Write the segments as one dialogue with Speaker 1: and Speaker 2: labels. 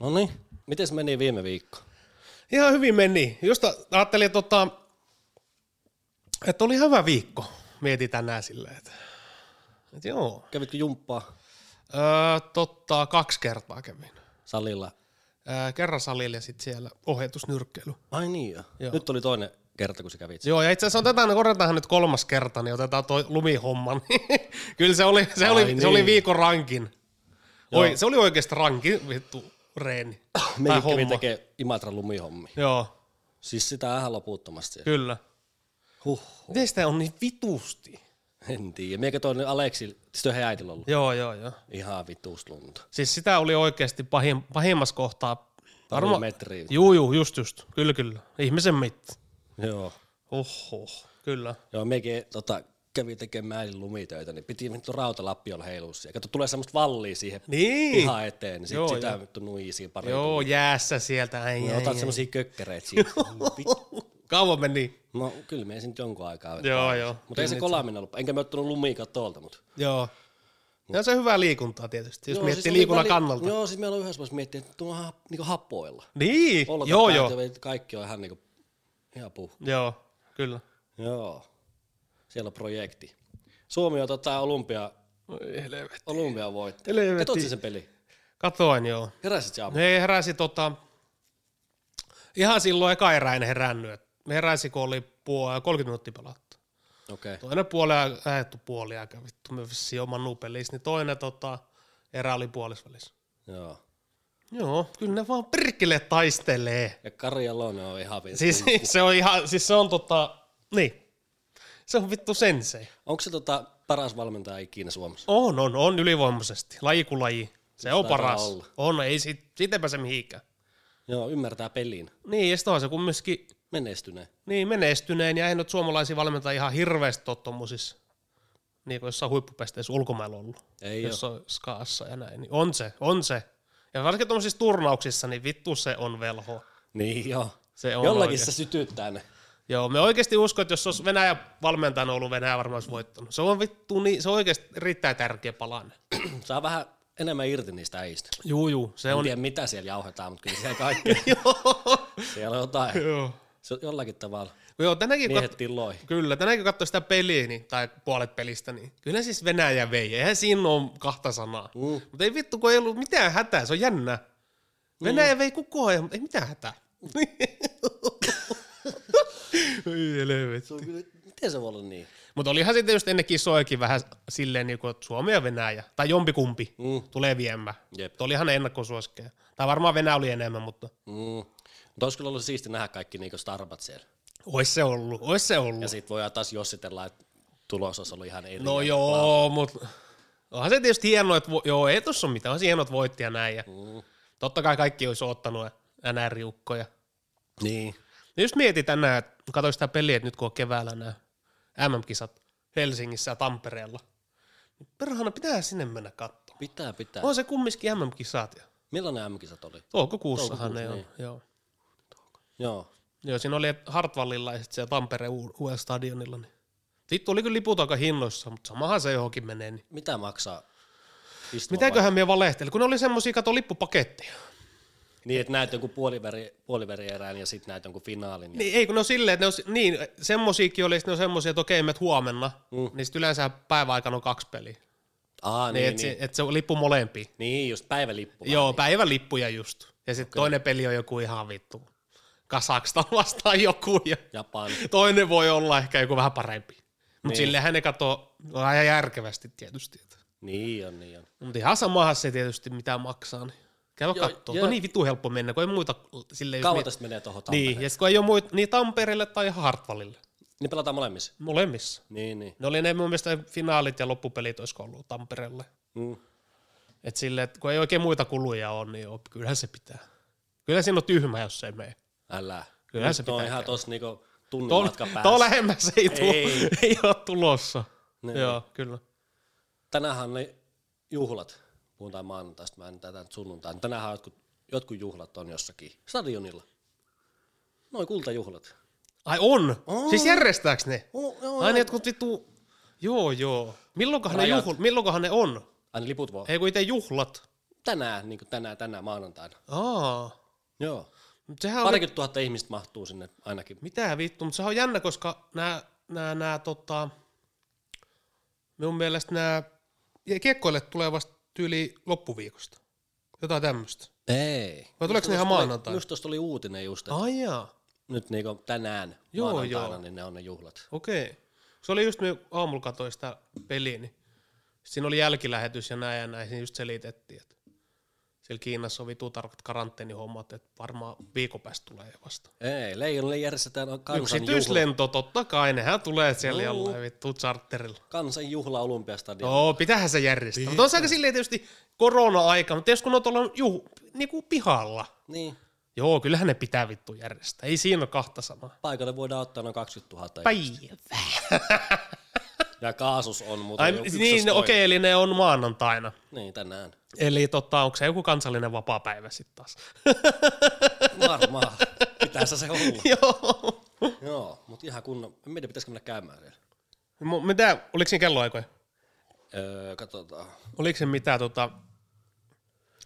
Speaker 1: No niin, miten meni viime viikko?
Speaker 2: Ihan hyvin meni. Just ajattelin, että, tota, että oli hyvä viikko. Mietin tänään silleen, että, että joo.
Speaker 1: Kävitkö jumppaa
Speaker 2: Öö, totta, kaksi kertaa kävin.
Speaker 1: salilla?
Speaker 2: Öö, kerran salilla ja sitten siellä ohjatusnyrkkeily.
Speaker 1: Ai niin jo.
Speaker 2: Joo.
Speaker 1: Nyt oli toinen kerta, kun sä kävit.
Speaker 2: Joo, ja itse asiassa otetaan, korjataan nyt kolmas kerta, niin otetaan toi lumihomma. niin Kyllä se oli, se,
Speaker 1: Ai
Speaker 2: oli,
Speaker 1: niin.
Speaker 2: se oli viikon rankin.
Speaker 1: Joo.
Speaker 2: Oi, se oli oikeasti rankin vittu reeni. tai
Speaker 1: Mekin kävi
Speaker 2: homma.
Speaker 1: tekee Imatran lumihommi.
Speaker 2: Joo,
Speaker 1: Siis sitä ihan loputtomasti.
Speaker 2: kyllä.
Speaker 1: Huh,
Speaker 2: Miten sitä on niin vitusti?
Speaker 1: en tiedä. Meikä toi nyt Aleksi, sitten heidän äitillä ollut.
Speaker 2: Joo, joo, joo.
Speaker 1: Ihan vituslunta.
Speaker 2: Siis sitä oli oikeasti pahim, pahimmassa kohtaa.
Speaker 1: Pari metriä.
Speaker 2: Juu, juu, just just. Kyllä, kyllä. Ihmisen mitta.
Speaker 1: Joo.
Speaker 2: Oho, kyllä.
Speaker 1: Joo, mekin tota, kävi tekemään äidin lumitöitä, niin piti vittu rautalappiolla heilua siellä. Kato, tulee semmoista vallia siihen
Speaker 2: Niin.
Speaker 1: ihan eteen, niin sit
Speaker 2: Joo,
Speaker 1: joo, sitä
Speaker 2: joo.
Speaker 1: vittu nuisiin pari.
Speaker 2: Joo, jäässä sieltä. Ai,
Speaker 1: Ja
Speaker 2: ai,
Speaker 1: otat
Speaker 2: ai.
Speaker 1: semmosia kökkäreitä siitä. Vittu.
Speaker 2: Kauan meni.
Speaker 1: No kyllä me ensin jonkun aikaa.
Speaker 2: Joo, joo.
Speaker 1: Mutta ei se
Speaker 2: Kyllä
Speaker 1: kolaaminen ollut. Enkä mä ottanut lumia katolta, mutta...
Speaker 2: Joo. Ja se on hyvää liikuntaa tietysti, jos
Speaker 1: Joo,
Speaker 2: joo, miettii
Speaker 1: oli
Speaker 2: siis liikunnan
Speaker 1: väli-
Speaker 2: kannalta. Joo.
Speaker 1: Joo, siis meillä on yhdessä vaiheessa miettiä, että tuo on ha, niinku hapoilla.
Speaker 2: Niin,
Speaker 1: Olkapäät
Speaker 2: joo joo.
Speaker 1: ja vedet- kaikki on ihan niinku, ihan puh.
Speaker 2: Joo, kyllä.
Speaker 1: Joo. Siellä on projekti. Suomi on tota olympia,
Speaker 2: Oi helvetti.
Speaker 1: olympia voittaja.
Speaker 2: Helvetti.
Speaker 1: Katotko sen peli?
Speaker 2: Katoin joo.
Speaker 1: Heräsit se aamu.
Speaker 2: Me heräsi tota, ihan silloin eka eräin herännyt. et Me heräsi, kun oli puol- 30 minuuttia pelattu.
Speaker 1: Okei. Okay.
Speaker 2: Toinen puoli lähetty puoli aika vittu, me vissiin oman nupeliis, niin toinen tota, erä oli puolisvälissä.
Speaker 1: Joo.
Speaker 2: Joo, kyllä ne vaan perkele taistelee.
Speaker 1: Ja Kari Jalonen on ihan vittu.
Speaker 2: Siis se on ihan, siis se on tota, niin. Se on vittu sensei.
Speaker 1: Onko se tota paras valmentaja ikinä Suomessa?
Speaker 2: On, on, on ylivoimaisesti. Laji kuin laji. Se on
Speaker 1: taitaa
Speaker 2: paras.
Speaker 1: olla.
Speaker 2: On, ei sit, siitä ei pääse mihinkään.
Speaker 1: Joo, ymmärtää pelin.
Speaker 2: Niin, ja sit on se kumminkin
Speaker 1: Menestyneen.
Speaker 2: niin menestyneen, ja eihän nyt suomalaisia valmentajia ihan hirveästi ole tommosissa, niin kuin jossain huippupesteissä ulkomailla ollut.
Speaker 1: Ei oo.
Speaker 2: jos on skaassa ja näin, niin on se, on se. Ja varsinkin tuollaisissa turnauksissa, niin vittu se on velho.
Speaker 1: Niin joo.
Speaker 2: Se on
Speaker 1: Jollakin
Speaker 2: oikein.
Speaker 1: se sytyttää ne.
Speaker 2: Joo, me oikeasti uskon, että jos olisi Venäjä valmentajana ollut, Venäjä varmaan olisi voittanut. Se on vittu, niin, se on oikeasti riittäin tärkeä palanne.
Speaker 1: Saa vähän enemmän irti niistä äistä.
Speaker 2: Juu, juu, se
Speaker 1: En
Speaker 2: on.
Speaker 1: tiedä mitä siellä jauhetaan, mutta kyllä siellä kaikkea. siellä on jotain.
Speaker 2: Joo.
Speaker 1: Se on jollakin tavalla.
Speaker 2: Joo, tänäkin kat-
Speaker 1: Niin. Miehet tiloi.
Speaker 2: Kyllä, tänäänkin kun katsoi sitä peliä, niin, tai puolet pelistä, niin kyllä siis Venäjä vei. Eihän siinä ole kahta sanaa. Mm.
Speaker 1: Mm.
Speaker 2: Mutta ei vittu, kun ei ollut mitään hätää, se on jännä. Venäjä vei koko ajan, mutta ei mitään hätää. Ei helvetti.
Speaker 1: Miten se voi olla niin?
Speaker 2: Mutta olihan sitten just ennen kisoikin vähän silleen, niin kuin, että Suomi ja Venäjä, tai jompikumpi,
Speaker 1: Mm.
Speaker 2: mm. tulee viemään.
Speaker 1: Jep.
Speaker 2: Tuo oli ihan ennakkosuosikkeja. Tai varmaan Venäjä oli enemmän, mutta
Speaker 1: Mm. Mutta olisi kyllä ollut siisti nähdä kaikki niinku starbat siellä.
Speaker 2: ois se ollut, ois se ollut.
Speaker 1: Ja sit voidaan taas jossitella, että tulos olisi ollut ihan eri.
Speaker 2: No joo, mutta onhan se tietysti hienoa, että vo- joo, ei tuossa ole mitään, on hienot voitti ja näin. Ja
Speaker 1: Mm.
Speaker 2: totta kai kaikki olisi ottanut NR-jukkoja.
Speaker 1: Niin.
Speaker 2: Ja No just mietin tänään, että katsoin sitä peliä, että nyt kun on keväällä nämä MM-kisat Helsingissä ja Tampereella, niin perhana pitää sinne mennä katsomaan.
Speaker 1: Pitää, pitää.
Speaker 2: On se kumminkin MM-kisat. Ja
Speaker 1: Millainen MM-kisat oli?
Speaker 2: toukokuussahan ne on.
Speaker 1: Toukokuussa,
Speaker 2: Joo.
Speaker 1: Joo.
Speaker 2: joo, siinä oli että Hartwallilla ja sitten siellä Tampereen U- uudella stadionilla. Niin. Vittu, oli kyllä liput aika hinnoissa, mutta samahan se johonkin menee. Niin.
Speaker 1: Mitä maksaa? Istuva
Speaker 2: Mitäköhän me valehtelin, kun ne oli semmosia, kato, lippupaketteja.
Speaker 1: paikka? Niin, että näet jonkun puoliväri, puoliväri erään ja sitten näet jonkun finaalin. Ja...
Speaker 2: Niin, ei kun ne on silleen, että ne on, si- niin, semmosiakin oli, sit ne on semmosia, että okei, menet huomenna, mm. niin sitten yleensä päiväaikana on kaksi peliä. Niin,
Speaker 1: Aa,
Speaker 2: niin,
Speaker 1: niin,
Speaker 2: että
Speaker 1: niin,
Speaker 2: se,
Speaker 1: niin.
Speaker 2: et se on lippu molempiin.
Speaker 1: niin just päivälippu. vähän.
Speaker 2: Joo, päivälippuja just. Ja sitten okay. toinen peli on joku ihan vittu. Kasakstan vastaan joku ja
Speaker 1: Japani.
Speaker 2: toinen voi olla ehkä joku vähän parempi. Mutta niin. sillehän ne katoo vähän järkevästi tietysti.
Speaker 1: Niin on, niin on.
Speaker 2: Mutta ihan samahan se tietysti mitä maksaa. Niin. Käy
Speaker 1: Joo,
Speaker 2: katsomaan.
Speaker 1: joo.
Speaker 2: Tuo on niin vitu helppo mennä, kun ei muita sille.
Speaker 1: Kauan tästä menee tuohon Tampereen.
Speaker 2: Niin,
Speaker 1: Niin.
Speaker 2: ja sit kun ei ole muita, niin Tampereelle tai Hartwallille.
Speaker 1: niin pelataan molemmissa.
Speaker 2: Molemmissa.
Speaker 1: Niin, niin.
Speaker 2: Ne oli ne mun mielestä finaalit ja loppupelit olisiko ollut Tampereelle.
Speaker 1: Mm.
Speaker 2: Et sille, et kun ei oikein muita kuluja ole, niin joo, kyllähän se pitää. Kyllä siinä on tyhmä, jos ei mene.
Speaker 1: Älä.
Speaker 2: Kyllä se
Speaker 1: Nyt on
Speaker 2: pitää
Speaker 1: ihan tossa niinku tunnin
Speaker 2: Tuo
Speaker 1: Niin, matka päässä.
Speaker 2: tuo lähemmäs ei, tuo,
Speaker 1: Ei.
Speaker 2: ei. ei ole tulossa.
Speaker 1: Niin.
Speaker 2: Niin. Joo, kyllä.
Speaker 1: Tänäänhän ne juhlat, puhutaan maanantaista, mä en tätä nyt sunnuntaina. Tänäänhän jotkut, jotkut juhlat on jossakin stadionilla. Noin kultajuhlat.
Speaker 2: Ai on?
Speaker 1: On.
Speaker 2: Oh. Siis järjestääks ne?
Speaker 1: Oh, joo,
Speaker 2: Aina jotkut vittu... Joo, joo. Milloinkohan ne,
Speaker 1: Rajat.
Speaker 2: juhla... Milloinkohan ne on?
Speaker 1: Aina liput voi.
Speaker 2: Ei kun itse juhlat.
Speaker 1: tänään, niin kuin tänään, tänään maanantaina.
Speaker 2: Aa.
Speaker 1: Joo.
Speaker 2: Mut sehän on,
Speaker 1: Parikymmentä tuhatta ihmistä mahtuu sinne ainakin.
Speaker 2: mitä vittu, mutta sehän on jännä, koska nämä, nämä, nämä tota, minun mielestä nämä kiekkoille tulee vasta tyyli loppuviikosta. Jotain tämmöistä.
Speaker 1: Ei.
Speaker 2: Vai tuleeko ne ihan maanantaina?
Speaker 1: Just tuosta oli uutinen just, että
Speaker 2: Ai jaa,
Speaker 1: nyt niinku tänään
Speaker 2: Joo,
Speaker 1: joo, maanantaina,
Speaker 2: joo.
Speaker 1: joo. niin ne on ne juhlat.
Speaker 2: okei. Se oli just, me aamulla katsoin sitä peliä, niin siinä oli jälkilähetys ja näin ja näin, siinä just selitettiin, että siellä Kiinassa on vitu tarkat karanteenihommat, että varmaan viikon päästä tulee vasta.
Speaker 1: Ei, leijonille järjestetään kansanjuhla,
Speaker 2: Yksityislento totta kai, nehän tulee siellä
Speaker 1: Juu.
Speaker 2: jollain vittu charterilla.
Speaker 1: kansanjuhla Olympiastadion.
Speaker 2: Joo, pitähän se järjestää. Mutta on se aika silleen tietysti korona-aika, mutta jos kun on tuolla juh, niinku pihalla.
Speaker 1: Niin,
Speaker 2: Joo, kyllähän ne pitää vittu järjestää. Ei siinä ole kahta sanaa.
Speaker 1: paikalle voidaan ottaa noin 20 000. ihmistä.
Speaker 2: Päivä.
Speaker 1: Ja kaasus on muuten
Speaker 2: Ai,
Speaker 1: jo yksi
Speaker 2: niin,
Speaker 1: jos
Speaker 2: okei,
Speaker 1: toi.
Speaker 2: okay, eli ne on maanantaina.
Speaker 1: Niin, tänään.
Speaker 2: Eli tota, onko se joku kansallinen vapaapäivä sitten taas?
Speaker 1: Varmaan. Pitääsä se olla.
Speaker 2: Joo.
Speaker 1: Joo, mutta ihan kunnon. Meidän pitäisikö mennä käymään siellä?
Speaker 2: Mu- Mitä, oliko siinä kelloaikoja?
Speaker 1: Öö, katsotaan.
Speaker 2: Oliko se mitä tota...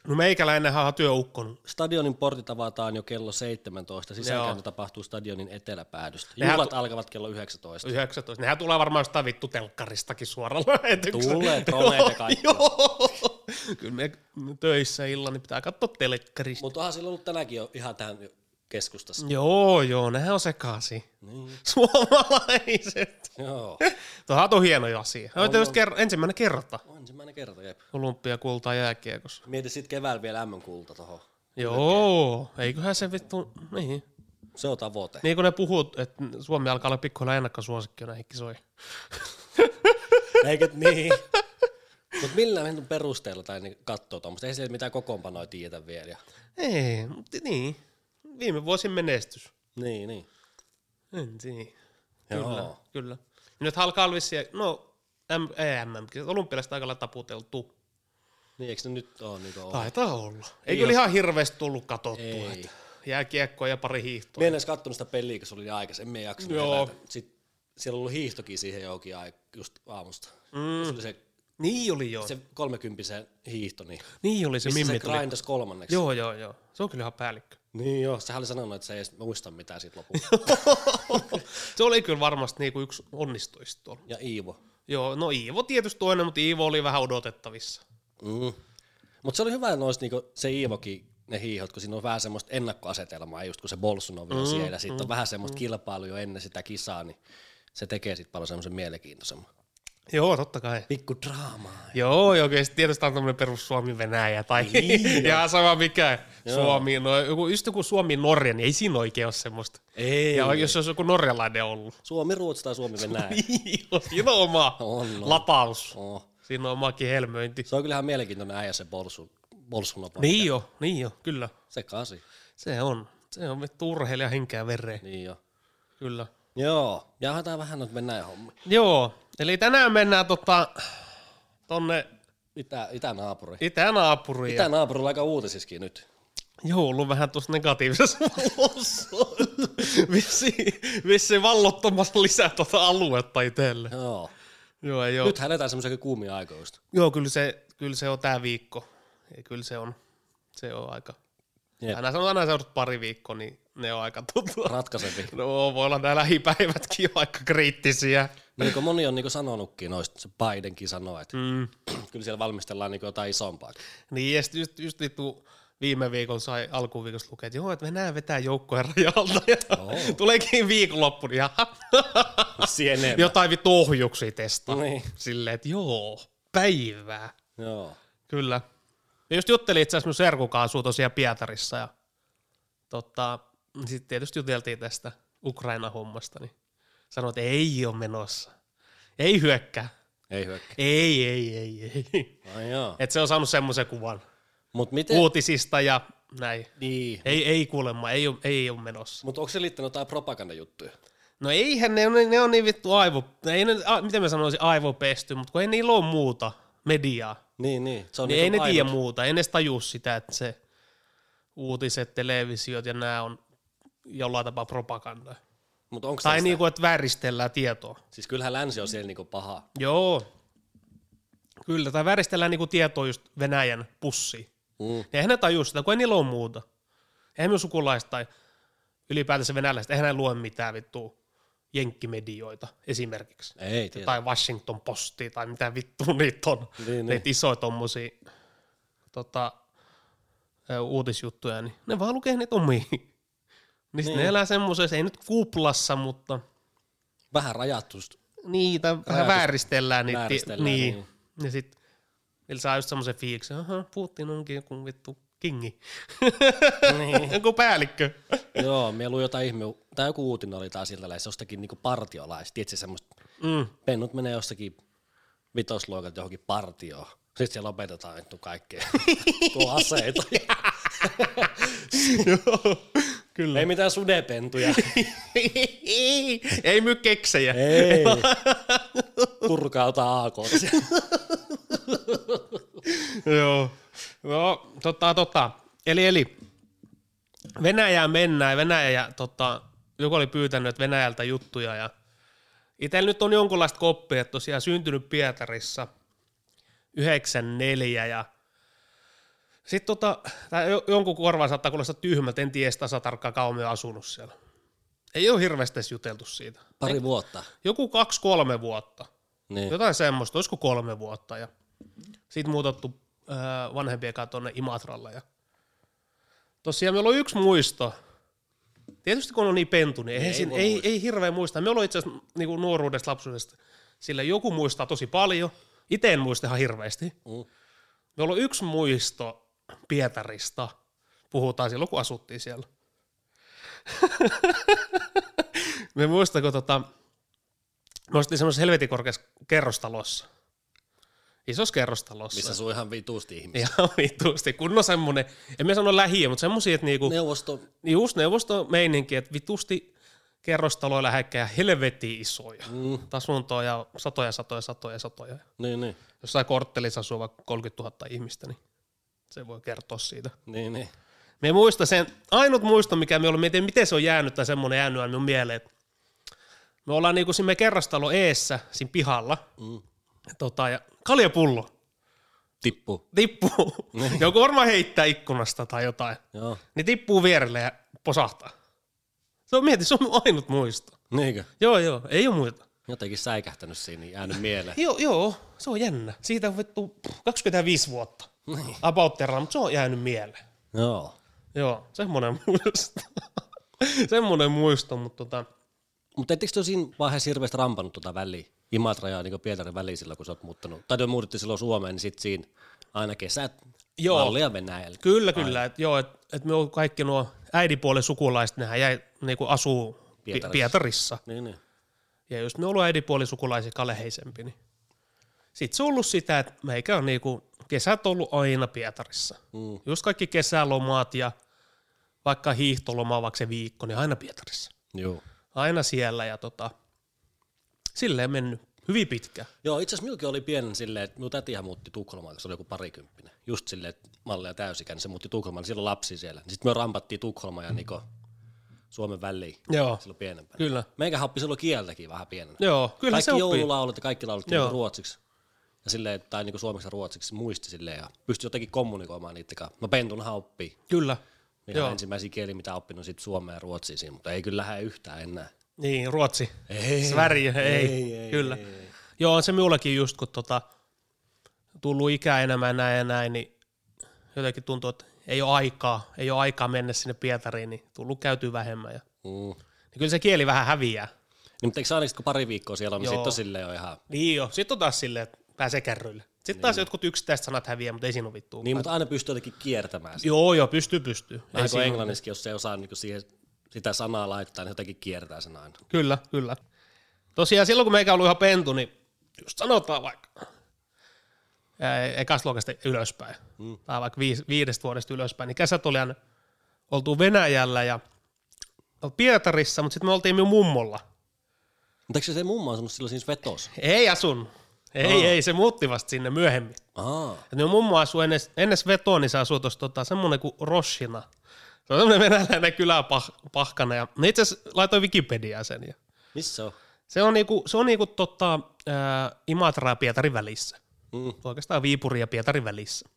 Speaker 2: No meikäläinenhän on työukkonut.
Speaker 1: Stadionin portit avataan jo kello 17. Sisäänkäynti tapahtuu stadionin eteläpäädystä.
Speaker 2: Nehän
Speaker 1: Juhlat alkavat kello 19.
Speaker 2: 19. Nehän tulee varmaan jostain vittu telkkaristakin suoraan lähetykseen.
Speaker 1: Tulee droneet ja kaikki.
Speaker 2: Joo. Kyllä me töissä illalla niin pitää katsoa telkkarista.
Speaker 1: Mutta onhan sillä ollut tänäänkin jo ihan tähän keskustassa.
Speaker 2: Joo, joo, nehän on sekaisin.
Speaker 1: Niin.
Speaker 2: Suomalaiset.
Speaker 1: Joo.
Speaker 2: Tuohan on hieno asia. On, on. Kerro, ensimmäinen kerta
Speaker 1: On Ensimmäinen kerta, jep.
Speaker 2: olympiakultaa jääkiekossa.
Speaker 1: Mieti sit keväällä vielä MM-kulta tohon.
Speaker 2: Joo, eiköhän se vittu, niin.
Speaker 1: Se on tavoite.
Speaker 2: Niin kuin ne puhut, että Suomi alkaa olla pikkuhiljaa ennakkosuosikki näihin kisoihin.
Speaker 1: Eikö niin? Mutta millä minun perusteella tai niin katsoo tuommoista? Ei siellä mitään kokoonpanoja tiedetä vielä. Ja...
Speaker 2: Ei, mutta niin. Viime vuosin menestys.
Speaker 1: Niin, niin.
Speaker 2: En tiedä.
Speaker 1: Joo.
Speaker 2: Niin, Kyllä, kyllä. Ja nyt alkaa olla vissiin, no, M, ei MM, olympialaiset aika lailla taputeltu.
Speaker 1: Niin, eikö ne nyt ole niin ole?
Speaker 2: Taitaa olla. Ei kyllä ihan hirveästi tullut katsottua.
Speaker 1: Ei.
Speaker 2: että Jääkiekkoa ja pari hiihtoa.
Speaker 1: Mä en edes katsonut sitä peliä, kun se oli aikaisemmin. En jaksanut
Speaker 2: Joo.
Speaker 1: Joo. Sitten siellä oli hiihtokin siihen johonkin ai- just aamusta. Mm. Se oli se,
Speaker 2: Niin oli joo. Se,
Speaker 1: se kolmekymppisen hiihto, niin
Speaker 2: niin oli se
Speaker 1: missä
Speaker 2: Mimmi
Speaker 1: se
Speaker 2: tuli.
Speaker 1: grindas kolmanneksi.
Speaker 2: Joo, joo, joo. Se on kyllä ihan päällikkö.
Speaker 1: Niin joo, sehän oli sanonut, että se ei edes muista mitään siitä lopulta.
Speaker 2: se oli kyllä varmasti niinku yksi onnistuista tuolla.
Speaker 1: ja Iivo.
Speaker 2: Joo, no Iivo tietysti toinen, mutta Iivo oli vähän odotettavissa.
Speaker 1: Mm. Mutta se oli hyvä noista, niinku, se Iivokin ne hiihot, kun siinä on vähän semmoista ennakkoasetelmaa, just kun se Bolsun on vielä mm, siellä, sitten mm, on vähän semmoista mm. kilpailua jo ennen sitä kisaa, niin se tekee sitten paljon semmoisen mielenkiintoisemman.
Speaker 2: Joo, totta kai.
Speaker 1: Pikku draamaa.
Speaker 2: Joo, joo, kyllä se tietysti on tämmöinen perus Suomi-Venäjä tai
Speaker 1: Niin,
Speaker 2: ja sama mikä Suomi, no joku, just joku Suomi-Norja, niin ei siinä oikein ole semmoista.
Speaker 1: Ei.
Speaker 2: Ja jos se olisi joku norjalainen ollut.
Speaker 1: Suomi, Ruotsi tai Suomi Venäjä.
Speaker 2: Niin, on- siinä on oma
Speaker 1: On, on.
Speaker 2: lapaus.
Speaker 1: Oh.
Speaker 2: Siinä on omakin helmöinti.
Speaker 1: Se on kyllähän mielenkiintoinen äijä se Bolsun, Bolsun on
Speaker 2: Niin jo, niin jo, kyllä.
Speaker 1: Se kasi.
Speaker 2: Se on. Se on vittu urheilija henkeä vereen.
Speaker 1: Niin jo.
Speaker 2: Kyllä.
Speaker 1: Joo, jahataan vähän nyt mennään hommi.
Speaker 2: Joo, eli tänään mennään tota, tonne
Speaker 1: Itä, itänaapuri.
Speaker 2: itänaapuriin. Itä-
Speaker 1: Itänaapurilla aika uutisissakin nyt.
Speaker 2: Joo, ollut vähän tuossa negatiivisessa valossa. vissi, vissi vallottomassa lisää tuota aluetta itselle.
Speaker 1: Joo.
Speaker 2: Joo, ei
Speaker 1: Joo.
Speaker 2: oo.
Speaker 1: Nyt eletään semmoisia kuumia aikoja just.
Speaker 2: Joo, kyllä se, kyllä se on tää viikko. Ja kyllä se on, se on aika.
Speaker 1: Jep.
Speaker 2: Aina sanotaan, aina seurat pari viikkoa, niin ne on aika tuttua.
Speaker 1: Ratkaisempi.
Speaker 2: No, voi olla nämä lähipäivätkin jo aika kriittisiä.
Speaker 1: niin kuin moni on niin kuin sanonutkin noista, se Bidenkin sanoo, että
Speaker 2: Mm.
Speaker 1: kyllä siellä valmistellaan niin kuin jotain isompaa.
Speaker 2: Niin, ja sit just, just vittu viime viikon sai alkuviikosta lukea, että joo, että Venäjä vetää joukkojen rajalta ja
Speaker 1: Oo.
Speaker 2: tuleekin viikonloppu, niin jaha,
Speaker 1: Siihen
Speaker 2: jotain vittu ohjuksia testaa.
Speaker 1: Niin.
Speaker 2: Silleen, että joo, päivää.
Speaker 1: Joo.
Speaker 2: Kyllä. Ja just juttelin itse asiassa mun serkukaasua tosiaan Pietarissa ja tota, sitten tietysti juteltiin tästä Ukraina-hommasta, niin sanoin, että ei ole menossa. Ei hyökkää.
Speaker 1: Ei hyökkää.
Speaker 2: Ei, ei, ei, ei.
Speaker 1: Ai joo.
Speaker 2: Et se on saanut semmoisen kuvan
Speaker 1: Mut miten?
Speaker 2: uutisista ja näin.
Speaker 1: niin.
Speaker 2: Ei, ei kuulemma, ei ole, ei ole menossa.
Speaker 1: Mut onko se liittänyt jotain propagandajuttuja?
Speaker 2: No eihän ne, ne, ne on niin vittu aivo, ei ne, a, miten mä sanoisin, aivopesty, mutta kun ei niillä ole muuta mediaa.
Speaker 1: Niin, niin. Se on
Speaker 2: Niin ei
Speaker 1: niinku
Speaker 2: ne
Speaker 1: aivot-
Speaker 2: tiedä muuta, ei ne edes tajua sitä, että se uutiset, televisiot ja nämä on jollain tapaa propagandaa.
Speaker 1: Mut onko
Speaker 2: Tai niinku, että vääristellään tietoa.
Speaker 1: Siis kyllähän länsi on siellä niinku paha.
Speaker 2: Joo. Kyllä, tai vääristellään niinku tietoa just Venäjän pussi.
Speaker 1: Mm.
Speaker 2: Ja eihän ne tajua sitä, kun ei niillä ole muuta. Eihän me sukulaiset tai ylipäätänsä venäläiset, eihän ne lue mitään vittu jenkkimedioita esimerkiksi.
Speaker 1: Ei tiedä.
Speaker 2: Tai Washington Postia tai mitä vittu niitä on.
Speaker 1: Niin, niin.
Speaker 2: Niin. Niitä isoja tommosia tota, ö, uutisjuttuja, niin ne vaan lukee niitä omia. Niin, niin. ne elää semmoisessa, ei nyt kuplassa, mutta
Speaker 1: Vähän rajattu. st-
Speaker 2: niitä vähän vääristellään niitä.
Speaker 1: vääristellään,
Speaker 2: niin.
Speaker 1: niin.
Speaker 2: niin. Ja sit niillä saa just semmoisen fiiliksi, aha, Putin onkin joku vittu kingi. Niin. joku päällikkö.
Speaker 1: Joo, me luin jotain ihme, tai joku uutinen oli taas siltä lähes jostakin niinku partiolaista. Tiedätkö semmoista,
Speaker 2: Mm.
Speaker 1: pennut menee jostakin vitosluokat johonkin partioon. Sitten siellä opetetaan vittu kaikkea. Tuo aseita.
Speaker 2: Kyllä.
Speaker 1: Ei mitään sudepentuja.
Speaker 2: ei, ei myy keksejä.
Speaker 1: Ei. Purkauta AK.
Speaker 2: Joo. Joo, totta, totta. Eli, eli Venäjää mennään, ja Venäjä ja tota, joku oli pyytänyt Venäjältä juttuja ja itsellä nyt on jonkunlaista koppia, että tosiaan syntynyt Pietarissa 94 ja sitten tota, tää jo- jonkun korvaan saattaa kuulostaa tyhmät, en tiedä sitä tarkkaan kauan me on asunut siellä. Ei ole hirveästi edes juteltu siitä.
Speaker 1: Pari vuotta.
Speaker 2: Joku kaksi-kolme vuotta.
Speaker 1: Niin.
Speaker 2: Jotain semmoista, olisiko kolme vuotta. Ja sitten muutettu öö, vanhempien kanssa tuonne Imatralle. Ja tosiaan meillä on yksi muisto. Tietysti kun on niin pentu, niin ei,
Speaker 1: Ei
Speaker 2: siinä,
Speaker 1: voi
Speaker 2: ei, ei hirveä muista. Me ollaan itse asiassa niinku nuoruudesta, lapsuudesta. Sillä joku muistaa tosi paljon. Itse en muista ihan hirveästi.
Speaker 1: Mm.
Speaker 2: Me ollaan yksi muisto Pietarista. Puhutaan silloin, kun asuttiin siellä. Me muistan, kun tota, me asuttiin semmoisessa helvetin korkeassa kerrostalossa. Isossa kerrostalossa.
Speaker 1: Missä sun ihan vitusti ihmisiä.
Speaker 2: Ihan vitusti. Kun on semmoinen, en mä sano lähiö, mutta semmoisia, että niinku,
Speaker 1: Neuvosto.
Speaker 2: just neuvostomeininki, että vitusti kerrostaloja lähekkäin ja helvetin isoja.
Speaker 1: Mm.
Speaker 2: Asuntoja, satoja, satoja, satoja, satoja
Speaker 1: Niin, niin.
Speaker 2: jossain korttelissa asuu vaikka 30 000 ihmistä, niin se voi kertoa siitä.
Speaker 1: Niin, niin.
Speaker 2: Me ei muista sen, ainut muisto, mikä me olemme, mietin, miten se on jäänyt tai semmoinen jäänyt aina minun mieleen. että Me ollaan niinku siinä meidän kerrostalo eessä, siinä pihalla,
Speaker 1: Mm.
Speaker 2: tota, ja kaljapullo
Speaker 1: Tippu.
Speaker 2: tippuu.
Speaker 1: Niin.
Speaker 2: Joku varmaan heittää ikkunasta tai jotain.
Speaker 1: Joo.
Speaker 2: Niin tippuu vierelle ja posahtaa. Se on, mieti, se on mun ainut muisto.
Speaker 1: Niinkö?
Speaker 2: Joo, joo, ei ole muita.
Speaker 1: Jotenkin säikähtänyt siinä, niin jäänyt mieleen.
Speaker 2: Joo, joo, se on jännä. Siitä on vittu 25 vuotta.
Speaker 1: Niin.
Speaker 2: About terra, mutta se on jäänyt mieleen.
Speaker 1: Joo.
Speaker 2: Joo, semmoinen muisto. semmoinen muisto, mutta tota,
Speaker 1: Mutta ettekö te ole siinä vaiheessa hirveästi rampannut tuota väliä? Imatra ja niin Pietarin väliä silloin, kun sä oot muuttanut. Tai te muutitte silloin Suomeen, niin sit siinä aina kesät
Speaker 2: Joo.
Speaker 1: mallia Venäjällä.
Speaker 2: kyllä, kyllä. Et, joo, että et me on kaikki nuo äidipuolen sukulaiset, nehän jäi, niinku asuu Pi-
Speaker 1: Pietarissa.
Speaker 2: Pietarissa.
Speaker 1: Niin, niin.
Speaker 2: Ja just me ollaan äidipuolen sukulaisia kaleheisempi, niin sitten se on ollut sitä, että meikä on niinku, kesät ollut aina Pietarissa.
Speaker 1: Mm.
Speaker 2: Just kaikki kesälomaat ja vaikka hiihtoloma, vaikka se viikko, niin aina Pietarissa.
Speaker 1: Joo.
Speaker 2: Aina siellä ja tota, silleen mennyt hyvin pitkä.
Speaker 1: Joo, itse asiassa minullakin oli pienen silleen, että minun tätihän muutti Tukholmaan, kun se oli joku parikymppinen. Just silleen, että mallia täysikäinen, se muutti Tukholmaan, niin sillä on lapsi siellä. Sitten me rampattiin Tukholmaan ja Niko Suomen väliin
Speaker 2: Joo,
Speaker 1: silloin pienempänä.
Speaker 2: kyllä.
Speaker 1: Meikä oppi silloin kieltäkin vähän pienenä.
Speaker 2: Joo, kyllä
Speaker 1: kaikki
Speaker 2: se oppii.
Speaker 1: joululaulut ja kaikki laulut
Speaker 2: Joo.
Speaker 1: niinku ruotsiksi. Ja silleen, tai niinku suomeksi ja ruotsiksi muisti silleen ja pystyi jotenkin kommunikoimaan niiden kanssa. No pentunhan oppii.
Speaker 2: Kyllä.
Speaker 1: Ihan
Speaker 2: Joo.
Speaker 1: ensimmäisiä kieli, mitä oppinut sit suomea ja ruotsia siinä, mutta ei kyllä lähde yhtään enää.
Speaker 2: Niin, Ruotsi.
Speaker 1: Ei.
Speaker 2: Sverige, ei.
Speaker 1: Ei, ei,
Speaker 2: Kyllä.
Speaker 1: ei, ei.
Speaker 2: Joo, on se minullakin just, kun tota, tullut ikää enemmän näin ja näin, niin jotenkin tuntuu, että ei ole aikaa, ei ole aikaa mennä sinne Pietariin, niin tullut käytyy vähemmän. Ja,
Speaker 1: Mm.
Speaker 2: niin kyllä se kieli vähän häviää.
Speaker 1: Niin, mutta eikö sä aina sit kun pari viikkoa siellä on, niin
Speaker 2: Joo.
Speaker 1: sitten on silleen jo ihan...
Speaker 2: Niin jo, sitten on taas silleen, että pääsee kärryille. Sitten niin. taas jotkut yksittäiset sanat häviää, mutta ei siinä ole vittua.
Speaker 1: Niin, mutta aina pystyy jotenkin kiertämään sitä.
Speaker 2: Joo, joo, pystyy, pystyy. Ei
Speaker 1: Vähän kuin
Speaker 2: siinä-
Speaker 1: englannissakin, jos ei osaa niin siihen, sitä sanaa laittaa, niin jotenkin kiertää sen aina.
Speaker 2: Kyllä, kyllä. Tosiaan silloin, kun meikä ollut ihan pentu, niin just sanotaan vaikka ää, ekasta luokasta ylöspäin, mm. tai vaikka viis, viidestä vuodesta ylöspäin, niin kesät oli aina oltu Venäjällä ja Pietarissa, mutta sitten me oltiin minun mummolla.
Speaker 1: Mutta eikö se mummo asunut silloin siinä vetos?
Speaker 2: Ei asun. Ei,
Speaker 1: Aa.
Speaker 2: ei, se muutti vasta sinne myöhemmin.
Speaker 1: Aa,
Speaker 2: Et minun mummo asuu ennen, ennen vetoa, niin se asuu tuossa tota, semmoinen kuin Roshina. Se on semmoinen venäläinen kyläpahkana. Ja mä itse asiassa laitoin Wikipediaan sen. Ja
Speaker 1: missä se on?
Speaker 2: Se on niinku, se on niinku tota, ää, Imatra ja Pietarin välissä.
Speaker 1: Mm.
Speaker 2: Oikeastaan Viipuri ja Pietarin välissä.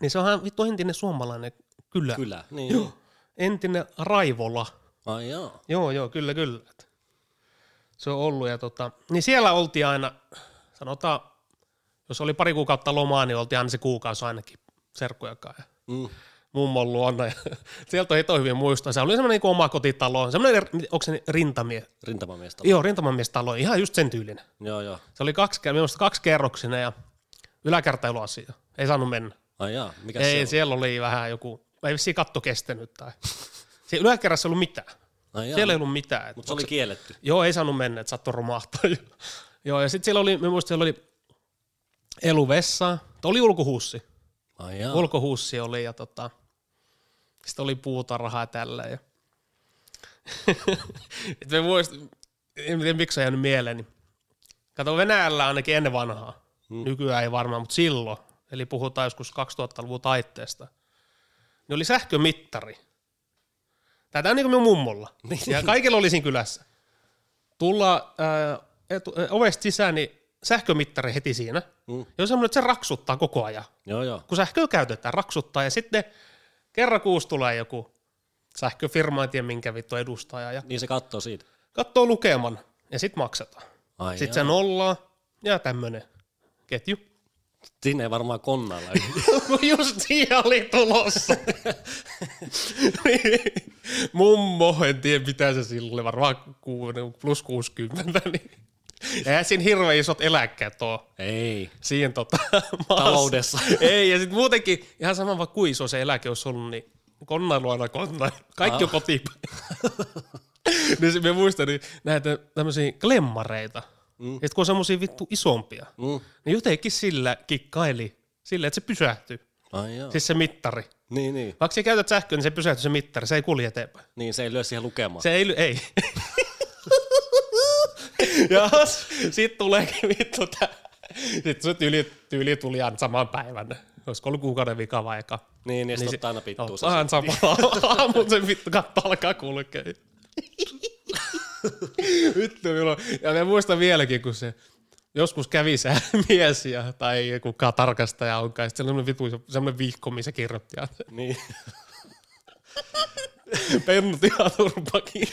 Speaker 2: Niin se onhan vittu entinen suomalainen kyllä. kyllä.
Speaker 1: Kyllä, niin. Joo.
Speaker 2: Entinen Raivola.
Speaker 1: Ai joo.
Speaker 2: Joo, joo, kyllä, kyllä. Et Se on ollut. Ja tota, niin siellä oltiin aina, sanotaan, jos oli pari kuukautta lomaa, niin oltiin aina se kuukausi ainakin serkkujakaan. Ja
Speaker 1: Mm.
Speaker 2: mummon luona. Ja sieltä on hito hyvin muistoja. Se oli semmoinen niin oma kotitalo, semmoinen, onko se rintamie?
Speaker 1: Rintamamiestä.
Speaker 2: Joo, rintamamiestalo, ihan just sen tyylinen.
Speaker 1: Joo, joo.
Speaker 2: Se oli kaksi, minusta kaksi kerroksinen ja yläkerta ei ollut asia. Ei saanut mennä.
Speaker 1: Ai jaa, mikä
Speaker 2: Ei,
Speaker 1: se
Speaker 2: siellä,
Speaker 1: on?
Speaker 2: siellä oli vähän joku, ei vissiin katto kestänyt tai. Se yläkerrassa ei ollut mitään.
Speaker 1: Ai
Speaker 2: Joo.
Speaker 1: jaa,
Speaker 2: Siellä ei ollut mitään. Et
Speaker 1: mutta se oli kielletty.
Speaker 2: Joo, ei saanut mennä, että saattoi romahtaa. Joo, ja sitten siellä oli, mä muistan, siellä oli eluvessa, oli ulkohuussi.
Speaker 1: Ai jaa.
Speaker 2: Ulkohuussi oli ja tota, sitten oli puutarhaa ja tällä. Ja... Et mä muistin, en tiedä miksi se on jäänyt mieleen. Niin. Kato, Venäjällä ainakin ennen vanhaa, mm. nykyään ei varmaan, mutta silloin, eli puhutaan joskus 2000-luvun taitteesta, niin oli sähkömittari. Tätä on niin kuin minun mummolla. Ja kaikilla oli siinä kylässä. Tulla ää, etu, ää, ovesta sisään, niin sähkömittari heti siinä.
Speaker 1: Mm.
Speaker 2: Mm. Ja on semmoinen, että se raksuttaa koko ajan
Speaker 1: Joo, joo.
Speaker 2: kun sähköä käytetään, raksuttaa ja sitten kerran kuusi tulee joku sähköfirma, en tiedä minkä vittu edustaja ja
Speaker 1: Niin se kattoo siitä.
Speaker 2: katsoo lukeman ja sitten maksetaan.
Speaker 1: Ai
Speaker 2: Sitten se nollaa ja tämmönen ketju.
Speaker 1: Siinä ei varmaan konnalla.
Speaker 2: Kun just siinä oli tulossa. Niin. Mummo, en tiedä mitä se silloin, oli, varmaan ku- plus 60. Niin. Eihän siinä hirveän isot eläkkeet ole
Speaker 1: ei.
Speaker 2: siihen tota, maassa.
Speaker 1: Taloudessa.
Speaker 2: Ei, ja sitten muutenkin ihan sama vaan kuin iso se eläke olisi ollut, niin konnailu aina konna.
Speaker 1: Ah.
Speaker 2: Kaikki on kotipäin. niin se, mä muistan niin näitä tämmöisiä klemmareita, mm. että kun on semmoisia vittu isompia,
Speaker 1: Mm.
Speaker 2: niin jotenkin sillä kikkaili, sillä että se pysähtyy.
Speaker 1: Ai jaa.
Speaker 2: Siis se mittari.
Speaker 1: Niin, niin.
Speaker 2: Vaikka sä käytät sähköä, niin se pysähtyy se mittari, se ei kulje eteenpäin.
Speaker 1: Niin se ei lyö siihen lukemaan.
Speaker 2: Se ei, ly- ei. ja sit tuleekin vittu tää. Sitten se tyyli, tyyli tuli ihan saman päivän. Olisiko ollut kuukauden vika vai eka? No,
Speaker 1: Niin, niin, niin se ottaa aina pittuu.
Speaker 2: Ottaa ihan samalla aamulla sen vittu katto alkaa kulkea. vittu minulla. Ja mä muistan vieläkin, kun se joskus kävi se mies ja, tai kuka tarkastaja onkaan. Sitten semmoinen vitu, semmoinen vihko, missä kirjoitti aina.
Speaker 1: Niin.
Speaker 2: Pennut ihan turpakin.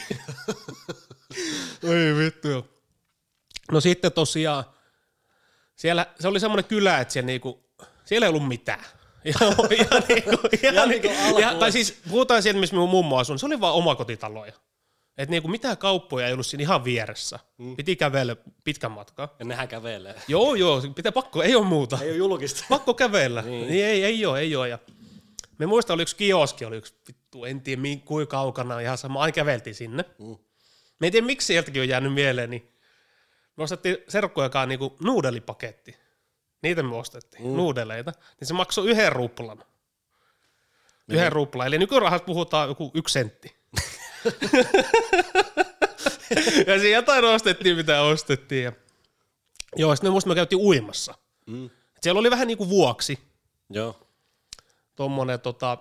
Speaker 2: Oi vittu joo. No sitten tosiaan, siellä, se oli semmoinen kylä, että siellä, niinku, siellä ei ollut mitään. Ihan, ihan niinku, ihan
Speaker 1: Ihan
Speaker 2: niinku,
Speaker 1: niinku
Speaker 2: ihan,
Speaker 1: alkuun.
Speaker 2: tai siis puhutaan siitä, missä minun mummo asui, niin se oli vaan omakotitaloja. Et niinku mitään kauppoja ei ollut siinä ihan vieressä. Mm. Piti kävellä pitkän matkan.
Speaker 1: Ja nehän kävelee.
Speaker 2: Joo, joo, pitää pakko, ei ole muuta.
Speaker 1: Ei ole julkista.
Speaker 2: Pakko kävellä. niin. niin ei, ei oo, ei oo. Ja me muistan, oli yksi kioski, oli yksi vittu, en tiedä mi- kuinka kaukana, ihan sama, aina käveltiin sinne. Mm. Me en tiedä, miksi sieltäkin on jäänyt mieleen, niin me ostettiin serkkujakaan niinku nuudelipaketti. Niitä me ostettiin, mm. nuudeleita. Niin se maksoi yhden ruplan. Yhden mm. ruplan. Eli nykyrahassa puhutaan joku yksi sentti. ja siinä jotain ostettiin, mitä ostettiin. Ja... Joo, sitten me muistan, me käytiin uimassa.
Speaker 1: Mm.
Speaker 2: Siellä oli vähän niin kuin vuoksi
Speaker 1: Joo.
Speaker 2: tuommoinen tota,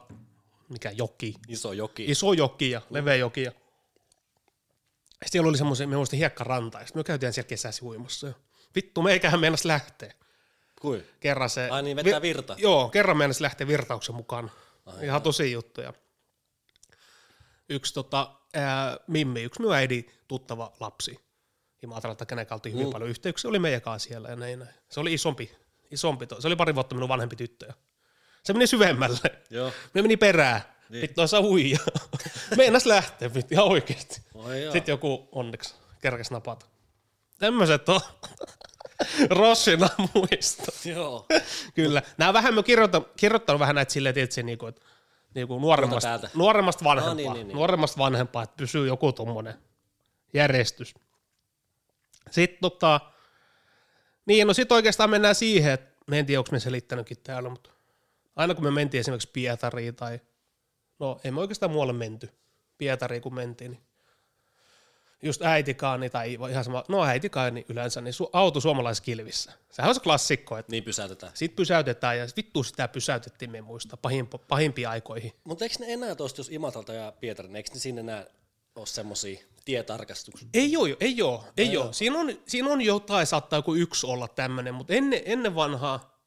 Speaker 2: mikä joki,
Speaker 1: Iso joki.
Speaker 2: iso joki ja leveä joki. Ja. Sitten Siellä oli semmoisen, me muistin hiekkaranta, ja sitten me käytiin siellä kesäsi uimassa. Ja. Vittu, meikähän meinas lähtee.
Speaker 1: Kuin?
Speaker 2: Kerran se...
Speaker 1: Ai niin, vetää virta.
Speaker 2: Joo, kerran meinas lähtee virtauksen mukaan. Ihan tosi juttuja. Yksi tota, ää, Mimmi, yksi minun äidin tuttava lapsi. Imatralta, kenen kautta oli hyvin mm. paljon yhteyksiä, oli meidän kanssa siellä ja näin, näin. Se oli isompi, isompi to- se oli pari vuotta minun vanhempi tyttö. ja Se meni syvemmälle.
Speaker 1: Joo.
Speaker 2: Ne meni perään. Niin. Vittu, saa huijaa. Meinas lähteä, vittu, ihan oikeesti.
Speaker 1: Ai jaa.
Speaker 2: Sitten joku onneksi kerkes napata. Tämmöiset on Rossina muista.
Speaker 1: Joo.
Speaker 2: Kyllä. Nämä vähän mä kirjoitan, kirjoittanut vähän näitä silleen, tietysti, niin kuin, että niin kuin nuoremmasta,
Speaker 1: täältä.
Speaker 2: nuoremmasta vanhempaa.
Speaker 1: Ah, niin, niin, niin.
Speaker 2: Nuoremmasta vanhempaa, että pysyy joku tuommoinen järjestys. Sitten tota, niin no sit oikeastaan mennään siihen, että mä en tiedä, onko me selittänytkin täällä, mutta aina kun me mentiin esimerkiksi Pietariin tai, no ei me oikeastaan muualle menty Pietariin kun mentiin, niin just äitikaani tai ihan sama, no äitikaani yleensä, niin su- auto suomalaiskilvissä. Sehän on se klassikko, että
Speaker 1: Niin pysäytetään.
Speaker 2: sitten pysäytetään ja vittu sitä pysäytettiin me muista pahimpi, pahimpiin aikoihin.
Speaker 1: Mutta eikö ne enää tuosta, jos Imatralta ja Pietarin, eikö ne sinne enää ole semmosia tietarkastuksia?
Speaker 2: Ei joo, ei oo, ei oo. Siinä on, siinä on jotain, saattaa joku yksi olla tämmöinen, mutta ennen, ennen vanhaa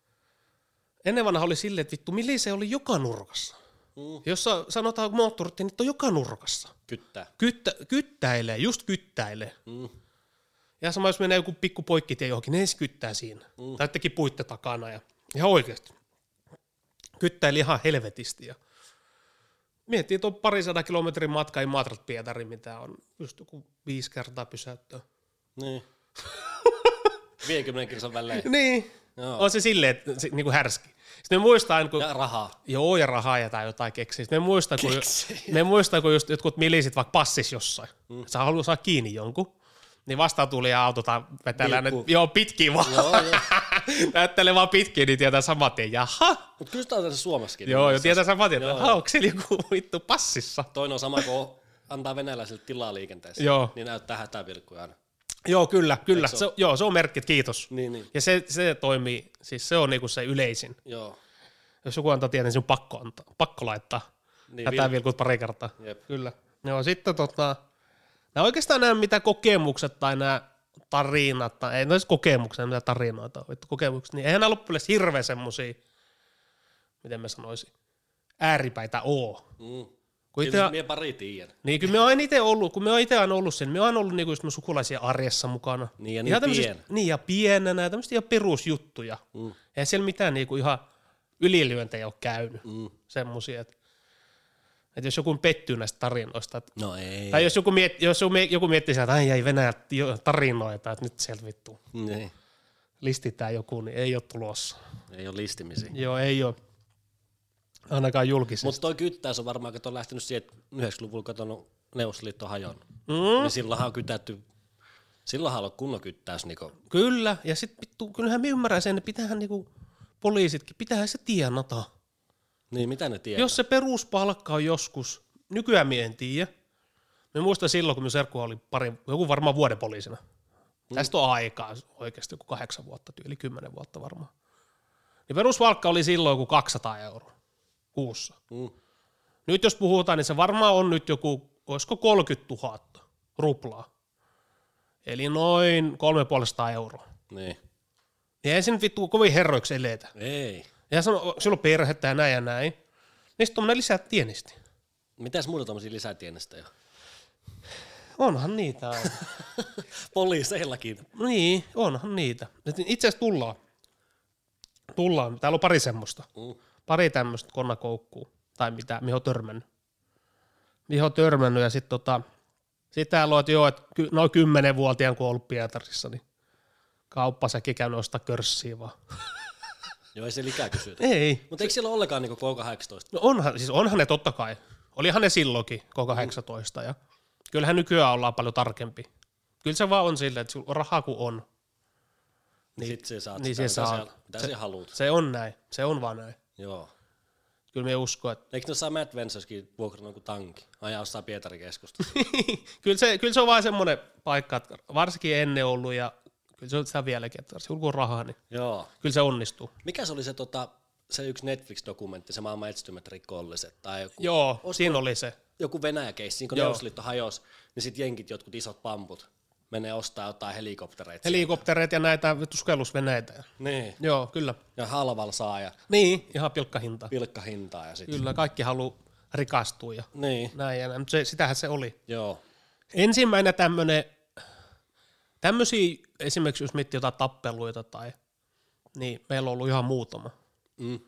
Speaker 2: Ennen vanha oli silleen, että vittu, millä se oli joka nurkassa.
Speaker 1: Mm.
Speaker 2: Jos sa- sanotaan moottoritie, niin on joka nurkassa.
Speaker 1: Kyttää.
Speaker 2: Kyttä, kyttäilee, just kyttäilee.
Speaker 1: Mm.
Speaker 2: Ja sama jos menee joku pikku poikkitie johonkin, niin ei se kyttää siinä. Mm. Tai teki puitte takana ja ihan oikeasti. Kyttäili ihan helvetisti. Ja miettii tuon parisadan kilometrin matka ei Matrat Pietari, mitä on just joku viisi kertaa pysäyttöä.
Speaker 1: Niin. 50 kilsan välein.
Speaker 2: Niin,
Speaker 1: Joo.
Speaker 2: on se silleen, että se, niin kuin härski. Sitten me muistaa aina, kun...
Speaker 1: Ja rahaa.
Speaker 2: Joo, ja rahaa ja tai jotain keksii. Me muistaa, kun,
Speaker 1: Keksii.
Speaker 2: me muistaa, kun just jotkut milisit vaikka passis jossain. Mm. Sä haluaa saada kiinni jonkun. Niin vastaan tuli ja auto tai vetää
Speaker 1: Vilkkuu.
Speaker 2: länet, joo, pitkin vaan.
Speaker 1: Joo, joo.
Speaker 2: Näyttelee vaan pitkin, niin tietää saman tien. Jaha,
Speaker 1: Mutta kyllä sitä on tässä Suomessakin.
Speaker 2: joo, jo tietää saman tien. Jaha, onko siellä joku vittu passissa?
Speaker 1: Toinen on sama kuin antaa venäläisille tilaa liikenteessä.
Speaker 2: Joo.
Speaker 1: Niin näyttää hätävilkkuja aina.
Speaker 2: Joo, kyllä, kyllä. Se, on- joo, se on merkki, että kiitos.
Speaker 1: Niin, niin.
Speaker 2: Ja se, se toimii, siis se on niinku se yleisin.
Speaker 1: Joo.
Speaker 2: Jos joku antaa tietää, niin se on pakko, antaa, pakko laittaa.
Speaker 1: Niin,
Speaker 2: Hätää vilkut pari kertaa.
Speaker 1: Jep.
Speaker 2: Kyllä. Joo, sitten tota, nämä oikeastaan nämä mitä kokemukset tai nämä tarinat, tai ei noissa kokemuksia, mitä tarinoita on, vittu kokemukset, niin eihän nämä loppujen lopuksi hirveän semmosia, miten mä sanoisin, ääripäitä oo.
Speaker 1: Mm.
Speaker 2: Kun
Speaker 1: Kyllä
Speaker 2: ite,
Speaker 1: mie pari tiedän.
Speaker 2: niin kyllä me oon itse ollut, kun me oon itse aina ollut sen, me oon aina ollut niinku just mun sukulaisia arjessa mukana.
Speaker 1: Niin, ja niin
Speaker 2: Ihan tämmöisistä-
Speaker 1: pienenä.
Speaker 2: Niin ja pienenä ja tämmöistä ihan perusjuttuja. Mm. Eihän siellä mitään niinku ihan ylilyöntejä ole käynyt
Speaker 1: Mm.
Speaker 2: semmoisia, että, että jos joku pettyy näistä tarinoista, että,
Speaker 1: No ei.
Speaker 2: tai jos joku, miet, jos joku miet- joku miettii sieltä, että ai ei Venäjä jo- tarinoita, että nyt sieltä vittu
Speaker 1: Niin.
Speaker 2: listitään joku, niin ei ole tulossa.
Speaker 1: Ei ole listimisiä.
Speaker 2: Joo, ei ole. Ainakaan julkisesti.
Speaker 1: Mutta toi kyttäys on varmaan, kato lähtenyt siihen, että 90-luvulla katsonut Neuvostoliitto hajonnut.
Speaker 2: Mm,
Speaker 1: Niin silloinhan on kytätty, silloinhan on ollut kunnon kyttäys. Niin
Speaker 2: kyllä, ja sitten vittu, kyllähän me ymmärrän sen, että pitäähän niinku poliisitkin, pitäähän se tienata.
Speaker 1: niin mitä ne tietää?
Speaker 2: Jos se peruspalkka on joskus, nykyään mie en tiedä. Me muistan silloin, kun minun serkku oli pari, joku varmaan vuoden poliisina. Tästä on aikaa oikeasti joku kahdeksan vuotta, yli kymmenen vuotta varmaan. Niin peruspalkka oli silloin joku 200 euroa kuussa.
Speaker 1: Mm.
Speaker 2: Nyt jos puhutaan, niin se varmaan on nyt joku, olisiko 30 000 ruplaa. Eli noin 350 euroa.
Speaker 1: Niin.
Speaker 2: Niin ei se nyt vittu kovin herroiksi eletä.
Speaker 1: Ei.
Speaker 2: Ja sano, silloin perhettä ja näin ja näin. Niin sitten tuommoinen lisää tienisti.
Speaker 1: Mitäs muuta tommosia lisätienestejä on?
Speaker 2: Onhan niitä aina.
Speaker 1: Poliiseillakin.
Speaker 2: niin, onhan niitä. Et Itse asiassa tullaan. Tullaan. Täällä on pari semmoista.
Speaker 1: Mm.
Speaker 2: Pari tämmöistä konnakoukkuu. Tai mitä, mihin on törmännyt. Mihin on törmännyt ja sitten tota, sit täällä on, että joo, että ky- noin kymmenenvuotiaan kun on ollut Pietarissa, niin kauppasäkin käynyt ostaa körssiä vaan.
Speaker 1: Joo, ei se ikää kysytä.
Speaker 2: Ei.
Speaker 1: Mutta eikö siellä ole ollenkaan niinku K18?
Speaker 2: No onhan, siis onhan ne totta kai. Olihan ne silloinkin, K18. Ja kyllähän nykyään ollaan paljon tarkempi. Kyllä se vaan on silleen, että sulla on rahaa kun on.
Speaker 1: Niin, sit se saat
Speaker 2: niin
Speaker 1: sitä,
Speaker 2: se
Speaker 1: mitä
Speaker 2: saa.
Speaker 1: sä- Mitä se haluut?
Speaker 2: Se on näin. Se on vaan näin.
Speaker 1: Joo.
Speaker 2: Kyllä me usko, että
Speaker 1: Eikö ne saa Mad Ventureskin vuokrannut jonkun tanki? Ajaa jossain Pietarin keskusta.
Speaker 2: kyllä, se, kyllä se on vaan semmoinen paikka, että varsinkin ennen ollut ja kyllä se on sitä vieläkin, että jos joku on rahaa, niin
Speaker 1: Joo.
Speaker 2: kyllä se onnistuu.
Speaker 1: Mikä se oli se, tota, se yksi Netflix-dokumentti, se maailman etsitymät rikolliset, tai joku,
Speaker 2: Joo, siinä oli se.
Speaker 1: joku Venäjä-keissi, kun
Speaker 2: Joo.
Speaker 1: Neuvostoliitto hajosi, niin sitten jenkit jotkut isot pamput menee ostaa jotain helikoptereita.
Speaker 2: Helikoptereet ja näitä vittu sukellusveneitä.
Speaker 1: niin.
Speaker 2: Joo, kyllä.
Speaker 1: Ja halvalla saa ja
Speaker 2: Niin, ihan pilkkahinta.
Speaker 1: pilkkahintaa ja sitten.
Speaker 2: Kyllä, kaikki haluaa rikastua ja
Speaker 1: Niin.
Speaker 2: näin ja näin, mutta se, sitähän se oli.
Speaker 1: Joo.
Speaker 2: Ensimmäinen tämmöinen, tämmöisiä esimerkiksi jos miettii jotain tappeluita tai, niin meillä on ollut ihan muutama.
Speaker 1: Mm.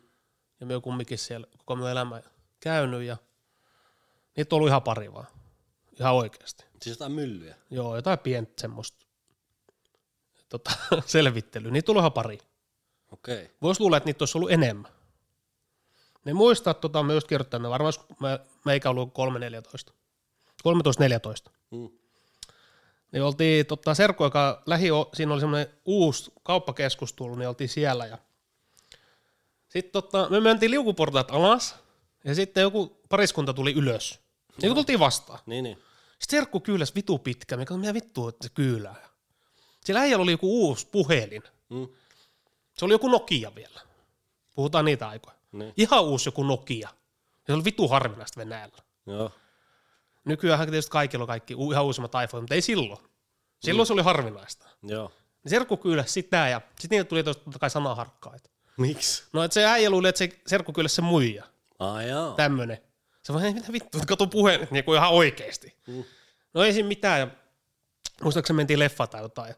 Speaker 2: Ja me oon kumminkin siellä koko minun elämä käynyt ja niitä on ollut ihan pari vaan. Ihan oikeasti.
Speaker 1: Siis jotain myllyjä.
Speaker 2: Joo, jotain pientä semmoista tota, selvittelyä. Niitä on ollut ihan pari.
Speaker 1: Okei. Okay.
Speaker 2: Voisi luulla, että niitä olisi ollut enemmän. Ne muistaa, tota, mä just kirjoittanut, ne varmaan joskus- mä, meikä ollut 3-14. 13-14.
Speaker 1: Mm.
Speaker 2: Niin oltiin tota, Serkku, joka lähi, siinä oli semmoinen uusi kauppakeskus tullut, niin oltiin siellä. Ja... Sitten tota, me mentiin liukuportaat alas, ja sitten joku pariskunta tuli ylös. Niin kun tultiin vastaan.
Speaker 1: Niin, niin.
Speaker 2: Sitten Serkku kyyläs vitu pitkä, mikä on mitä vittua, että se kyylää. Sillä äijällä oli joku uusi puhelin.
Speaker 1: Mm.
Speaker 2: Se oli joku Nokia vielä. Puhutaan niitä aikoja.
Speaker 1: Niin.
Speaker 2: Ihan uusi joku Nokia. Ja se oli vitu harvinaista Venäjällä.
Speaker 1: Joo.
Speaker 2: Nykyään tietysti kaikilla on kaikki u- ihan uusimmat iPhone, mutta ei silloin. Silloin mm. se oli harvinaista.
Speaker 1: Joo.
Speaker 2: Niin serkku kyllä sitä ja sitten niille tuli tosta totta kai sanaharkkaa, että
Speaker 1: Miksi?
Speaker 2: No et se äijä luuli, että se serkku kyllä se muija.
Speaker 1: Ai joo.
Speaker 2: Tämmönen. Se vaan, "Ei, mitä vittu, kato puheen, niin kuin ihan oikeesti.
Speaker 1: Mm.
Speaker 2: No ei siinä mitään. Ja muistaakseni mentiin leffa tai jotain.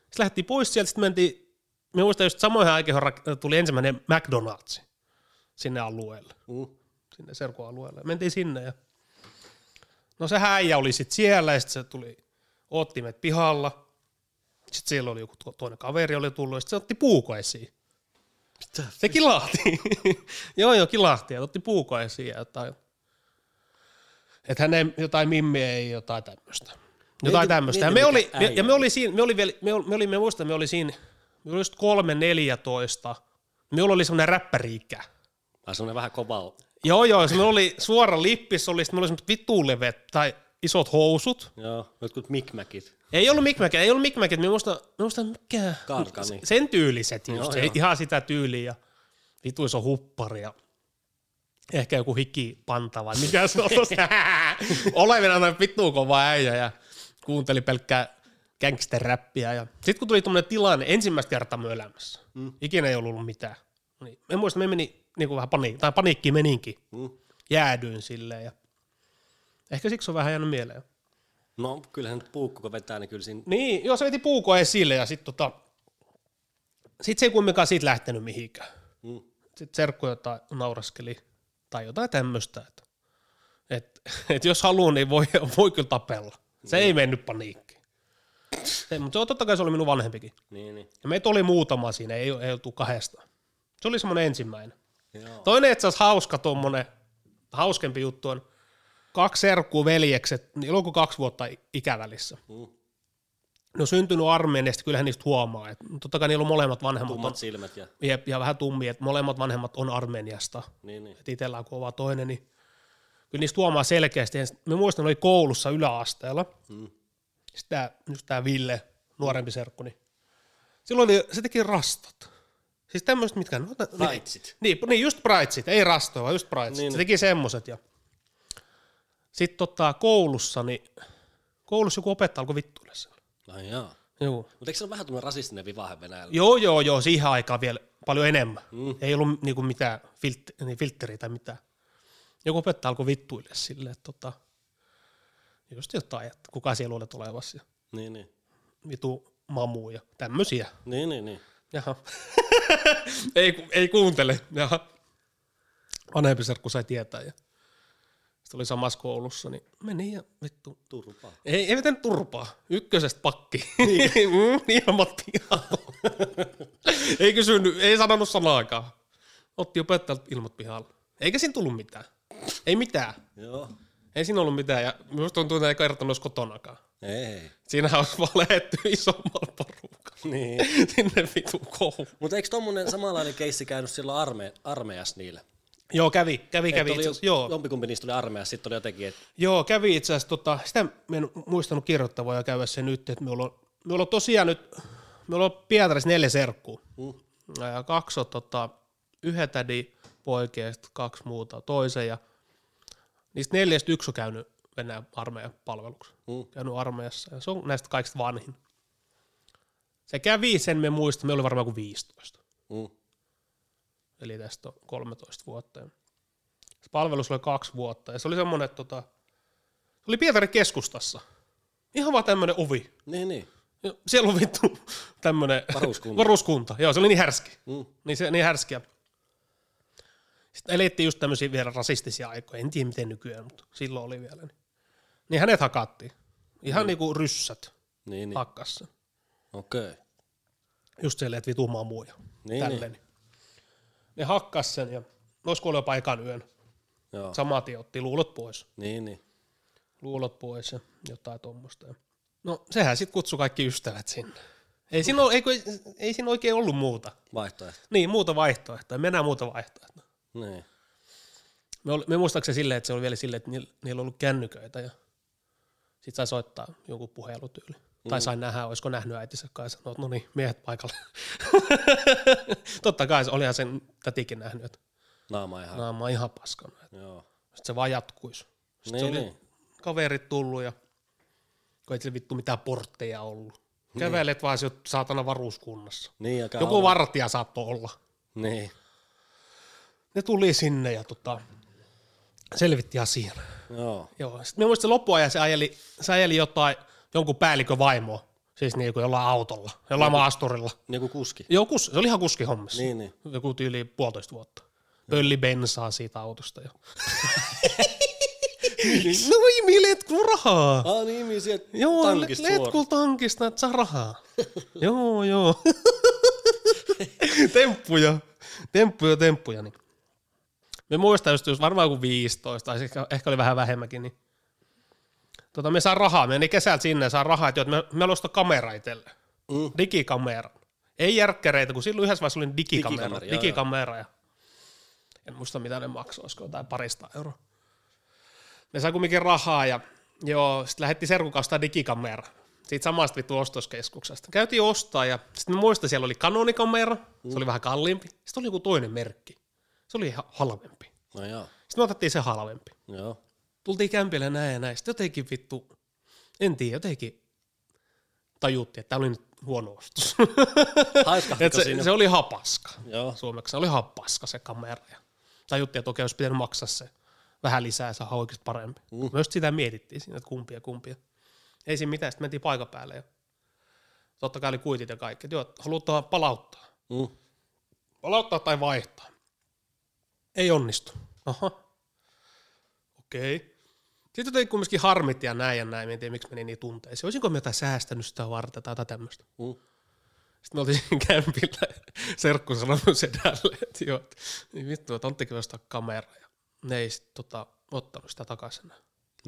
Speaker 2: Sitten lähdettiin pois sieltä, sitten mentiin, me muistan just samoihin aikoihin rak- tuli ensimmäinen McDonald's sinne alueelle,
Speaker 1: Mm.
Speaker 2: sinne serkualueelle. Mentiin sinne ja no se häijä oli sitten siellä ja sitten se tuli, otti meidät pihalla. Sitten siellä oli joku to- toinen kaveri oli tullut ja sitten se otti puukon esiin.
Speaker 1: Mitä?
Speaker 2: Se kilahti. joo, joo, kilahti ja otti puukon esiin ja jotain. Että hän ei, jotain mimmiä ei jotain tämmöistä. Jotain
Speaker 1: Mieti-
Speaker 2: tämmöistä. Ja
Speaker 1: mieti,
Speaker 2: me oli,
Speaker 1: mikä
Speaker 2: me, ja
Speaker 1: äijä
Speaker 2: me oli siinä, me oli vielä, me, ol- me oli, me muistan, me oli siinä, me oli just kolme neljätoista. Meillä oli semmoinen räppäriikä.
Speaker 1: Ai semmonen vähän kova
Speaker 2: Joo, joo, se meillä oli suora lippis, oli, sitten meillä oli semmoiset vittuun levet tai isot housut.
Speaker 1: Joo, jotkut mikmäkit.
Speaker 2: Ei ollut mikmäkiä, ei ollut mikmäkiä, me muistan, me muistan mikä,
Speaker 1: Karkani.
Speaker 2: sen tyyliset just,
Speaker 1: Joo,
Speaker 2: se,
Speaker 1: joo.
Speaker 2: ihan sitä tyyliä ja vitu iso huppari ja ehkä joku hikipanta vai mikä se on tuossa. Olevina noin vittu kova äijä ja kuunteli pelkkää gangsterräppiä ja sitten kun tuli tuommoinen tilanne ensimmäistä kertaa mun elämässä, mm. ikinä ei ollut ollut mitään, niin en muista, me meni niin kuin vähän paniikki, tai paniikkiin meninkin,
Speaker 1: Mm.
Speaker 2: jäädyin silleen ja ehkä siksi on vähän jäänyt mieleen.
Speaker 1: No, kyllähän nyt puukko, kun vetää, niin kyllä siinä...
Speaker 2: Niin, joo, se veti puukon esille ja sitten tota, sit se ei kumminkaan siitä lähtenyt mihinkään.
Speaker 1: Mm.
Speaker 2: Sitten serkku jotain nauraskeli tai jotain tämmöistä, että et, et jos haluaa, niin voi, voi kyllä tapella. Se ei mennyt paniikkiin. Se, mutta se, totta kai se oli minun vanhempikin.
Speaker 1: Niin, niin.
Speaker 2: Ja meitä oli muutama siinä, ei, ei oltu kahdesta. Se oli semmoinen ensimmäinen.
Speaker 1: Joo.
Speaker 2: Toinen itse asiassa hauska tuommoinen, hauskempi juttu on, kaksi serkkuu veljekset, niillä on kuin kaksi vuotta i- ikävälissä.
Speaker 1: Mm.
Speaker 2: No syntynyt armeijan, ja sitten kyllähän niistä huomaa. Et totta kai niillä on molemmat vanhemmat, on,
Speaker 1: Tummat silmät ja...
Speaker 2: ja, ja vähän tummia, että molemmat vanhemmat on Armeniasta.
Speaker 1: Niin, niin.
Speaker 2: Et itsellään kun on vaan toinen, niin kyllä niistä huomaa selkeästi. Ja sit Mä muistan, ne oli koulussa yläasteella.
Speaker 1: Mm.
Speaker 2: Sitten tää, just tää Ville, nuorempi serkku, niin silloin oli, se teki rastat. Siis tämmöiset, mitkä... No, niin,
Speaker 1: Raitsit.
Speaker 2: niin, niin, just braitsit, ei rastoja, vaan just braitsit.
Speaker 1: Niin.
Speaker 2: Niin. Se teki semmoset. Ja... Sitten tota, koulussa, niin koulussa joku opettaja alkoi vittuilla sen.
Speaker 1: Ai joo.
Speaker 2: Joo.
Speaker 1: Mutta eikö se ole vähän tuommoinen rasistinen vivahe Venäjällä?
Speaker 2: Joo, joo, joo, siihen aikaan vielä paljon enemmän.
Speaker 1: Mm.
Speaker 2: Mm. Ei ollut niinku mitään filt- niin filtteriä tai mitään. Joku opettaja alkoi vittuille sille, että tota, just jotain, että kuka siellä olet olevassa ja
Speaker 1: Niin, niin.
Speaker 2: vitu mamu ja tämmöisiä.
Speaker 1: Niin, niin, niin.
Speaker 2: Jaha. ei, ku- ei kuuntele. Jaha. Vanhempi serkku sai tietää. Ja. Sitten oli samassa koulussa, niin meni ja vittu
Speaker 1: Turpaa.
Speaker 2: ei, ei vetänyt turpaa. Ykkösestä pakki. Niin. mm, ihan Matti. ei kysynyt, ei sanonut sanaakaan. Otti opettajalta ilmat pihalle. Eikä siinä tullut mitään. Ei mitään.
Speaker 1: Joo.
Speaker 2: Ei siinä ollut mitään. Ja minusta tuntuu, että ei kertonut edes kotonakaan.
Speaker 1: Ei.
Speaker 2: Siinähän olisi vaan lähetty isommalla porukalla.
Speaker 1: Niin.
Speaker 2: Sinne vitu kohu.
Speaker 1: Mutta eikö tommonen samanlainen keissi käynyt silloin arme, armeijassa niillä?
Speaker 2: Joo, kävi, kävi,
Speaker 1: Et
Speaker 2: kävi.
Speaker 1: oli
Speaker 2: Itse, asiassa- joo.
Speaker 1: Jompikumpi niistä oli armeijassa, sitten oli jotenkin, että
Speaker 2: Joo, kävi itse asiassa, tota, sitä mä en muistanut kirjoittavaa ja käydä se nyt, että me ollaan, me ollaan tosiaan nyt, me ollaan Pietarissa neljä serkkuu.
Speaker 1: Mm.
Speaker 2: Ja kaksi on tota, yhden tädi poikia ja sit kaksi muuta toisen ja niistä neljästä yksi on käynyt Venäjän armeijan palveluksi,
Speaker 1: Mm.
Speaker 2: käynyt armeijassa ja se on näistä kaikista vanhin. Se kävi, sen me muista, me oli varmaan kuin 15,
Speaker 1: mm,
Speaker 2: eli tästä on 13 vuotta. Ja Se palvelus oli kaksi vuotta ja se oli semmoinen, että tota, se oli Pietarin keskustassa. Ihan vaan tämmöinen ovi.
Speaker 1: niin, niin.
Speaker 2: Ja Siellä on vittu tämmöinen
Speaker 1: Varuskunta.
Speaker 2: varuskunta. Joo, se oli niin härski.
Speaker 1: Mm.
Speaker 2: Niin se niin härskiä. Sitten elettiin just tämmöisiä vielä rasistisia aikoja, en tiedä miten nykyään, mutta silloin oli vielä. Niin, niin hänet hakattiin. Ihan niinku ryssät
Speaker 1: Niin, niin.
Speaker 2: hakkas sen.
Speaker 1: Okei. Okay.
Speaker 2: Just silleen, että vitu mamuja.
Speaker 1: Niin,
Speaker 2: Niin, Tälleen. Niin. Ne hakkas sen ja olisiko ollut jopa ekan yön.
Speaker 1: Joo.
Speaker 2: Samaa tien otti luulot pois.
Speaker 1: Niin, niin.
Speaker 2: Luulot pois ja jotain tuommoista. No sehän sitten kutsui kaikki ystävät sinne. Ei siinä, ole, ei, kun ei, ei siinä oikein ollut muuta.
Speaker 1: Vaihtoehto.
Speaker 2: Niin, muuta vaihtoehtoa. Mennään muuta vaihtoehtoa.
Speaker 1: Niin.
Speaker 2: Me, oli, me muistaakseni silleen, että se oli vielä silleen, että niillä, niillä on ollut kännyköitä ja sit sai soittaa jonkun puhelutyyli. Mm. Tai sai nähdä, olisiko nähnyt äitinsä kanssa ja sanoi, että no niin, miehet paikalle. Totta kai se olihan sen tätikin nähnyt, että
Speaker 1: Naama ihan.
Speaker 2: naama on ihan paskana.
Speaker 1: Joo.
Speaker 2: Sitten se vaan jatkuisi. Sitten
Speaker 1: Niin,
Speaker 2: niin, se oli
Speaker 1: niin.
Speaker 2: kaverit tullut ja kun ei sillä vittu mitään portteja ollut. Kävelet vaan, sä oot saatana varuskunnassa.
Speaker 1: Niin, ja käy
Speaker 2: Joku
Speaker 1: auki.
Speaker 2: vartija saattoi olla.
Speaker 1: Niin.
Speaker 2: Ne tuli sinne ja tota, selvitti asian.
Speaker 1: Joo.
Speaker 2: Joo. Sitten mä muistan, että loppuajan se ajeli, se ajeli jotain, jonkun päällikön vaimoa, siis niin kuin jollain autolla, jollain maasturilla.
Speaker 1: Niinku kuski.
Speaker 2: Joo, kus, se oli ihan kuskihommissa.
Speaker 1: Niin, niin.
Speaker 2: Joku tyyli puolitoista vuotta. Pölli bensaa siitä autosta jo. no ei mie letku rahaa.
Speaker 1: Ah niin, niin sieltä
Speaker 2: Joo,
Speaker 1: tankista
Speaker 2: le- letku
Speaker 1: suoraan.
Speaker 2: tankista, että saa rahaa. joo, joo. temppuja, temppuja, temppuja. Niin. Me muistan just, just varmaan kuin 15, tai siis ehkä, ehkä oli vähän vähemmänkin, niin tota, me saa rahaa, me meni kesällä sinne ja saa rahaa, että joo, että me, me ostaa kamera itselle,
Speaker 1: Mm.
Speaker 2: digikamera. Ei järkkäreitä, kun silloin yhdessä vaiheessa oli digikamera,
Speaker 1: Digikamera,
Speaker 2: digikamera,
Speaker 1: joo,
Speaker 2: digikamera ja en muista mitä ne maksoi, olisiko jotain parista euroa. Me sai kumminkin rahaa ja joo, sitten lähetti Serkun kanssa tää digikamera. Siitä samasta vittu ostoskeskuksesta. Käytiin ostaa ja sitten mä muistan, siellä oli kanonikamera, se
Speaker 1: Mm.
Speaker 2: oli vähän kalliimpi. Sitten oli joku toinen merkki. Se oli ihan halvempi.
Speaker 1: No joo.
Speaker 2: Sitten me otettiin se halvempi.
Speaker 1: Joo.
Speaker 2: Tultiin kämpillä näin ja näin. Sitten jotenkin vittu, en tiedä, jotenkin tajuttiin, että tämä oli nyt huono ostos. Et
Speaker 1: Haiskahtiko
Speaker 2: se,
Speaker 1: siinä?
Speaker 2: se, oli hapaska.
Speaker 1: Joo.
Speaker 2: Suomeksi se oli ihan paska se kamera. Ja tajuttiin, että okei, olisi pitänyt maksaa se vähän lisää, se on oikeasti parempi. Mm. Myös sitä mietittiin siinä, että kumpia kumpia. Ei siinä mitään, sitten mentiin paikan päälle. Ja totta kai oli kuitit ja kaikki. että Joo, että halutaan palauttaa.
Speaker 1: Mm.
Speaker 2: Palauttaa tai vaihtaa. Ei onnistu. Aha. Okei. Sitten jotenkin kumminkin harmitti ja näin ja näin. Mä En tiedä, miksi meni niin tunteisiin. Olisinko me jotain säästänyt sitä varten tai jotain tämmöistä.
Speaker 1: Mm.
Speaker 2: Sitten me oltiin siinä kämpillä ja serkku sanoi mun sedälle, että joo, että niin vittu, että Antti kyllä ostaa kamera. Ja ne ei sit, tota, ottanut sitä takaisin. Me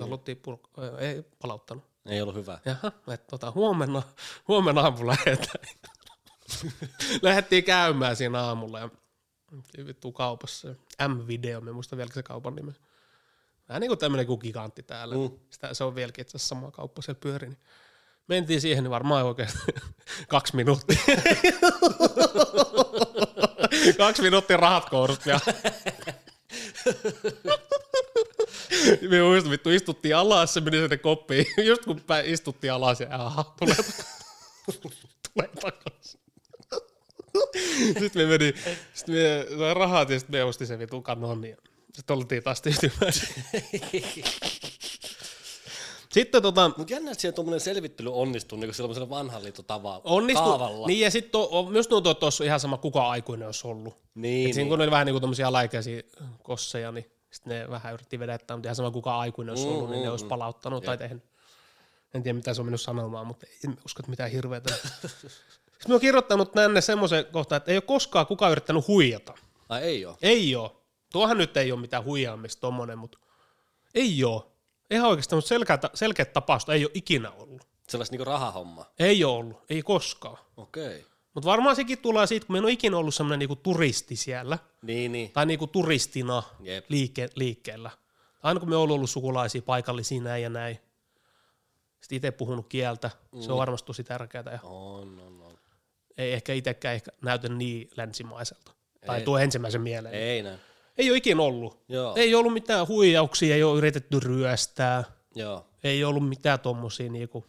Speaker 2: haluttiin purk- ö, ei palauttanut.
Speaker 1: Ei ollut hyvä.
Speaker 2: Jaha, että tota, huomenna, huomenna aamu lähetään. Lähettiin käymään siinä aamulla ja oltiin vittu kaupassa. M-video, me muistan vieläkin se kaupan nimen. Vähän niin kuin tämmöinen kuin gigantti täällä.
Speaker 1: Mm.
Speaker 2: Mm. Sitä, se on vieläkin itse asiassa sama kauppa siellä pyöri. Niin. Mentiin siihen niin varmaan oikeasti kaksi minuuttia. kaksi minuuttia rahat kourut ja Me muistan, vittu istuttiin alas, se meni sinne koppiin. Just kun pä- istuttiin alas ja aha, tulee takaisin. tulee takaisin. Sitten me meni, sitten me sai rahat ja sitten me ostin sen vitun kanonin. Sitten oltiin taas tyytyväisiä. Sitten tota,
Speaker 1: Mut jännä, että siellä tuommoinen selvittely onnistuu niinku sellaisella vanhan liiton tava-
Speaker 2: onnistu.
Speaker 1: kaavalla.
Speaker 2: Niin ja sitten on, myös tuntuu, että tuossa on ihan sama kuka aikuinen olisi ollut.
Speaker 1: Niin,
Speaker 2: Et siinä kun oli vähän niin kuin tämmöisiä alaikäisiä kosseja, niin sitten ne vähän yritti vedettää, mutta ihan sama kuka aikuinen
Speaker 1: Mm,
Speaker 2: olisi ollut, niin ne olisi palauttanut tai tehnyt. En tiedä, mitä se on mennyt sanomaan, mutta en usko, että mitään hirveätä. sitten mä oon kirjoittanut tänne semmoisen kohtaan, että ei ole koskaan kukaan yrittänyt huijata.
Speaker 1: Ai ei oo.
Speaker 2: Ei oo. Tuohan nyt ei ole mitään huijaamista tommonen, mutta ei oo. Ihan oikeastaan, mutta selkeä, selkeä tapausta ei ole ikinä ollut.
Speaker 1: Sellaista niinku rahahomma.
Speaker 2: Ei ole ollut, ei koskaan.
Speaker 1: Okei.
Speaker 2: Mutta varmaan sekin tulee siitä, kun meillä on ikinä ollut semmoinen niinku turisti siellä,
Speaker 1: Niin, niin.
Speaker 2: tai niinku turistina
Speaker 1: Jep.
Speaker 2: liike, liikkeellä. Aina kun me on ollut sukulaisia paikallisia näin ja näin, sitten itse puhunut kieltä, se on varmasti tosi tärkeää. Ja
Speaker 1: On, on, on.
Speaker 2: ei ehkä itsekään ehkä näytä niin länsimaiselta. Tai tuo ensimmäisen mieleen. Ei,
Speaker 1: Ei näin.
Speaker 2: ei ole ikinä ollut.
Speaker 1: Joo.
Speaker 2: Ei ollut mitään huijauksia, ei ole yritetty ryöstää.
Speaker 1: Joo.
Speaker 2: Ei ollut mitään tommosia niinku.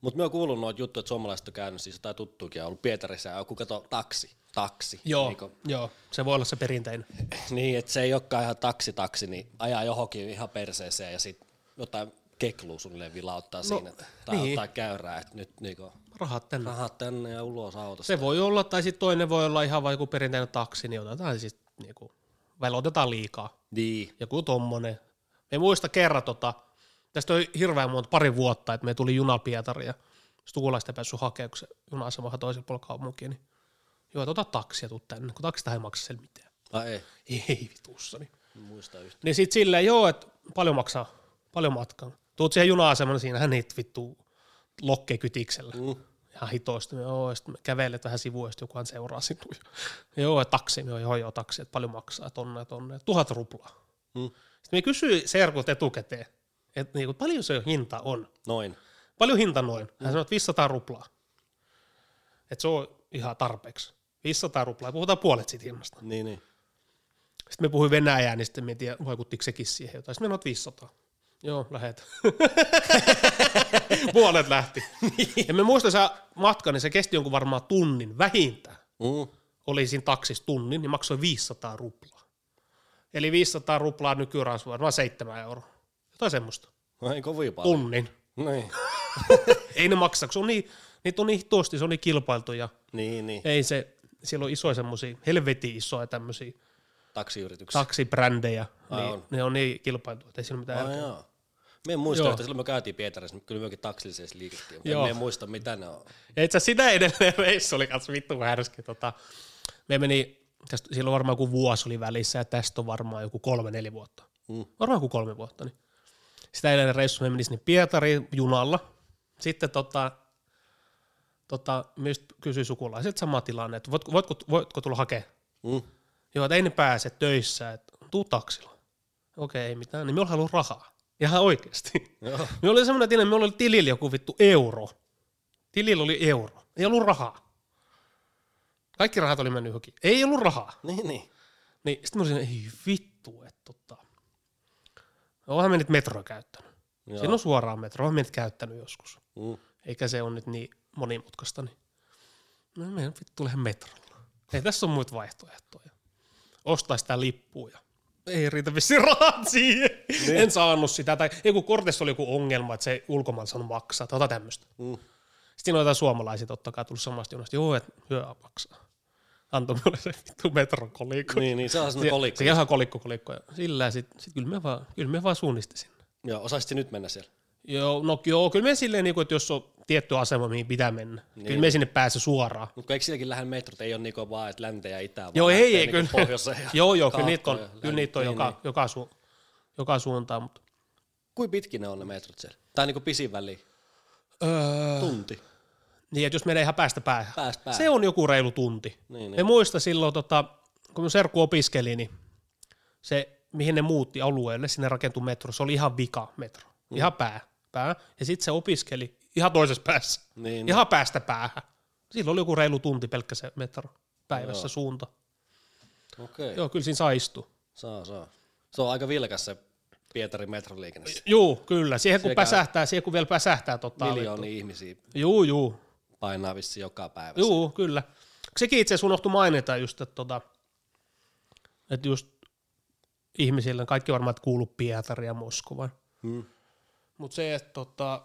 Speaker 1: Mutta me oon kuullut noita juttuja, että suomalaiset on käynyt siis jotain tuttuukin, on ollut Pietarissa ja joku kato taksi, taksi.
Speaker 2: Joo,
Speaker 1: Niinku,
Speaker 2: joo, se voi olla se perinteinen.
Speaker 1: niin, että se ei olekaan ihan taksi, taksi, niin ajaa johonkin ihan perseeseen ja sitten jotain kekluu suunnilleen vilauttaa no, siinä. Tai niin.
Speaker 2: niin.
Speaker 1: ottaa käyrää, että nyt niinku,
Speaker 2: Rahat tänne.
Speaker 1: rahat tänne ja ulos autosta.
Speaker 2: Se voi olla, tai sitten toinen voi olla ihan vain joku perinteinen taksi, niin otetaan siis niinku, välillä otetaan liikaa.
Speaker 1: Niin.
Speaker 2: Joku tommonen. Me muista kerran tota, tästä oli hirveän monta, pari vuotta, että me tuli juna Pietari ja sukulaista päässyt hakemaan, kun se juna-asema on toisen puolella kaupunkiin, niin joo, että ota taksia tuu tänne, kun taksista ei maksa sen mitään.
Speaker 1: Ai ei,
Speaker 2: Ei vitussa. Niin,
Speaker 1: en muista yhtään.
Speaker 2: niin sitten silleen, joo, että paljon maksaa, paljon matkaa. Tuut siihen juna-asemaan, niin siinähän niitä vittu lokkekytiksellä
Speaker 1: Mm.
Speaker 2: ihan hitoista. Joo, ja sitten kävelet vähän sivuun, ja sitten jokuhan seuraa sinua. Joo, ja taksi, joo, joo, joo, taksi, että paljon maksaa, tonne, tonne, tuhat ruplaa.
Speaker 1: Mm.
Speaker 2: Sitten me kysyi Serkut etukäteen, että niinku, paljon se hinta on.
Speaker 1: Noin.
Speaker 2: Paljon hinta noin.
Speaker 1: Mm.
Speaker 2: Hän sanoi, että 500 ruplaa. Että se on ihan tarpeeksi. 500 ruplaa, puhutaan puolet siitä hinnasta.
Speaker 1: Niin, niin.
Speaker 2: Sitten me puhuin Venäjää, niin sitten me en tiedä, vaikuttiko sekin siihen jotain. Sitten me oot 500. Joo, lähet. Puolet niin lähti. ja me muistan se matka, niin se kesti jonkun varmaan tunnin vähintään.
Speaker 1: Mm.
Speaker 2: oli siinä taksissa tunnin, niin maksoi 500 ruplaa. Eli 500 ruplaa nykyrahassa varmaan 7 euroa. Jotain semmoista.
Speaker 1: No ei kovin paljon.
Speaker 2: Tunnin.
Speaker 1: Niin.
Speaker 2: Ei ne maksa, kun se on niin, niitä on niin hituasti, se on niin kilpailtu ja
Speaker 1: niin, niin.
Speaker 2: ei se, siellä on isoja semmoisia, helvetin isoja tämmöisiä
Speaker 1: Taksiyrityksiä.
Speaker 2: taksibrändejä,
Speaker 1: Ai
Speaker 2: niin
Speaker 1: on.
Speaker 2: ne on niin kilpailtu, että ei siinä ole mitään
Speaker 1: Ah,
Speaker 2: järkeä.
Speaker 1: joo. Me en muista,
Speaker 2: Joo.
Speaker 1: että silloin me käytiin Pietarissa, niin kyllä mekin taksillisessa liikettiin, mutta
Speaker 2: Joo.
Speaker 1: me en muista mitä ne on.
Speaker 2: Ja itse asiassa sitä edelleen reissu oli kanssa vittu härski. Tota, me meni, tästä, silloin varmaan joku vuosi oli välissä ja tästä on varmaan joku kolme, neljä vuotta.
Speaker 1: Mm.
Speaker 2: Varmaan joku kolme vuotta. Niin. Sitä edellinen reissu me meni sinne Pietariin junalla. Sitten tota, tota, myös kysyi sukulaiset sama tilanne, että voitko, voitko, voitko tulla hakemaan?
Speaker 1: Mm.
Speaker 2: Joo, että ei ne pääse töissä, että tuu taksilla. Okei, ei mitään, niin me ollaan ollut rahaa. Ihan oikeasti.
Speaker 1: Joo.
Speaker 2: Me Niin oli semmoinen tilanne, me oli tilillä joku vittu euro. Tilillä oli euro. Ei ollut rahaa. Kaikki rahat oli mennyt johonkin. Ei ollut rahaa.
Speaker 1: Niin, niin.
Speaker 2: Niin sitten mä olisin, ei vittu, että tota. Onhan me nyt metroa käyttänyt.
Speaker 1: Joo.
Speaker 2: Siinä on suoraan metroa, onhan me nyt käyttänyt joskus.
Speaker 1: Mm.
Speaker 2: Eikä se ole nyt niin monimutkaista. Niin. No me vittu tulee metrolla. Ei tässä ole muita vaihtoehtoja. Ostaa sitä lippuja. Ei riitä vissiin rahat siihen.
Speaker 1: Niin.
Speaker 2: En saanut sitä. Tai joku kortissa oli joku ongelma, että se ulkomaan saanut maksaa. Tota tämmöistä.
Speaker 1: Mm.
Speaker 2: Sitten siinä on jotain suomalaisia totta kai tullut samasta junasta. Joo, että hyö maksaa. Antoi mulle se vittu metron kolikko.
Speaker 1: Niin, niin, se on
Speaker 2: Se-
Speaker 1: sellainen kolikko.
Speaker 2: Se ihan kolikko kolikko. Sillä sitten sit kyllä me vaan, kyllä me vaan suunnistin sinne.
Speaker 1: Joo, osaisit nyt mennä siellä.
Speaker 2: Joo, no joo, kyllä me silleen, niin kuin, että jos on tietty asema, mihin pitää mennä, niin. kyllä me sinne pääse suoraan.
Speaker 1: Mutta kun eikö silläkin lähden metrot, ei ole niinku vaan, että länteen ja itään, vaan
Speaker 2: Joo, ei,
Speaker 1: lähtee
Speaker 2: ei,
Speaker 1: niinku
Speaker 2: kyllä.
Speaker 1: pohjoiseen ja
Speaker 2: joo, joo, kyllä niitä on,
Speaker 1: kaakkoon ja
Speaker 2: kyllä niitä on
Speaker 1: länteen.
Speaker 2: joka,
Speaker 1: Niin, niin.
Speaker 2: joka, su, joka suuntaan, mutta
Speaker 1: Kuinka pitkin ne on ne metrot siellä? Tai niinku pisin väli?
Speaker 2: öö,
Speaker 1: Tunti.
Speaker 2: niin, että jos menee ihan päästä päähän.
Speaker 1: Päästä päähän.
Speaker 2: Se on joku reilu tunti.
Speaker 1: Niin,
Speaker 2: Niin,
Speaker 1: niin.
Speaker 2: niin. Me muista silloin, tota, kun mun serkku opiskeli, niin se, mihin ne muutti alueelle, sinne rakentui metro, se oli ihan vika metro. Mm. Ihan pää, pää. Ja sitten se opiskeli ihan toisessa päässä.
Speaker 1: Niin,
Speaker 2: Ihan päästä päähän. Silloin oli joku reilu tunti pelkkä se metro päivässä
Speaker 1: Joo.
Speaker 2: Joo. suunta.
Speaker 1: niin. okei.
Speaker 2: Joo, kyllä siinä saa istua.
Speaker 1: Saa, saa. Se on aika vilkas se Pietarin metroliikenne.
Speaker 2: Joo, kyllä. Siihen kun
Speaker 1: Sekä-
Speaker 2: päsähtää, siihen kun vielä päsähtää tota.
Speaker 1: Miljoonia ihmisiä
Speaker 2: Joo, joo.
Speaker 1: painaa vissi joka päivä.
Speaker 2: Joo, kyllä. Sekin itse asiassa unohtui mainita just, että, tota, että just ihmisillä, kaikki varmaan että kuuluu Pietari ja Moskovan.
Speaker 1: Mm.
Speaker 2: Mutta se, että tota,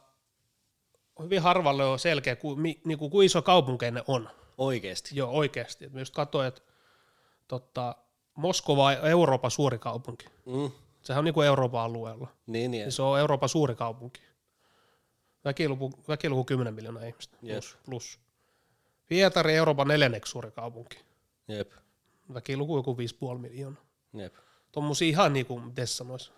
Speaker 2: hyvin harvalle on selkeä, ku, mi, niinku, kuin iso kaupunki ne on.
Speaker 1: Oikeesti.
Speaker 2: Joo, oikeasti. Et mä just katsoin, että tota, Moskova on Euroopan suuri kaupunki.
Speaker 1: Mm.
Speaker 2: Sehän on niin kuin Euroopan alueella.
Speaker 1: Niin, niin.
Speaker 2: Ja se on Euroopan suuri kaupunki. Väkiluku, väkiluku 10 miljoonaa ihmistä.
Speaker 1: Jep.
Speaker 2: Plus, plus. Pietari Euroopan neljänneksi suuri kaupunki.
Speaker 1: Jep.
Speaker 2: Väkiluku joku 5,5 miljoonaa.
Speaker 1: Jep.
Speaker 2: Tuommoisia ihan niin kuin, miten sanois.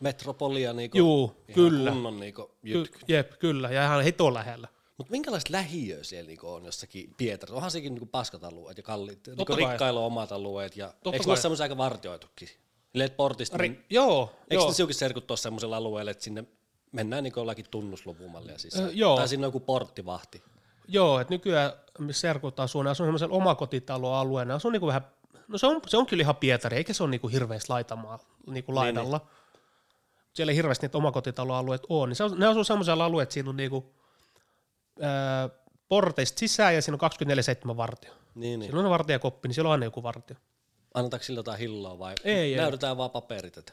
Speaker 1: Metropolia niinku.
Speaker 2: Juu,
Speaker 1: ihan
Speaker 2: kyllä.
Speaker 1: Kunnon niinku jytky.
Speaker 2: Ky- jep, kyllä. Ja ihan hito lähellä.
Speaker 1: Mutta minkälaiset lähiöä siellä niinku on jossakin Pietarissa? Onhan sekin niinku paskat alueet ja kalliit. Niinku
Speaker 2: kai.
Speaker 1: rikkailla on omat alueet. Ja
Speaker 2: Totta
Speaker 1: eikö ne ole
Speaker 2: kai.
Speaker 1: semmoisia aika vartioitukin? Silleen, että portista.
Speaker 2: Ri-
Speaker 1: Ri-
Speaker 2: joo,
Speaker 1: eikö
Speaker 2: joo.
Speaker 1: ne siukin serkut ole semmoisella alueella, että sinne mennään niinku jollakin tunnusluvumallia sisään?
Speaker 2: Ö, joo.
Speaker 1: Tai siinä on joku porttivahti.
Speaker 2: Joo, että nykyään missä serkut asuu, ne asuu semmoisella omakotitaloalueena. Se on niinku vähän, no se on, se on kyllä ihan Pietari, eikä se ole niinku hirveästi laitamaa niinku laidalla. Niin, Siellä ei hirveästi niitä omakotitaloalueet ole, niin se on, ne asuu semmoisella alueella, että siinä on niinku, ää, porteista sisään ja siinä on 24-7 vartio.
Speaker 1: Niin, niin.
Speaker 2: Silloin on vartijakoppi, niin siellä on aina joku vartio.
Speaker 1: Annetaanko sillä jotain hilloa vai
Speaker 2: Ei, ei.
Speaker 1: näytetään vaan paperit? Että...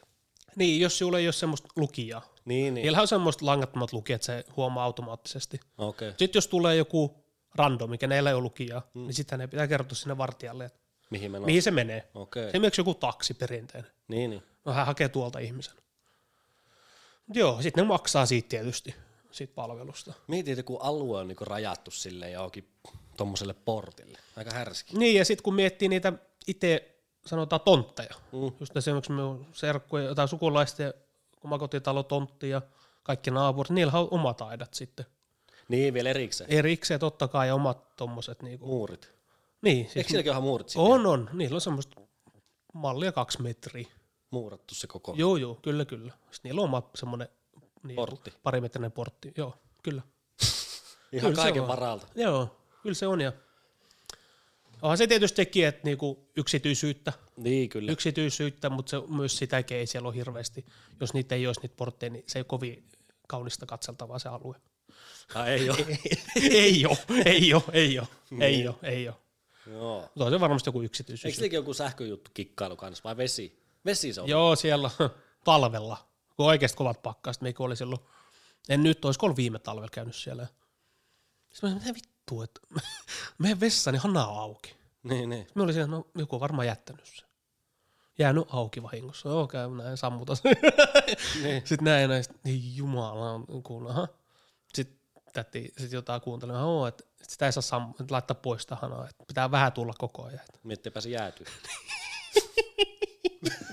Speaker 2: Niin, jos sinulla ei ole semmoista lukijaa.
Speaker 1: Niin, niin.
Speaker 2: Niillähän on semmoiset langattomat lukijat, se huomaa automaattisesti.
Speaker 1: Okei. Okay.
Speaker 2: Sitten jos tulee joku random, mikä näillä ei ole lukijaa, mm. niin sitten ne pitää kertoa sinne vartijalle, että
Speaker 1: Mihin mä
Speaker 2: No. Mihin se menee?
Speaker 1: Okei.
Speaker 2: Esimerkiksi joku taksi perinteinen.
Speaker 1: Niin, niin.
Speaker 2: No hän hakee tuolta ihmisen. Mut Joo, sitten ne maksaa siitä tietysti, siitä palvelusta.
Speaker 1: Mietin, että kun alue on niinku rajattu sille johonkin tuommoiselle portille. Aika härski.
Speaker 2: Niin, ja sitten kun miettii niitä itse, sanotaan, tontteja.
Speaker 1: Mm.
Speaker 2: Mm. Just esimerkiksi minun serkkuja tai sukulaisten omakotitalo, tontti ja kaikki naapurit, niillä on omat aidat sitten.
Speaker 1: Niin, vielä erikseen.
Speaker 2: Erikseen totta kai ja omat tommoset. Niinku.
Speaker 1: Muurit.
Speaker 2: Niin, siis
Speaker 1: Eikö sielläkin ole muurit siinä?
Speaker 2: on, on. Niillä on semmoista mallia kaksi metriä.
Speaker 1: Muurattu se koko. Joo.
Speaker 2: Joo, joo, kyllä, kyllä. Sitten niillä on oma semmoinen niin,
Speaker 1: Portti.
Speaker 2: parimetrinen portti, joo, kyllä.
Speaker 1: Ihan
Speaker 2: kyllä se
Speaker 1: kaiken
Speaker 2: on.
Speaker 1: varalta.
Speaker 2: Joo, kyllä se on. Ja onhan se tietysti teki, että niinku yksityisyyttä,
Speaker 1: Niin, kyllä.
Speaker 2: yksityisyyttä, mutta se, myös sitäkin ei siellä ole hirveästi. Jos niitä ei olisi niitä portteja, niin se ei ole kovin kaunista katseltavaa se alue.
Speaker 1: Ah, ei Niin. ole.
Speaker 2: ei ole, ei ole, ei ole, ei ole, ei ole.
Speaker 1: Joo.
Speaker 2: Mutta on se varmasti joku yksityisyys.
Speaker 1: Eikö sekin joku sähköjuttu kikkailu kanssa vai vesi? Vesi se on.
Speaker 2: Joo, siellä talvella, kun oikeasti kovat pakkaset, meikö oli silloin, en nyt, olisiko ollut viime talvella käynyt siellä. Sitten mä sanoin, mitä vittu, että meidän vessani hana on auki.
Speaker 1: Niin, niin.
Speaker 2: Sitten mä olin siinä, no joku on varmaan jättänyt sen. Jäänyt auki vahingossa, joo käy näin, sammuta sen.
Speaker 1: Niin.
Speaker 2: Sitten näin ja näin, sit, ei jumala, on kuullut, aha. Sitten täti sit jotain kuuntelin, aha, että sitä ei saa sam- et laittaa pois sitä hanaa, että pitää vähän tulla koko ajan. Että
Speaker 1: Miettipä se jäätyy.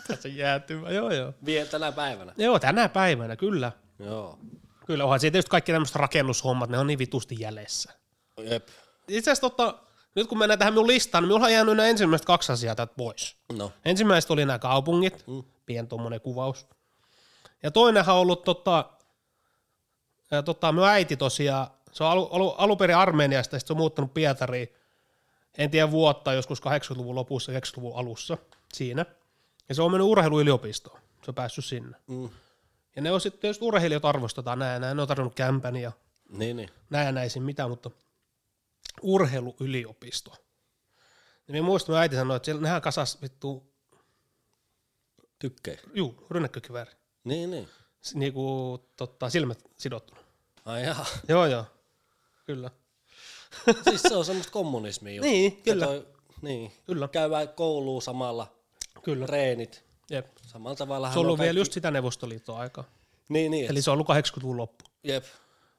Speaker 2: tässä jäätyvä, joo joo.
Speaker 1: Vielä tänä päivänä.
Speaker 2: Joo, tänä päivänä, kyllä.
Speaker 1: Joo.
Speaker 2: Kyllä, onhan siitä just kaikki tämmöiset rakennushommat, ne on niin vitusti jäljessä.
Speaker 1: Jep.
Speaker 2: Itse asiassa totta, nyt kun mennään tähän minun listaan, niin minulla on jäänyt nämä ensimmäiset kaksi asiaa täältä pois.
Speaker 1: No.
Speaker 2: Ensimmäiset oli nämä kaupungit, mm. pieni tuommoinen kuvaus. Ja toinenhan on ollut tota, ää, tota, minun äiti tosiaan, se on alu, alu, alun perin Armeniasta, sitten se on muuttanut Pietariin, en tiedä vuotta, joskus 80-luvun lopussa, 90-luvun alussa siinä. Ja se on mennyt urheiluyliopistoon, se on päässyt sinne.
Speaker 1: Mm.
Speaker 2: Ja ne on sitten, jos urheilijat arvostetaan näin, ja näin, ne on tarjonnut kämpän ja
Speaker 1: Niin, niin.
Speaker 2: näin ja näin siinä mitään, mutta urheiluyliopisto. Niin minä muistan, minun äiti sanoi, että siellä nehän kasas vittu,
Speaker 1: Tykkää.
Speaker 2: juu, rynnäkkökivääri.
Speaker 1: Niin, niin.
Speaker 2: S- Niinku, totta, silmät sidottuna.
Speaker 1: Ai jaa.
Speaker 2: Joo, joo. Kyllä.
Speaker 1: Siis se on semmoista kommunismia. just.
Speaker 2: Niin,
Speaker 1: Ja
Speaker 2: kyllä.
Speaker 1: Toi, niin.
Speaker 2: Kyllä.
Speaker 1: Käydään kouluun samalla.
Speaker 2: Kyllä.
Speaker 1: Treenit.
Speaker 2: Jep.
Speaker 1: Samalla tavalla.
Speaker 2: Se on ollut vielä just sitä Neuvostoliiton aikaa.
Speaker 1: Niin, niin. Eli...
Speaker 2: Eli se on ollut 80-luvun loppu.
Speaker 1: Jep.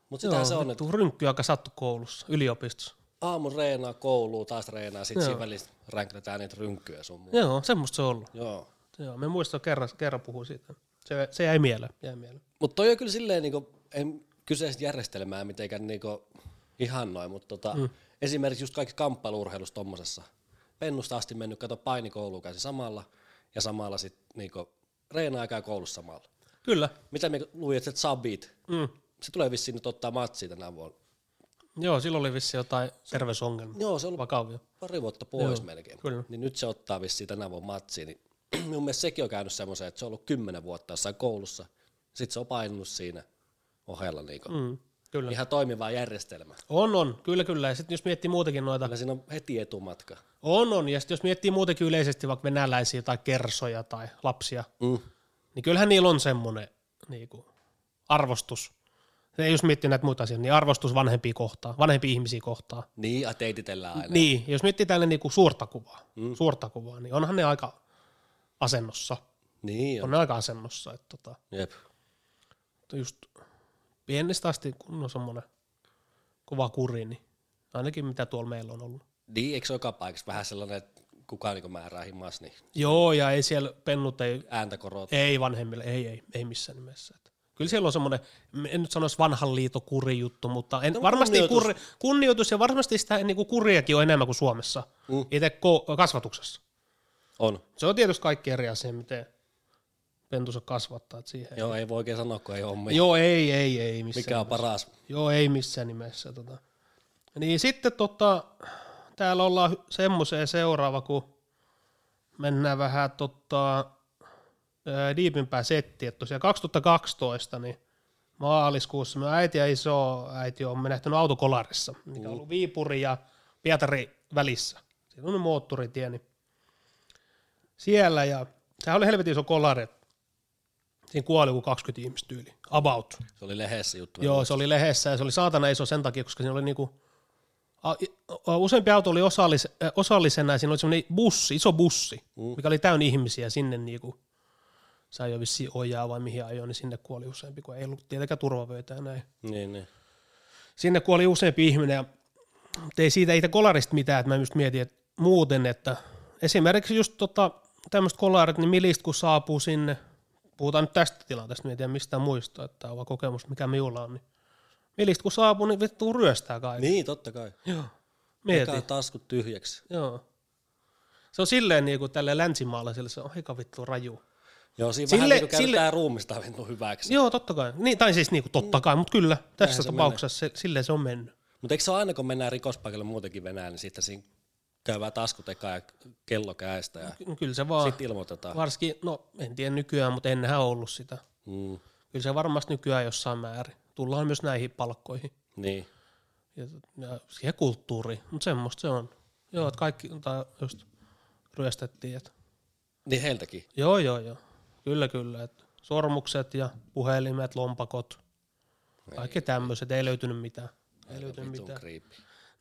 Speaker 1: Mut sitähän se on, että
Speaker 2: vittu, rynkky aika sattu koulussa, yliopistossa.
Speaker 1: aamu reenaa kouluun, taas reenaa, sit siinä välissä ränkätetään niitä rynkkyjä sun muuta.
Speaker 2: Joo, semmoista se on ollut.
Speaker 1: Joo.
Speaker 2: Joo, me muistan kerran, kerran puhuin siitä. Se, se jäi mieleen. Jäi mieleen.
Speaker 1: Mutta toi on kyllä silleen, niinku, en kyseistä järjestelmää mitenkään niinku, ihan noin, mutta tota, mm. esimerkiksi just kaikki kamppailuurheilussa tommosessa. Pennusta asti mennyt, kato painikouluun käsi samalla ja samalla sit niinku, reenaa ja käy koulussa samalla.
Speaker 2: Kyllä.
Speaker 1: Mitä me luulisit, sabit?
Speaker 2: Mm.
Speaker 1: Se tulee vissiin nyt ottaa matsia tänä vuonna.
Speaker 2: Joo, silloin oli vissi jotain terveysongelmia.
Speaker 1: Joo, se on ollut
Speaker 2: Vakavia.
Speaker 1: pari vuotta pois Joo, melkein.
Speaker 2: kyllä.
Speaker 1: Niin nyt se ottaa vissiin tänä vuonna matsia. Niin mun mielestä sekin on käynyt semmoisen, että se on ollut kymmenen vuotta jossain koulussa. Sitten se on painunut siinä ohella. Niin mm.
Speaker 2: Mm, kyllä.
Speaker 1: Ihan toimiva järjestelmä.
Speaker 2: On, on. Kyllä, kyllä. Ja sitten jos miettii muutenkin noita.
Speaker 1: Kyllä siinä on heti etumatka.
Speaker 2: On, on. Ja sitten jos miettii muutenkin yleisesti vaikka venäläisiä tai kersoja tai lapsia,
Speaker 1: Mm.
Speaker 2: niin kyllähän niillä on semmoinen niinku, arvostus. Ja jos miettii näitä muita asioita, niin arvostus vanhempia kohtaan, vanhempia ihmisiä kohtaan.
Speaker 1: Niin, ja teititellään aina.
Speaker 2: Niin, jos miettii tälle niinku suurta kuvaa, mm. suurta kuvaa, niin onhan ne aika asennossa.
Speaker 1: Niin
Speaker 2: On
Speaker 1: on.
Speaker 2: ne aika asennossa. Että tota,
Speaker 1: Jep.
Speaker 2: just pienestä asti, kun on semmoinen kova kuri, niin ainakin mitä tuolla meillä on ollut.
Speaker 1: Niin, eikö se joka paikassa vähän sellainen, että kukaan niin määrää himas, niin
Speaker 2: Joo, ja ei siellä pennut, ei,
Speaker 1: ääntä korot.
Speaker 2: ei vanhemmille, ei, ei, ei missään nimessä. Et kyllä siellä on semmoinen, en nyt sanoisi vanhan liiton kurijuttu, mutta en,
Speaker 1: No,
Speaker 2: varmasti
Speaker 1: kunnioitus.
Speaker 2: kunnioitus. Kuri, kunnioitus ja varmasti sitä niin kuin kuriakin on enemmän kuin Suomessa,
Speaker 1: Mm.
Speaker 2: mm. itse ko- kasvatuksessa.
Speaker 1: On.
Speaker 2: Se on tietysti kaikki eri asia, miten pentusa kasvattaa et siihen.
Speaker 1: Joo, ei voi oikein sanoa, kun ei hommi.
Speaker 2: Joo, ei, ei, ei missään.
Speaker 1: Mikä on paras?
Speaker 2: Joo, ei missään nimessä. Tota. Niin sitten tota, täällä ollaan hy- semmoiseen seuraava, kun mennään vähän tota, ää, diipimpää settiä. Et Tosiaan 2012 niin maaliskuussa me äiti ja iso äiti on menehtynyt autokolarissa, mikä on ollut Viipuri ja Pietari välissä. Siinä on ne moottoritie, niin siellä ja sehän oli helvetin iso kolari, et siinä kuoli joku 20 ihmistä tyyli, about.
Speaker 1: Se oli lehdessä juttu.
Speaker 2: Joo, se oli lehdessä ja se oli saatana iso sen takia, koska siinä oli niinku, a- i- a- useampi auto oli osallis, äh, osallisena ja siinä oli semmoinen bussi, iso bussi, mm. mikä oli täynnä ihmisiä sinne niinku, se ajoi vissiin ojaa vai mihin ajoi, niin sinne kuoli useampi, kun ei ollut tietenkään turvavöitä ja näin.
Speaker 1: Niin, niin.
Speaker 2: Sinne kuoli useampi ihminen ja mut ei siitä itse kolarista mitään, että mä just mietin, että muuten, että esimerkiksi just tota, tämmöiset kolarit, niin milistä kun saapuu sinne, puhutaan nyt tästä tilanteesta, mä en tiedä mistään muista, että tämä on vaan kokemus, mikä minulla on, niin milistä kun saapuu, niin vittu ryöstää kaiken.
Speaker 1: Niin, totta kai.
Speaker 2: Joo,
Speaker 1: Mikä
Speaker 2: mietin.
Speaker 1: taskut tyhjäksi.
Speaker 2: Joo. Se on silleen niin kuin tälle länsimaalaiselle, se on aika vittu raju.
Speaker 1: Joo, siinä
Speaker 2: Sille-
Speaker 1: vähän niin kuin
Speaker 2: sille-
Speaker 1: käytetään ruumista vittu hyväksi.
Speaker 2: Joo, totta kai. Niin, tai siis niin kuin totta kai, mutta kyllä, tässä
Speaker 1: se
Speaker 2: tapauksessa se, silleen se on mennyt.
Speaker 1: Mutta eikö se ole aina, kun mennään rikospaikalle muutenkin Venäjään, niin sitten siinä käydään taskut eka ja kello käestä ja
Speaker 2: Ky- Kyllä se vaan.
Speaker 1: sitten ilmoitetaan.
Speaker 2: Varsinkin, no en tiedä nykyään, mutta ennenhän on ollut sitä.
Speaker 1: Mm,
Speaker 2: Kyllä se varmasti nykyään jossain määrin. Tullaan myös näihin palkkoihin
Speaker 1: niin.
Speaker 2: ja, ja siihen kulttuuriin, mutta semmoista se on. Joo, että kaikki tai just ryöstettiin. Et.
Speaker 1: Niin heiltäkin.
Speaker 2: Joo, joo, joo. Kyllä, kyllä. Et sormukset ja puhelimet, lompakot, kaikki
Speaker 1: Niin.
Speaker 2: tämmöiset. Ei löytynyt mitään. Ei löytynyt mitään.
Speaker 1: kriipi.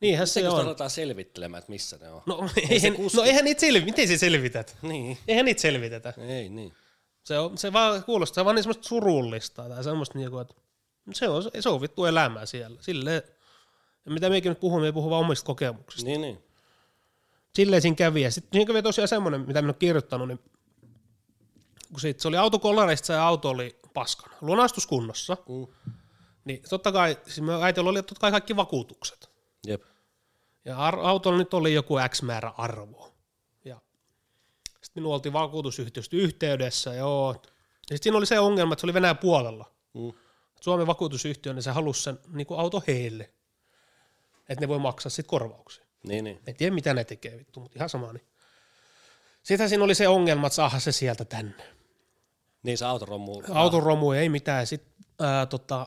Speaker 2: Niinhän
Speaker 1: Se
Speaker 2: se
Speaker 1: kun
Speaker 2: on.
Speaker 1: aletaan selvittelemään, että missä ne on.
Speaker 2: No, eihän,
Speaker 1: kuski-
Speaker 2: no eihän niitä selvitä. Miten se selvität?
Speaker 1: Niin.
Speaker 2: Eihän niitä selvitetä.
Speaker 1: Ei niin.
Speaker 2: Se, on, se vaan kuulostaa se on vaan niin semmoista surullista tai semmoista, niinku, että se on, se on vittu elämää siellä. Silleen, ja mitä mekin nyt puhumme, me ei puhu vaan omista kokemuksista.
Speaker 1: Niin, niin.
Speaker 2: silleen siinä kävi. Ja sitten siinä kävi tosiaan semmoinen, mitä minä olen kirjoittanut, niin kun siitä, se oli autokollarista, se auto oli paskana, lunastuskunnossa,
Speaker 1: Mm.
Speaker 2: niin totta kai, siis minun äitillä oli totta kai kaikki vakuutukset.
Speaker 1: Jep.
Speaker 2: Ja ar- autolla nyt oli joku X määrä arvoa. Ja sitten minun oltiin vakuutusyhtiöstä yhteydessä, joo. Ja sitten siinä oli se ongelma, että se oli Venäjän puolella.
Speaker 1: Mm.
Speaker 2: Suomen vakuutusyhtiö, niin se halusi sen niin kuin auto heille, että ne voi maksaa sitten korvauksia.
Speaker 1: Niin, niin.
Speaker 2: En tiedä, mitä ne tekee vittu, mutta ihan sama. Niin. Sitten siinä oli se ongelma, että saada se sieltä tänne.
Speaker 1: Niin se autoromu.
Speaker 2: Ah. Autoromu ei mitään. Sitten ää, tota,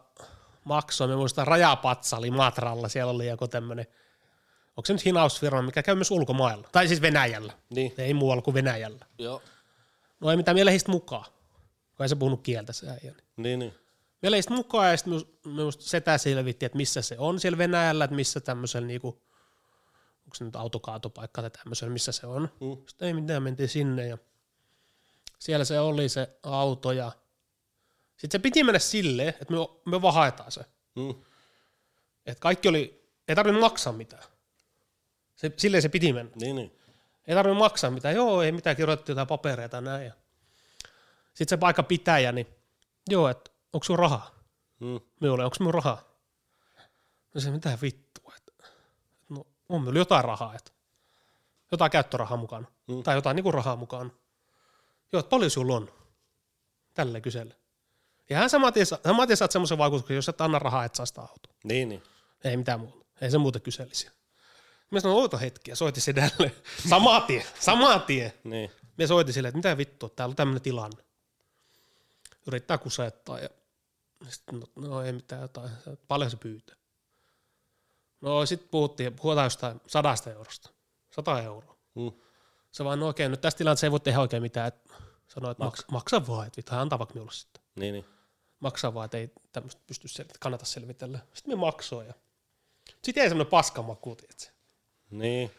Speaker 2: maksoi, me muistan, rajapatsa oli Matralla. Siellä oli joku tämmöinen, onko se nyt hinausfirma, mikä käy myös ulkomailla. Tai siis Venäjällä.
Speaker 1: Niin.
Speaker 2: Ei muualla kuin Venäjällä.
Speaker 1: Joo.
Speaker 2: No ei mitään, me lähdistä mukaan. Kun ei se puhunut kieltä se äijä. niin.
Speaker 1: Niin, niin.
Speaker 2: Me lähdistä mukaan ja sitten minusta setä selvitti, että missä se on siellä Venäjällä, että missä tämmöisellä niinku, onko se nyt autokaatopaikka tai tämmöisellä, missä se on.
Speaker 1: Mm.
Speaker 2: Sitten ei mitään, mentiin sinne ja siellä se oli se auto ja sitten se piti mennä silleen, että me, me vaan haetaan se.
Speaker 1: Mm.
Speaker 2: Että kaikki oli, ei tarvinnut maksaa mitään. Se, silleen se piti mennä.
Speaker 1: Niin, niin.
Speaker 2: Ei tarvinnut maksaa mitään. Joo, ei mitään, kirjoitettiin jotain papereita ja näin. Ja. Sitten se paikka pitäjä, niin joo, että onko sun rahaa?
Speaker 1: Mm.
Speaker 2: Me olen, onko mun rahaa? No se mitä vittua, että no on meillä jotain rahaa, että jotain käyttörahaa mukana,
Speaker 1: Mm.
Speaker 2: mm. tai jotain niinku rahaa mukana. Joo, että paljon sulla on? Tällä kysellä. Ja hän saman tien, sa- saman tien saat semmoisen vaikutuksen, jos et anna rahaa, et saa sitä autoa.
Speaker 1: Niin, niin.
Speaker 2: Ei mitään muuta. Ei se muuta kyselisi. Mä sanoin, oota hetki, ja soitin sedälle. Samaa tie, samaa tie.
Speaker 1: Niin.
Speaker 2: Me soitin sille, että mitä vittua, täällä on tämmöinen tilanne. Yrittää kusettaa ja sitten no, no ei mitään jotain, että paljon se pyytää. No sitten puhuttiin, puhutaan jostain sadasta eurosta, sata euroa.
Speaker 1: Mm.
Speaker 2: Se vaan, no okei, nyt tässä tilanteessa ei voi tehdä oikein mitään, että sanoi, että maksa, maksa vaan, että vittu, hän antaa vaikka minulle sitten.
Speaker 1: Niin, niin.
Speaker 2: Maksaa vaan, että ei tämmöistä pysty sel- kannata selvitellä. Sitten me maksoin ja sitten jäi semmoinen paskamaku, tiedätkö?
Speaker 1: Niin.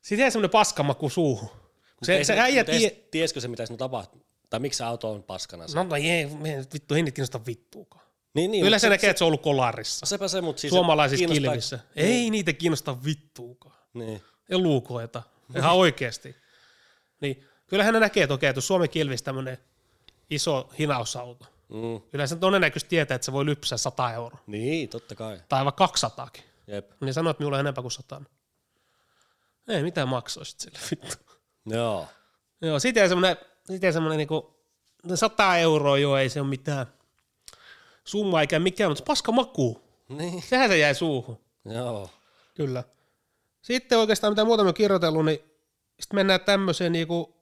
Speaker 2: Sitten jäi semmoinen paskamaku suuhun. Se, se äijä tie...
Speaker 1: tie... Tiesikö se, mitä sinun tapahtuu? Tai miksi se auto on paskana? No.
Speaker 2: No, no ei, me ei- vittu, ei niitä kiinnosta vittuukaan.
Speaker 1: Niin, niin.
Speaker 2: Yleensä näkee, että se on ollut kolarissa,
Speaker 1: Sepä se, mutta siis...
Speaker 2: suomalaisissa
Speaker 1: kiinnostaa-
Speaker 2: kilvissä. Ei niitä kiinnosta vittuukaan.
Speaker 1: Niin.
Speaker 2: Ja luukoita, ihan oikeasti. Niin, kyllähän ne näkee, että okei, että jos Suomen kilvissä tämmöinen iso hinausauto.
Speaker 1: Mm.
Speaker 2: Yleensä todennäköisesti tietää, että se voi lypsää 100 euroa,
Speaker 1: Niin, totta kai.
Speaker 2: tai vaikka 200
Speaker 1: Jep.
Speaker 2: Niin sanoit, että minulla on enempää kuin 100. Ei mitään maksoisit sille vittu.
Speaker 1: Joo.
Speaker 2: Joo, siitä ei semmoinen, siitä ei semmoinen niinku, no 100 euroa joo, ei se ole mitään summa eikä mikään, mutta se paska maku.
Speaker 1: Niin.
Speaker 2: Sehän se jäi suuhun.
Speaker 1: Joo.
Speaker 2: Kyllä. Sitten oikeastaan mitä muuta me kirjoitellut, niin sitten mennään tämmöiseen niinku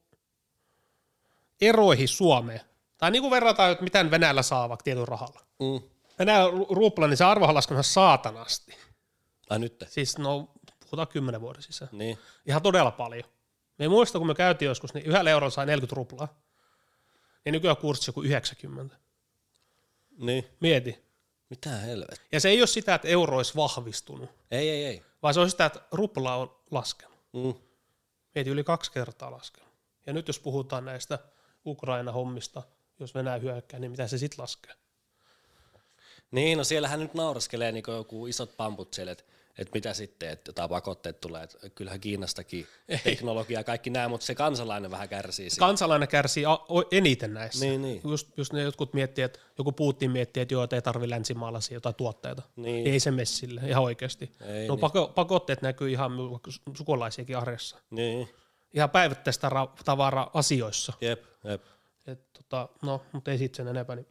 Speaker 2: eroihin Suomeen. Tai niinku verrataan, että miten Venäjällä saa vaikka tietyn rahalla.
Speaker 1: Mm.
Speaker 2: Venäjän ru- ruupla, niin se arvohan laskenut ihan saatanasti.
Speaker 1: Ai nyt.
Speaker 2: Siis no, puhutaan kymmenen vuoden sisään.
Speaker 1: Niin.
Speaker 2: Ihan todella paljon. Me ei muista, kun me käytiin joskus, niin yhdellä eurolla sai 40 ruplaa. Ja nykyään kurssi joku 90.
Speaker 1: Niin.
Speaker 2: Mieti.
Speaker 1: Mitä helvet?
Speaker 2: Ja se ei ole sitä, että euro olisi vahvistunut,
Speaker 1: Ei, ei, ei.
Speaker 2: vaan se on sitä, että rupla on laskenut.
Speaker 1: Mm.
Speaker 2: Mieti yli kaksi kertaa laskenut. Ja nyt jos puhutaan näistä Ukraina-hommista, jos Venäjä hyökkää, niin mitä se sitten laskee?
Speaker 1: Niin, no siellähän nyt nauraskelee niin joku isot pamput siellä, että et mitä sitten, että jotain pakotteet tulee, että kyllähän Kiinastakin teknologiaa kaikki nämä, mutta se kansalainen vähän kärsii siitä.
Speaker 2: Kansalainen kärsii a- o- eniten näissä.
Speaker 1: Niin, niin.
Speaker 2: Just, just ne jotkut miettii, että joku Putin miettii, että joo, että ei tarvi länsimaalaisia jotain tuotteita.
Speaker 1: Niin.
Speaker 2: Ei se mene sille, ihan oikeasti.
Speaker 1: Ei
Speaker 2: no
Speaker 1: niin.
Speaker 2: pako- pakotteet näkyy ihan my- vaikka su- sukulaisiakin arjessa.
Speaker 1: Niin,
Speaker 2: Ihan päivittäistä ra- tavaraa asioissa.
Speaker 1: jep, jep.
Speaker 2: Et, tota, no, mutta ei siitä sen enempää. Niin.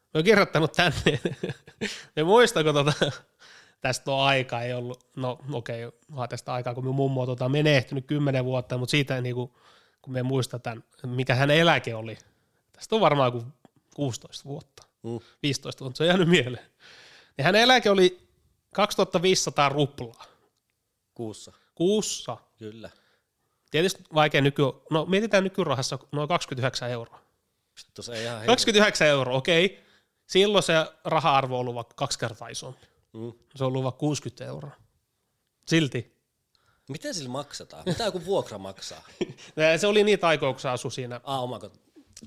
Speaker 2: Mä oon kirjoittanut tänne. Me muistako tota, tästä on aikaa, ei ollut, no okei, okay, onhan tästä aikaa, kun mun mummo on tota, menehtynyt kymmenen vuotta, mutta siitä niinku, kun me muistan tämän, mikä hänen eläke oli. Tästä on varmaan kuin 16 vuotta,
Speaker 1: Mm.
Speaker 2: 15 vuotta, se on jäänyt mieleen. Niin hänen eläke oli 2500 ruplaa.
Speaker 1: Kuussa,
Speaker 2: Kuussa.
Speaker 1: kyllä.
Speaker 2: Tietysti vaikea nyky... No mietitään nykyrahassa noin 29 euroa.
Speaker 1: Vittu, se ei ihan hirveä.
Speaker 2: 29 euroa, okei. Silloin se raha-arvo on ollut vaikka kaksi kertaa isompi.
Speaker 1: Mm.
Speaker 2: Se on ollut vaikka 60 euroa. Silti.
Speaker 1: Miten sillä maksetaan? Mitä joku vuokra maksaa?
Speaker 2: Ja Se oli niitä aikoja, kun se asui siinä.
Speaker 1: Ah, omakot.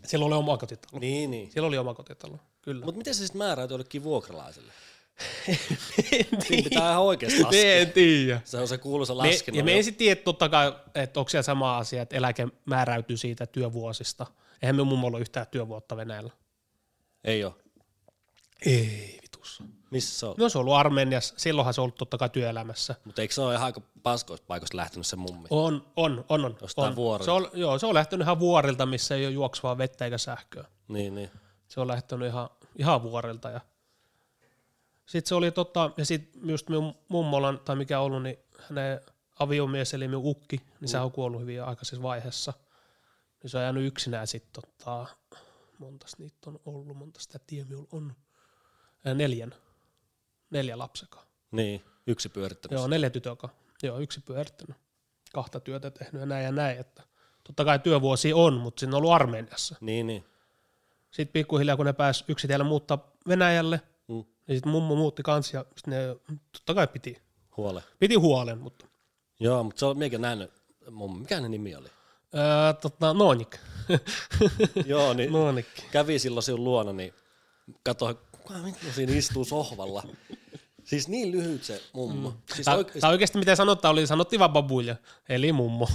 Speaker 2: Silloin oli omakotitalo.
Speaker 1: Niin, niin.
Speaker 2: Siellä oli omakotitalo, kyllä.
Speaker 1: Mutta miten se sitten määräytyy jollekin vuokralaiselle?
Speaker 2: en
Speaker 1: Siinä pitää ihan oikeasti laskea.
Speaker 2: en tiedä.
Speaker 1: Se on se kuuluisa
Speaker 2: Me,
Speaker 1: laskennon.
Speaker 2: Niin. ja niin. me ei sitten tiedä totta kai, että onko siellä sama asia, että eläke määräytyy siitä työvuosista. Eihän me mummolla ole yhtään työvuotta Venäjällä.
Speaker 1: ei ole.
Speaker 2: Ei vitussa.
Speaker 1: Missä se on? No.
Speaker 2: No se on ollut Armeniassa, silloinhan se on ollut totta kai työelämässä.
Speaker 1: Mutta eikö se ole ihan aika paskoista paikoista lähtenyt se mummi?
Speaker 2: On, on, on. on,
Speaker 1: Jostain
Speaker 2: on.
Speaker 1: vuorilta.
Speaker 2: Se on, joo, se on lähtenyt ihan vuorilta, missä ei ole juoksevaa vettä eikä sähköä.
Speaker 1: Niin, niin.
Speaker 2: Se on lähtenyt ihan, ihan vuorilta. Ja... Sitten se oli tota, ja sitten just minun mummolan, tai mikä ollut, niin hänen aviomies, eli minun ukki, niin mm. se on kuollut hyvin aikaisessa vaiheessa. Niin se on jäänyt yksinään sitten tota, montas niitä on ollut, montas sitä tiedä, minulla on Ää, neljän, neljä lapsekaa.
Speaker 1: Niin, yksi pyörittänyt.
Speaker 2: Joo, neljä tytöka. Joo, yksi pyörittänyt. Kahta työtä tehnyt ja näin ja näin. Että totta kai työvuosi on, mutta siinä on ollut Armeniassa.
Speaker 1: Niin, niin.
Speaker 2: Sitten pikkuhiljaa, kun ne pääsi yksitellen muuttaa Venäjälle,
Speaker 1: Mm.
Speaker 2: niin sitten mummo muutti kanssa ja sit ne totta kai piti,
Speaker 1: Huole.
Speaker 2: piti huolen, mutta
Speaker 1: Joo, mutta se on, minäkin olen nähnyt mummi. Mikä hänen nimi oli?
Speaker 2: ää, tota, Noonik.
Speaker 1: Joo, niin
Speaker 2: Noonik.
Speaker 1: kävi silloin sinun luona, niin katsoi, kuka mitä siinä istuu sohvalla. Siis niin lyhyt se mummo. Siis
Speaker 2: Tämä
Speaker 1: oike-
Speaker 2: tää oikeasti mitä sanottaa oli, sanottiin vaan babuja, eli mummo.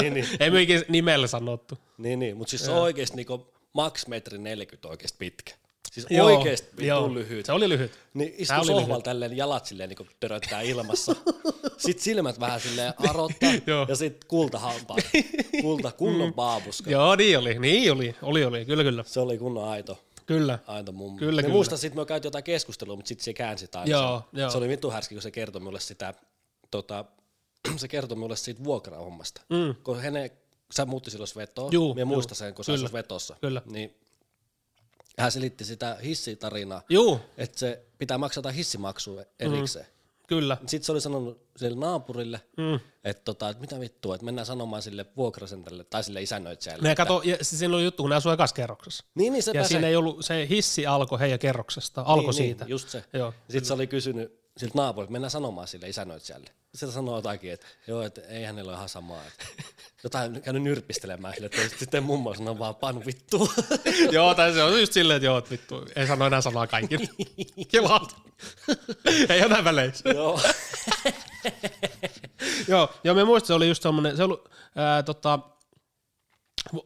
Speaker 1: niin, niin.
Speaker 2: Ei me ikinä nimellä sanottu.
Speaker 1: Niin, niin. mutta siis se on oikeasti niinku maks metri 40 oikeasti pitkä. Siis
Speaker 2: Joo,
Speaker 1: oikeasti
Speaker 2: joo.
Speaker 1: vitun lyhyt.
Speaker 2: Se oli lyhyt.
Speaker 1: Niin
Speaker 2: Tää
Speaker 1: istuu
Speaker 2: oli
Speaker 1: sohvalla
Speaker 2: lyhyt.
Speaker 1: tälleen jalat silleen niin töröttää ilmassa. sitten silmät vähän silleen arottaa
Speaker 2: Joo. Mm.
Speaker 1: ja sitten kultahampaat. Kulta, kunnon baabuska.
Speaker 2: Joo, niin oli, niin oli, oli, oli, kyllä, kyllä,
Speaker 1: Se oli kunnon aito.
Speaker 2: kyllä.
Speaker 1: Aito mummo.
Speaker 2: Kyllä,
Speaker 1: Me
Speaker 2: kyllä.
Speaker 1: muistan, sitten me käytiin jotain keskustelua, mutta sitten se käänsi taas.
Speaker 2: Joo, joo.
Speaker 1: Se oli vittu härski, kun se kertoi mulle sitä, tota, se kertoi mulle siitä vuokrahommasta. Mm. Kun hänen, sä muutti silloin Svetoon,
Speaker 2: Juu,
Speaker 1: me
Speaker 2: juu,
Speaker 1: muistan sen, kun sä
Speaker 2: kyllä,
Speaker 1: asut Vetossa.
Speaker 2: kyllä.
Speaker 1: Niin hän selitti sitä hissitarinaa,
Speaker 2: Juu,
Speaker 1: että se pitää maksaa jotain hissimaksua erikseen.
Speaker 2: kyllä.
Speaker 1: Sitten se oli sanonut sille naapurille, mm. että tota, et mitä vittua, että mennään sanomaan sille vuokrasentälle tai sille isännöitsijälle.
Speaker 2: Ne kato, ja siis siinä oli juttu, kun ne asui ekas kerroksessa.
Speaker 1: Niin, niin sepä
Speaker 2: Ja
Speaker 1: se
Speaker 2: siinä ei ollut, se hissi alkoi heidän kerroksesta, alkoi
Speaker 1: niin,
Speaker 2: siitä.
Speaker 1: Niin, just se.
Speaker 2: Joo.
Speaker 1: Sitten se oli kysynyt siltä naapurilta, mennään sanomaan sille isännöitsijälle. Sitten sanoi jotakin, että joo, että ei hänellä ole ihan samaa. Että jotain käynyt nyrpistelemään sille, että sitten mummo sanoi vaan panu vittu.
Speaker 2: joo, tai se on just silleen, että joo, että vittu, ei sano enää sanaa kaikille. Kelaat. ei enää väleissä.
Speaker 1: joo.
Speaker 2: joo, ja me muistan, se oli just semmoinen, se oli, ää, tota,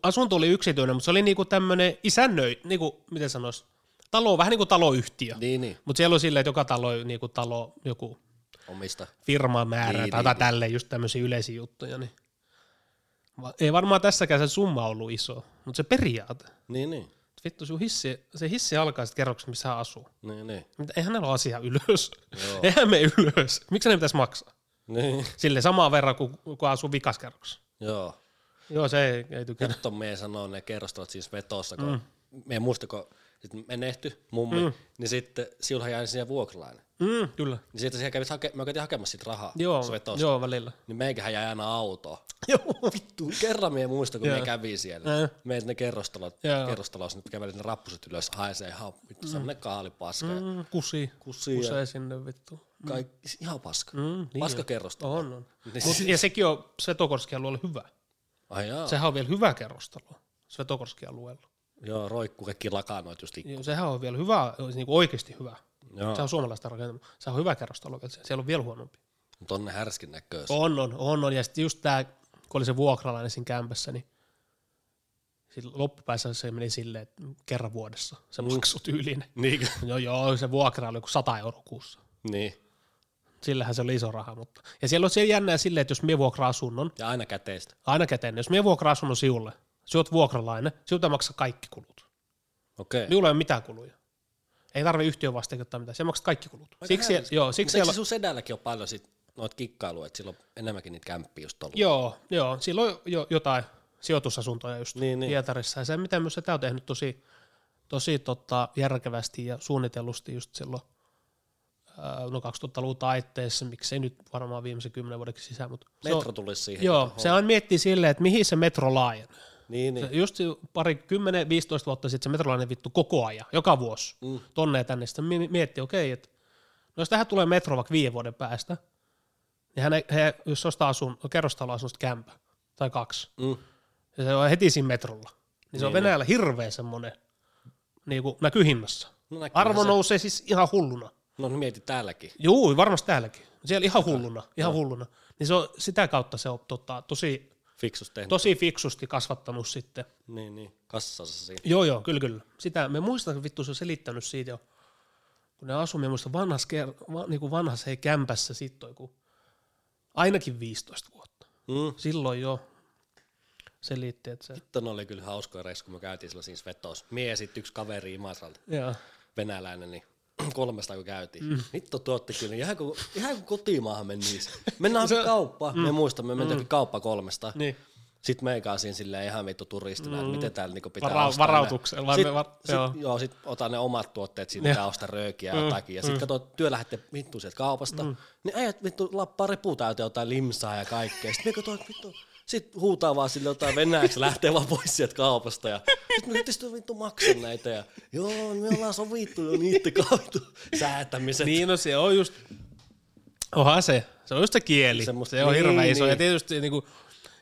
Speaker 2: asunto oli yksityinen, mutta se oli niinku tämmöinen isännöi, niinku, miten sanois, talo, vähän niin kuin taloyhtiö.
Speaker 1: niin, niin.
Speaker 2: Mutta siellä oli silleen, että joka talo, oli niinku talo, joku
Speaker 1: Omista.
Speaker 2: firman määrä
Speaker 1: Niin,
Speaker 2: niin, tai
Speaker 1: niin,
Speaker 2: jotain tälleen, just tämmöisiä yleisiä juttuja. Niin. Va- Ei varmaan tässäkään se summa ollut iso, mutta se periaate.
Speaker 1: Niin, niin.
Speaker 2: Vittu, sun hissi, se hissi alkaa sitten kerroksessa, missä hän asuu.
Speaker 1: Niin, niin.
Speaker 2: Mutta eihän hänellä ole asiaa ylös.
Speaker 1: Joo.
Speaker 2: Eihän me ylös. Miksi ne pitäisi maksaa?
Speaker 1: niin.
Speaker 2: Sille samaan verran, kuin kun asuu vikaskerroksessa.
Speaker 1: Joo.
Speaker 2: Joo, se ei, ei tykännyt.
Speaker 1: Nyt on meidän sanoa ne kerrostavat siis vetossa, kun mm. meidän muista, kun sit menehty mummi, mm. niin sitten siulhan jäi sinne vuokralainen.
Speaker 2: Mm, kyllä.
Speaker 1: Niin sitten siihen kävi hake- me käytiin hakemassa siitä rahaa
Speaker 2: Joo,
Speaker 1: se vetossa.
Speaker 2: joo välillä.
Speaker 1: Niin meikähän jäi aina autoon.
Speaker 2: Joo.
Speaker 1: Vittu, kerran mie muista, kun me
Speaker 2: Joo.
Speaker 1: kävi siellä.
Speaker 2: Joo.
Speaker 1: Meidät ne kerrostalot,
Speaker 2: Joo.
Speaker 1: kerrostalossa, nyt kävelin ne rappuset ylös, haisee ihan vittu semmonen kaalipaska. Mm.
Speaker 2: Mm, kusi.
Speaker 1: Kusi ja-
Speaker 2: Kusee sinne vittu.
Speaker 1: Kaikki, ihan paska.
Speaker 2: Mm, niin
Speaker 1: paska
Speaker 2: on.
Speaker 1: kerrostalo.
Speaker 2: On, on.
Speaker 1: Niin
Speaker 2: Mut,
Speaker 1: siis-
Speaker 2: ja sekin on Svetogorskin alueella hyvä.
Speaker 1: Ai jaa.
Speaker 2: Sehän on vielä hyvä kerrostalo Svetogorskin alueella.
Speaker 1: Joo, roikkuu kaikki lakanoit just.
Speaker 2: Joo, sehän on vielä hyvä, niin kuin oikeasti hyvä.
Speaker 1: Joo.
Speaker 2: Se on suomalaista rakentamaa. Se on hyvä kerrostalo vielä. siellä. Siellä on vielä huonompi.
Speaker 1: Mutta on ne härskin näköisiä.
Speaker 2: On, on, on, on. Ja sitten just tämä, kun oli se vuokralainen siinä kämpässä, niin sit loppupäässä se meni silleen, että kerran vuodessa se maksutyylinen.
Speaker 1: Niin.
Speaker 2: Joo, joo, se vuokra oli joku 100 euroa kuussa.
Speaker 1: niin.
Speaker 2: Sillähän se oli iso raha, mutta... Ja siellä on siellä jännää silleen, että jos mie vuokra asunnon,
Speaker 1: Ja aina käteistä.
Speaker 2: aina käteen, jos mie vuokra asunnon siulle, sä oot vuokralainen, siltä maksaa kaikki kulut.
Speaker 1: Okei. Okay.
Speaker 2: Minulla ei ole mitään kuluja. Ei tarvi yhtiön vastiketta mitään. Se maksat kaikki kulut. Siksi,
Speaker 1: härski.
Speaker 2: joo, siksi
Speaker 1: Mutta eikö
Speaker 2: siellä,
Speaker 1: se sun sedälläkin ole paljon sit noit kikkailuja, että silloin on enemmänkin niitä kämppiä just ollut.
Speaker 2: joo, joo, silloin on jo, jotain sijoitusasuntoja just
Speaker 1: Niin,
Speaker 2: niin,
Speaker 1: niin.
Speaker 2: niin. Pietarissa. Ja se, mitä myös tämä on tehnyt tosi, tosi tota, järkevästi ja suunnitellusti just silloin ää, no 2000-luvun taitteessa, miksei nyt varmaan viimeisen kymmenen vuodeksi sisään, mutta se on,
Speaker 1: Metro tulisi siihen.
Speaker 2: joo, se aina miettii silleen, että mihin se metro laajenee.
Speaker 1: Niin,
Speaker 2: Se
Speaker 1: niin.
Speaker 2: Just se pari, 10-15 vuotta sitten se metrolainen vittu koko ajan, joka vuosi, mm. tonne ja tänne. Sitten mi- mietti, okei, että no jos tähän tulee metro vaikka viiden vuoden päästä, niin hän, he, jos se ostaa asun, kerrostaloasunnosta kämpä tai kaksi,
Speaker 1: Mm.
Speaker 2: ja se on heti siinä metrolla, niin se on
Speaker 1: Niin,
Speaker 2: Venäjällä hirveä semmoinen, niin kuin näkyy hinnassa.
Speaker 1: No näkyy
Speaker 2: Arvo
Speaker 1: se.
Speaker 2: nousee siis ihan hulluna.
Speaker 1: No niin mieti täälläkin.
Speaker 2: Juu, varmasti täälläkin. Siellä ihan hulluna, ihan hulluna. Niin se on, sitä kautta se on tota, tosi,
Speaker 1: Fiksus tehnyt.
Speaker 2: tosi fiksusti kasvattanut sitten
Speaker 1: Niin, niin. Kassassa siinä.
Speaker 2: Joo, joo, kyllä, kyllä. Sitä, me muistan, vittu, se on selittänyt siitä jo, kun ne asui, me muistan vanhas, ker- va, niin kuin vanhas hei kämpässä sitten joku, ainakin 15 vuotta.
Speaker 1: Mm.
Speaker 2: Silloin jo selitti, että se...
Speaker 1: Sitten oli kyllä hauskoja reissu, kun me käytiin silloin siinä vetossa. Mie ja sitten yksi kaveri Imasalta,
Speaker 2: Joo.
Speaker 1: venäläinen, niin kolmesta kun käytiin. Mm. Vittu tuotti kyllä, ihan kuin, ihan kuin kotimaahan menisi. Mennään se... kauppaan. Mm. Me muistamme, me mentiin mm. kauppa kolmesta.
Speaker 2: Niin.
Speaker 1: Sitten meikä on siinä silleen ihan vittu turistina, mm. että miten täällä niinku pitää
Speaker 2: Vara-
Speaker 1: ostaa.
Speaker 2: varautuksella, vai
Speaker 1: Sitten
Speaker 2: me var- joo. Mm,
Speaker 1: sit, joo, sit ota ne omat tuotteet siitä, pitää ostaa röökiä ja jotakin. Ja sitten kato, työ lähtee vittu sieltä kaupasta. Niin äijät vittu lappaa repu täyteen jotain limsaa ja kaikkea. Sitten me kato, että vittu, sit huutaa vaan sille jotain venäjäksi, lähtee vaan pois sieltä kaupasta. Ja sitten me tietysti vittu maksan näitä. Ja joo, me ollaan sovittu jo niiden kautta säätämiset.
Speaker 2: Niin, no se on just... Onhan se. Se on just se kieli.
Speaker 1: Semmosta-
Speaker 2: se on
Speaker 1: niin,
Speaker 2: hirveän iso.
Speaker 1: niin.
Speaker 2: Ja tietysti niin kuin,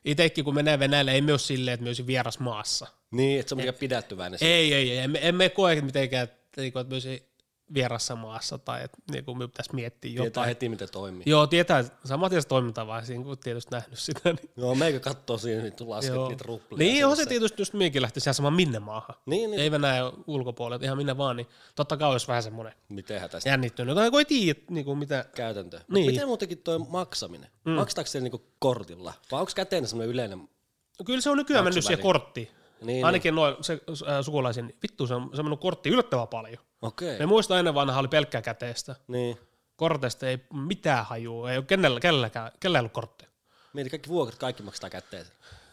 Speaker 2: itsekin kun menee Venäjälle, ei me ole silleen, että me olisi vieras maassa.
Speaker 1: Niin, että se on mitenkään pidättyväinen. se-
Speaker 2: Eh. Ei, ei, ei. Emme, emme koe mitenkään, että, niin kuin, että me olisi vierassa maassa tai että niin kuin me pitäisi miettiä jotain.
Speaker 1: Tietää heti, miten toimii.
Speaker 2: Joo, tietää. Samat tietysti toimintaa vaan siinä, kun tietysti nähnyt sitä. Niin,
Speaker 1: Joo, meikä kattoo siinä vittu lasket
Speaker 2: joo.
Speaker 1: niitä ruplia.
Speaker 2: niin on se
Speaker 1: sinne.
Speaker 2: tietysti, just minkin lähtisi ihan sama minne maahan.
Speaker 1: Niin,
Speaker 2: Niin.
Speaker 1: niin.
Speaker 2: Ei Venäjä ulkopuolelle, ihan minne vaan, niin totta kai olisi vähän semmoinen
Speaker 1: Mitenhän tästä
Speaker 2: jännittynyt. Tai kun ei tiedä, niin kuin mitä.
Speaker 1: käytäntö.
Speaker 2: Niin.
Speaker 1: Niin. Miten muutenkin toi maksaminen? Mm. Maksataanko se niinku kortilla? Vai onko käteen semmoinen yleinen?
Speaker 2: No Kyllä se on nykyään mennyt siihen korttiin.
Speaker 1: Niin,
Speaker 2: Ainakin noin se, äh, sukulaisin. Vittu, se on, se on mennyt korttiin yllättävän paljon.
Speaker 1: niin. Okei.
Speaker 2: Me
Speaker 1: Okay.
Speaker 2: muista ennen vanha oli pelkkää käteistä.
Speaker 1: Niin.
Speaker 2: Korteista ei mitään hajua, ei ole kenellä, kenelläkään, kenellä ei ollut kortteja.
Speaker 1: Mieti kaikki vuokrat, kaikki maksetaan käteen.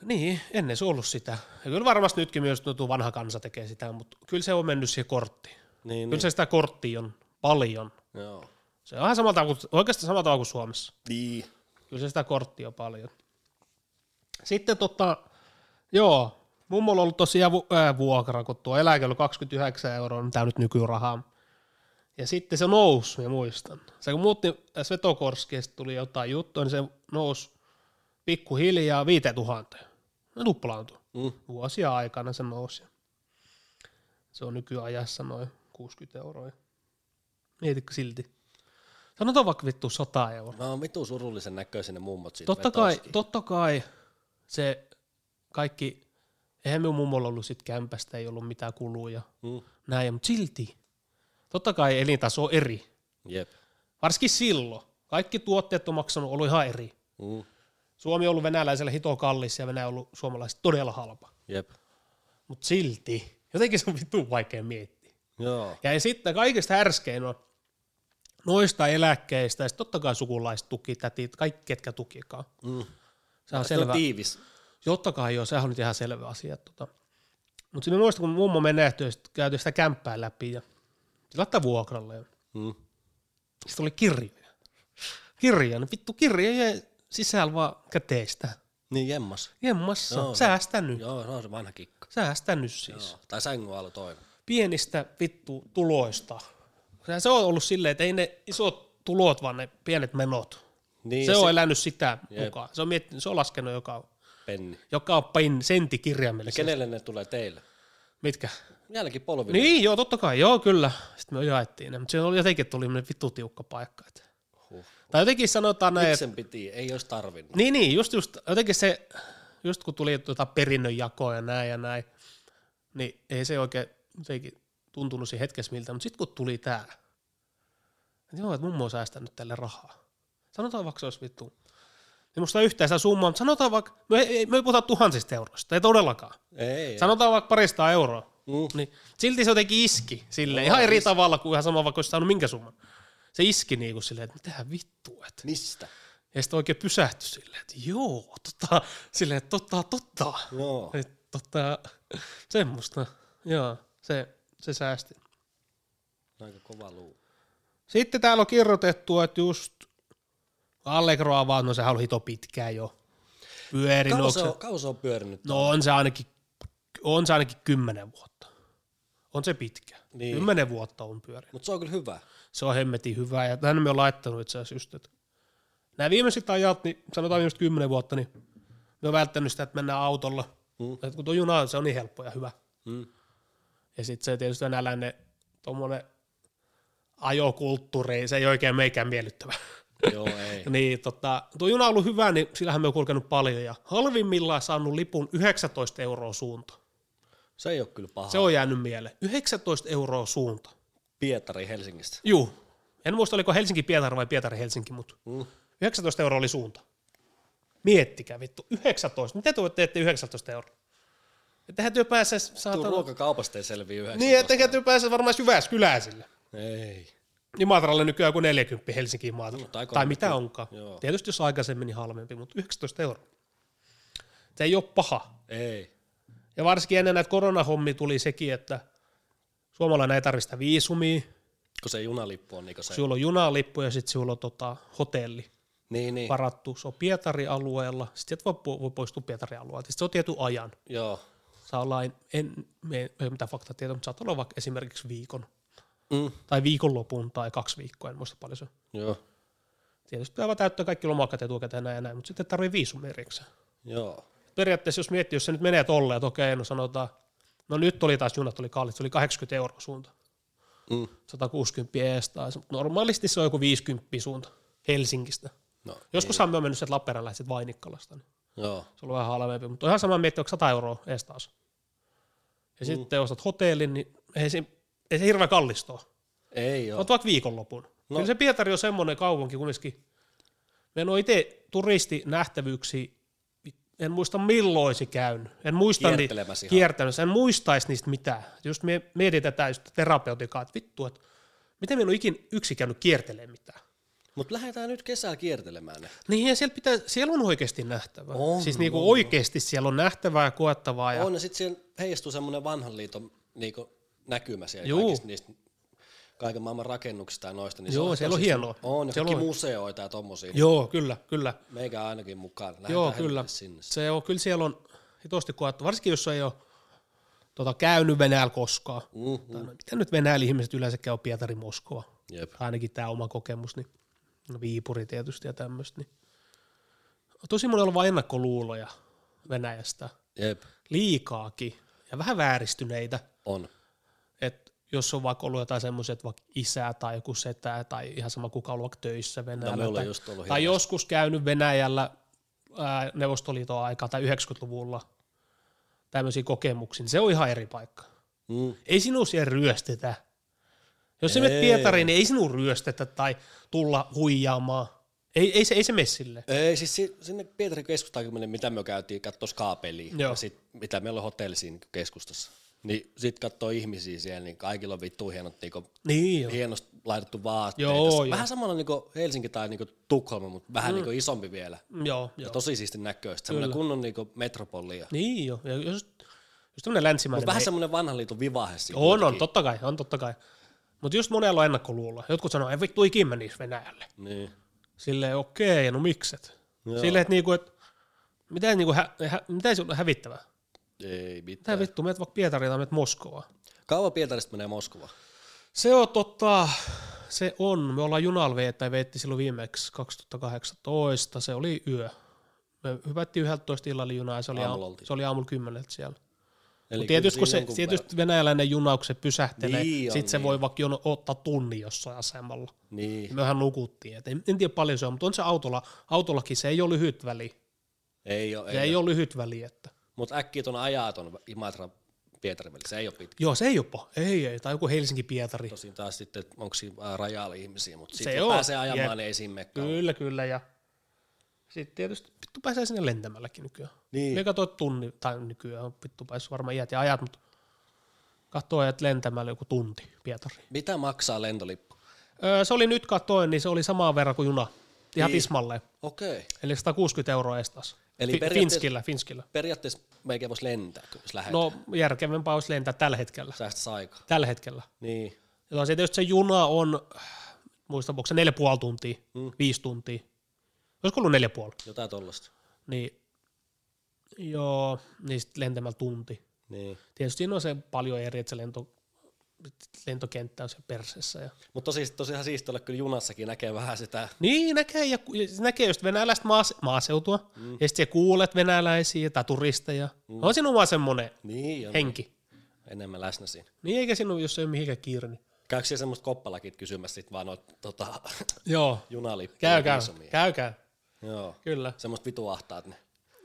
Speaker 2: Niin, ennen se ollut sitä. Ja kyllä varmasti nytkin myös no, tuo vanha kansa tekee sitä, mutta kyllä se on mennyt siihen korttiin. Niin.
Speaker 1: Niin,
Speaker 2: Kyllä
Speaker 1: niin.
Speaker 2: se sitä korttia on paljon.
Speaker 1: Joo.
Speaker 2: Se on ihan samalla tavalla kuin, oikeastaan samalla tavalla kuin Suomessa.
Speaker 1: Niin.
Speaker 2: Kyllä se sitä korttia on paljon. Sitten tota, joo, mummolla on ollut tosiaan vu- ää, vuokra, kun tuo eläke oli 29 euroa, niin tämä nyt nykyrahaa. Ja sitten se nousi, mä muistan. Se kun muutti Svetokorskista tuli jotain juttua, niin se nousi pikkuhiljaa 5000. No tuplaantui.
Speaker 1: Mm.
Speaker 2: Vuosia aikana se nousi. Se on nykyajassa noin 60 euroa. Mietitkö silti? Sanotaan vaikka vittu 100 euroa.
Speaker 1: Mä oon vitun surullisen näköisen ne mummot siitä
Speaker 2: Totta kai,
Speaker 1: vetosta.
Speaker 2: totta kai se kaikki, eihän minun mummolla ollut sit kämpästä, ei ollut mitään kuluja,
Speaker 1: Mm.
Speaker 2: näin, mutta silti. Totta kai elintaso on eri,
Speaker 1: Jep.
Speaker 2: varsinkin silloin. Kaikki tuotteet on maksanut, ollut ihan eri.
Speaker 1: Mm.
Speaker 2: Suomi on ollut venäläisellä hito kallis ja Venäjä on ollut suomalaiset todella halpa.
Speaker 1: Jep.
Speaker 2: Mutta silti, jotenkin se on vittu vaikea miettiä.
Speaker 1: Joo.
Speaker 2: Ja sitten kaikista härskein on noista eläkkeistä ja sit totta kai sukulaistuki, tätit, kaikki ketkä tukikaan.
Speaker 1: Mm.
Speaker 2: Se on
Speaker 1: Se on
Speaker 2: selvä.
Speaker 1: tiivis.
Speaker 2: Totta kai joo, sehän on nyt ihan selvä asia. Tota. Mutta sitten muistan, kun mummo menehtyy, sitten käytiin sitä kämppää läpi ja se laittaa vuokralle. Ja
Speaker 1: Mm.
Speaker 2: sitten oli kirjoja. Kirja, no vittu kirja jäi sisällä vaan käteistä.
Speaker 1: Niin jemmas.
Speaker 2: Jemmassa,
Speaker 1: Joo.
Speaker 2: säästä nyt.
Speaker 1: Joo, se on se vanha kikka.
Speaker 2: Säästä nyt siis.
Speaker 1: Joo. Tai sängyn alla toi.
Speaker 2: Pienistä vittu tuloista. Sehän se on ollut silleen, että ei ne isot tulot, vaan ne pienet menot.
Speaker 1: Niin,
Speaker 2: se, on elänyt sitä
Speaker 1: Jep.
Speaker 2: mukaan. Se on, miettinyt, se on laskenut joka,
Speaker 1: penni.
Speaker 2: joka pen, sentti
Speaker 1: Ja
Speaker 2: kirjaimellisesti.
Speaker 1: kenelle ne tulee teille?
Speaker 2: Mitkä?
Speaker 1: Jälläkin polville.
Speaker 2: Niin, joo, totta kai, joo, kyllä. Sitten me jaettiin ne, mutta se oli jotenkin tuli semmoinen vittu tiukka paikka. Että.
Speaker 1: Huh.
Speaker 2: Tai jotenkin sanotaan näin,
Speaker 1: Nyt
Speaker 2: että,
Speaker 1: sen piti, ei olisi tarvinnut.
Speaker 2: niin, niin, just, just, jotenkin se, just kun tuli tuota perinnönjakoa ja näin ja näin, niin ei se oikein jotenkin tuntunut siinä hetkessä miltä, mutta sitten kun tuli tää, että joo, että mummo on säästänyt tälle rahaa. Sanotaan vaikka se olisi vittu. Ei musta yhtään sitä summaa, mutta sanotaan vaikka, me ei, me ei puhuta tuhansista euroista, ei todellakaan.
Speaker 1: Ei.
Speaker 2: Sanotaan vaikka parista euroa.
Speaker 1: Mm.
Speaker 2: Niin, silti se jotenkin iski sille ihan eri tavalla kuin ihan sama vaikka olisi saanut minkä summan. Se iski niinku silleen, että mitähän vittua. Et.
Speaker 1: Mistä?
Speaker 2: Ja sitten oikein pysähtyi silleen, että joo, tota, silleen, että totta, totta.
Speaker 1: Joo.
Speaker 2: Et, tota, semmoista. Joo, se, se säästi.
Speaker 1: Aika kova luu.
Speaker 2: Sitten täällä on kirjoitettu, että just Allegro avaa, no sehän on hito pitkään jo. Pyörin,
Speaker 1: Kauan
Speaker 2: onko
Speaker 1: se
Speaker 2: Niin, se-
Speaker 1: on, kauan se on pyörinyt.
Speaker 2: no on se ainakin, on se ainakin kymmenen vuotta. On se pitkä.
Speaker 1: Niin.
Speaker 2: Kymmenen vuotta on pyörinyt.
Speaker 1: Mutta se on kyllä hyvä.
Speaker 2: Se on hemmetin hyvä ja tänne me on laittanut itse asiassa just, että nämä viimeiset ajat, niin sanotaan viimeiset kymmenen vuotta, niin me on välttänyt sitä, että mennään autolla. Mm. Että kun tuo juna on, se on niin helppo ja hyvä.
Speaker 1: Mm.
Speaker 2: Ja sitten se tietysti venäläinen tuommoinen ajokulttuuri, se ei oikein meikään miellyttävä.
Speaker 1: Joo, ei.
Speaker 2: niin tota, tuo juna on ollut hyvä, niin sillähän me on kulkenut paljon ja halvimmillaan saanut lipun 19 euroa suunta.
Speaker 1: Se ei ole kyllä paha.
Speaker 2: Se on jäänyt mieleen. 19 euroa suunta.
Speaker 1: Pietari Helsingistä.
Speaker 2: Juu. En muista, oliko Helsinki Pietari vai Pietari Helsinki, mutta
Speaker 1: Mm.
Speaker 2: 19 euroa oli suunta. Miettikää vittu, 19. Mitä te teette 19 euroa? Ettehän työ pääse
Speaker 1: Tuo
Speaker 2: saatana...
Speaker 1: ruokakaupasta ei selviä yhdeksän.
Speaker 2: Niin, ettehän työ pääse varmaan edes Jyväskylään sille.
Speaker 1: Ei.
Speaker 2: Imatralle nykyään joku 40 Helsinkiin maata.
Speaker 1: No, tai
Speaker 2: tai, tai mitä
Speaker 1: 30.
Speaker 2: onkaan.
Speaker 1: Joo.
Speaker 2: Tietysti jos aikaisemmin, niin halvempi, mutta 19 euroa. Se ei ole paha.
Speaker 1: Ei.
Speaker 2: Ja varsinkin ennen näitä koronahommia tuli sekin, että suomalainen ei tarvitse sitä viisumia,
Speaker 1: Kun se junalippu on niin se.
Speaker 2: sulla on junalippu ja sitten sulla on tota, hotelli.
Speaker 1: niin, niin.
Speaker 2: varattu, se on Pietarin alueella, sitten et voi, po- voi poistua Pietarin alueelta, sitten se on tietyn ajan.
Speaker 1: Joo.
Speaker 2: Saa olla, en, en, me ei ole mitään faktaa tietoa, mutta saat olla vaikka esimerkiksi viikon,
Speaker 1: Mm.
Speaker 2: tai viikonlopun, tai kaksi viikkoa, en muista paljon se on.
Speaker 1: Joo.
Speaker 2: Tietysti pitää vaan täyttää kaikki lomakat etukäteen näin ja näin, mutta sitten ei tarvii viisumi erikseen.
Speaker 1: Joo.
Speaker 2: Periaatteessa jos miettii, jos se nyt menee tolleen, että okei, no sanotaan, no nyt oli taas junat oli kalliit, se oli 80 euroa suunta,
Speaker 1: Mm.
Speaker 2: 160 ees taas, mutta normaalisti se on joku 50 suunta Helsingistä.
Speaker 1: No,
Speaker 2: Joskushan me on mennyt sieltä Lappeenrannan sieltä Vainikkalasta, niin
Speaker 1: Joo.
Speaker 2: se on ollut vähän halvempi, mutta on ihan sama miettiä, onko 100 euroa ees taas. Ja mm. sitten ostat hotellin, niin ei se, ei se hirveän kallistua.
Speaker 1: No. Ei
Speaker 2: Oot
Speaker 1: oo.
Speaker 2: vaikka viikonlopun. No. Kyllä se Pietari on semmoinen kaupunki kumminkin. Me en ole itse turistinähtävyyksiä, en muista milloin se käynyt. En muista ni-
Speaker 1: Kiertelemässä ihan.
Speaker 2: kiertelemässä. En muistaisi niistä mitään. Just me mietitään just terapeutikaa, että vittu, että miten me en ole ikinä yksi käynyt kiertelemään mitään.
Speaker 1: Mutta lähdetään nyt kesällä kiertelemään ne.
Speaker 2: Niin ja siellä, pitää, siellä on oikeasti nähtävää.
Speaker 1: On,
Speaker 2: siis niinku oikeasti siellä on nähtävää ja koettavaa. Ja
Speaker 1: On, ja sitten siihen heijastuu semmoinen vanhan liiton niinku, näkymä siellä
Speaker 2: Juu.
Speaker 1: kaikista niistä kaiken maailman rakennuksista ja noista. Niin se
Speaker 2: Joo,
Speaker 1: on
Speaker 2: siellä on
Speaker 1: tosi-
Speaker 2: hienoa.
Speaker 1: On, ja
Speaker 2: Siellä
Speaker 1: kaikki
Speaker 2: on.
Speaker 1: museoita ja tommosia. niin
Speaker 2: Joo, kyllä, kyllä.
Speaker 1: Meikä ainakin mukaan. Lähdetään
Speaker 2: Joo, kyllä.
Speaker 1: helvetin Sinne.
Speaker 2: Se on, kyllä siellä on hitosti koettu, varsinkin jos ei ole tota, käynyt Venäjällä koskaan.
Speaker 1: Mm,
Speaker 2: Tai no, mitä nyt Venäjällä ihmiset yleensä käy Pietari Moskova?
Speaker 1: jep.
Speaker 2: Ainakin tämä oma kokemus, niin no, Viipuri tietysti ja tämmöistä. Niin. Tosi monella on vaan ennakkoluuloja Venäjästä,
Speaker 1: Jep.
Speaker 2: liikaakin ja vähän vääristyneitä.
Speaker 1: On.
Speaker 2: Et jos on vaikka ollut jotain semmoisia, että vaikka isä tai joku setä tai ihan sama kuka on ollut vaikka töissä Venäjällä.
Speaker 1: mulla on
Speaker 2: tai,
Speaker 1: No, just ollut
Speaker 2: tai
Speaker 1: hirveästi.
Speaker 2: joskus käynyt Venäjällä ää, Neuvostoliiton aikaa tai 90-luvulla tämmöisiä kokemuksia, niin se on ihan eri paikka.
Speaker 1: Mm.
Speaker 2: Ei sinua siellä ryöstetä. Jos sä menet
Speaker 1: Ei.
Speaker 2: Pietariin, niin ei sinua ryöstetä tai tulla huijaamaan. Ei, ei, se, ei se mene silleen.
Speaker 1: Ei, siis si- sinne Pietarin keskustaan, kun meni, mitä me käytiin, katsoi kaapeliin,
Speaker 2: Joo.
Speaker 1: ja sit, mitä meillä on hotelli siinä keskustassa. Niin sit katsoo ihmisiä siellä, niin kaikilla on vittu hienot, niinku,
Speaker 2: Niin joo.
Speaker 1: hienosti laitettu vaatteet.
Speaker 2: Joo,
Speaker 1: Joo,
Speaker 2: joo. Mm.
Speaker 1: Vähän samalla niinku Helsinki tai niinku Tukholma, mutta vähän niinku isompi vielä.
Speaker 2: joo,
Speaker 1: Ja
Speaker 2: joo.
Speaker 1: tosi siisti näköistä, semmoinen kunnon niinku metropolia. Niin,
Speaker 2: Niin joo. Ja jos, jos tämmöinen länsimainen...
Speaker 1: vähän semmoinen vanhan liiton vivahe siinä.
Speaker 2: On, on,
Speaker 1: kuitenkin.
Speaker 2: totta kai, on totta kai. Mutta just monella on ennakkoluuloja. Jotkut sanoo, ei vittu ikinä menisi Venäjälle.
Speaker 1: Niin.
Speaker 2: Silleen, okei, no mikset?
Speaker 1: Joo.
Speaker 2: Silleen, että niinku, et, mitä, niinku, hä, hä, mitä se on hävittävää?
Speaker 1: Ei
Speaker 2: Mitä
Speaker 1: mitään.
Speaker 2: vittu, meet vaikka Pietariin tai meet Moskovaan.
Speaker 1: Kauan Pietarista menee Moskova.
Speaker 2: Se on totta, se on. Me ollaan junalla veettä ja veetti silloin viimeksi 2018, se oli yö. Me hypättiin 11 illalla junaa ja se oli,
Speaker 1: Aamulla
Speaker 2: aamu,
Speaker 1: oltiin.
Speaker 2: se oli aamulla kymmeneltä siellä.
Speaker 1: Eli
Speaker 2: Mut tietysti
Speaker 1: kyllä
Speaker 2: kun
Speaker 1: siinä niinku-
Speaker 2: se,
Speaker 1: jonkun
Speaker 2: tietysti venäläinen juna, kun se pysähtelee,
Speaker 1: Niin on,
Speaker 2: niin sitten se
Speaker 1: niin.
Speaker 2: voi vaikka jono, ottaa tunnin jossain asemalla.
Speaker 1: verran. Niin,
Speaker 2: Mehän nukuttiin, et en, en tiedä paljon se on, mutta on se autolla, autollakin se ei ole lyhyt väli.
Speaker 1: ei ole.
Speaker 2: Se ei ole lyhyt väli, että
Speaker 1: Mutta äkkiä tuon ajaa tuon Imatra Pietarin välissä, ei ole pitkä.
Speaker 2: joo, se ei ole ei, ei, tai joku Helsinki-Pietari.
Speaker 1: Tosin taas sitten, että onko siinä vaan rajalla ihmisiä, mutta
Speaker 2: Se
Speaker 1: sitten kun
Speaker 2: on,
Speaker 1: pääsee ajamaan,
Speaker 2: jep.
Speaker 1: niin ei siinä mene kauan.
Speaker 2: Kyllä, kyllä, ja sitten tietysti vittu pääsee sinne lentämälläkin nykyään.
Speaker 1: Niin.
Speaker 2: Me katsoo tunni, tai nykyään on vittu päässyt varmaan iät ja ajat, mutta katsoo, että lentämällä joku tunti Pietariin.
Speaker 1: Mitä maksaa lentolippu?
Speaker 2: Öö, se oli nyt katoin, niin se oli samaan verran kuin juna, ihan
Speaker 1: Niin.
Speaker 2: tismalleen.
Speaker 1: Okei.
Speaker 2: Eli 160 euroa estas.
Speaker 1: Eli
Speaker 2: Fi-
Speaker 1: periaatteessa-
Speaker 2: Finskillä, Finskillä.
Speaker 1: Periaatteessa meikä voisi lentää, kun jos lähdet. No.
Speaker 2: No järkevämpää olisi lentää tällä hetkellä.
Speaker 1: Säästäisi aikaa.
Speaker 2: Tällä hetkellä.
Speaker 1: Niin.
Speaker 2: Ja se tietysti se juna on, muista, onko se neljä puoli tuntia, mm. viisi tuntia. Olisiko ollut neljä puoli?
Speaker 1: Jotain tollasta.
Speaker 2: Niin, joo, niin sitten lentämällä tunti.
Speaker 1: Niin.
Speaker 2: Tietysti siinä on se paljon eri, että se lento, lentokenttä on siellä persessä. Ja.
Speaker 1: Mutta tosi, tosiaan siisti olla kyllä junassakin näkee vähän sitä.
Speaker 2: Niin, näkee, ja, ku- ja se näkee just venäläistä maase- maaseutua, mm. ja sitten kuulet venäläisiä tai turisteja. Mm. On siinä oma semmoinen
Speaker 1: Niin, on
Speaker 2: henki.
Speaker 1: enemmän läsnä siinä.
Speaker 2: Niin eikä sinun, jos ei ole mihinkään kiire. Niin.
Speaker 1: Käykö siellä semmoista koppalakit kysymässä sit vaan noita tota,
Speaker 2: Joo,
Speaker 1: junalippuja?
Speaker 2: käykää,
Speaker 1: viisumia?
Speaker 2: käykää,
Speaker 1: Joo.
Speaker 2: kyllä.
Speaker 1: Semmoiset vituahtaat ne.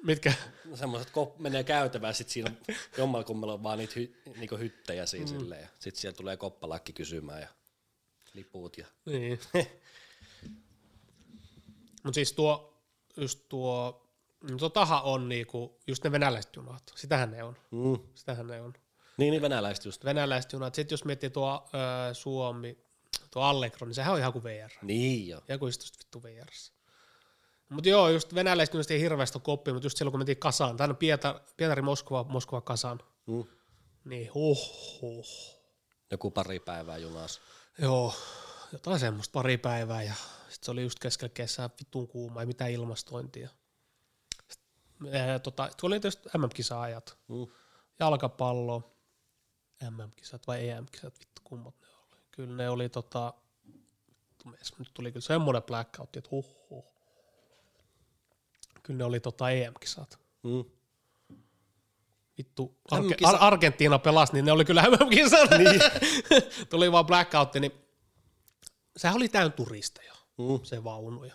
Speaker 2: Mitkä?
Speaker 1: No semmoiset, kun menee käytävään, sit siinä jommalkummalla on vaan niitä hy, niinku hyttejä siinä mm. silleen. Ja sit siellä tulee koppalakki kysymään ja liput ja
Speaker 2: Niin. Mutta siis tuo, just tuo, no totahan on niinku, just ne venäläiset junat, sitähän ne on,
Speaker 1: mm.
Speaker 2: sitähän ne on.
Speaker 1: Niin, niin venäläiset just.
Speaker 2: Venäläiset junat, sitten jos miettii tuo ö, Suomi, tuo Allegro, niin sehän on ihan kuin VR.
Speaker 1: Niin joo.
Speaker 2: Joku istuu sit vittu VRssä. Mutta joo, just venäläiset junasta ei hirveästi ole koppia, mutta just silloin kun mentiin Kasaan, tai no Pietar, Pietari, Moskova, Moskova, Kasaan,
Speaker 1: Mm.
Speaker 2: niin huh, huh.
Speaker 1: Joku pari päivää junassa.
Speaker 2: Joo, jotain semmoista pari päivää ja sitten se oli just keskellä kesää vitun kuuma ei mitään ilmastointia. Sitten, ää, tota, sit oli tietysti MM-kisa-ajat,
Speaker 1: Mm.
Speaker 2: jalkapallo, MM-kisat vai EM-kisat, vittu kummat ne oli. Kyllä ne oli tota, vittu mies, nyt tuli kyllä semmoinen blackout, että huh, huh. Kyllä ne oli tota EM-kisat.
Speaker 1: Mm.
Speaker 2: Vittu, Arge-
Speaker 1: MM-kisa-
Speaker 2: Ar- Argentiina pelasi, niin ne oli kyllä MM-kisana. Niin. Tuli vaan blackout, niin sehän oli täyn turisteja,
Speaker 1: Mm.
Speaker 2: se vaunu ja,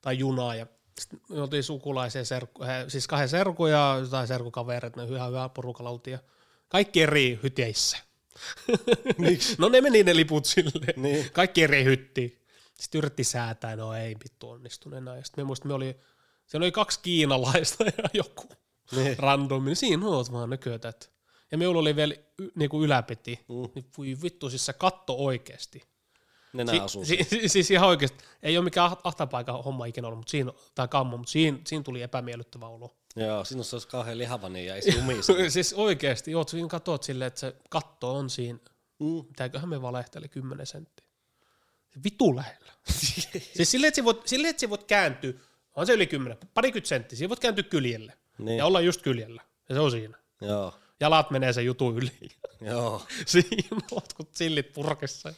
Speaker 2: tai juna. Ja sitten me oltiin sukulaisia, serkku, he, siis kahden serku ja jotain serkukaverit, ne ihan hyvä porukalla oltiin. Ja kaikki eri hyteissä. Miksi? no ne meni ne liput silleen.
Speaker 1: Niin.
Speaker 2: Kaikki eri hytti. Sitten yritti säätää, no ei vittu onnistunut enää. Ja sitten me muistin, me oli, siellä oli kaksi kiinalaista ja joku
Speaker 1: Niin.
Speaker 2: randomi. Siinä oot vaan nökötät. Ja me oli vielä y, niinku yläpiti.
Speaker 1: Mm.
Speaker 2: Niin voi vittu, siis se katto oikeesti.
Speaker 1: Ne nää asuu.
Speaker 2: si, si, siis ihan oikeesti. Ei ole mikään ah- ahtapaikan homma ikinä ollut, mutta siinä, tai kammo, mutta siinä, siinä tuli epämiellyttävä olo.
Speaker 1: Joo, sinun se olisi kauhean lihava niin jäisi jumissa.
Speaker 2: siis oikeesti, oot siinä katot silleen, että se katto on siinä,
Speaker 1: Mm.
Speaker 2: mitäköhän me valehteli, 10 senttiä. Vitu lähellä. siis silleen, että sä voit, silleen, että sä voit kääntyä, on se yli 10, parikymmentä senttiä, sä voit kääntyä kyljelle.
Speaker 1: Niin.
Speaker 2: Ja olla just kyljellä. Ja se on siinä.
Speaker 1: Joo.
Speaker 2: Jalat menee sen jutun yli.
Speaker 1: Joo.
Speaker 2: Siinä otkut sillit purkissa.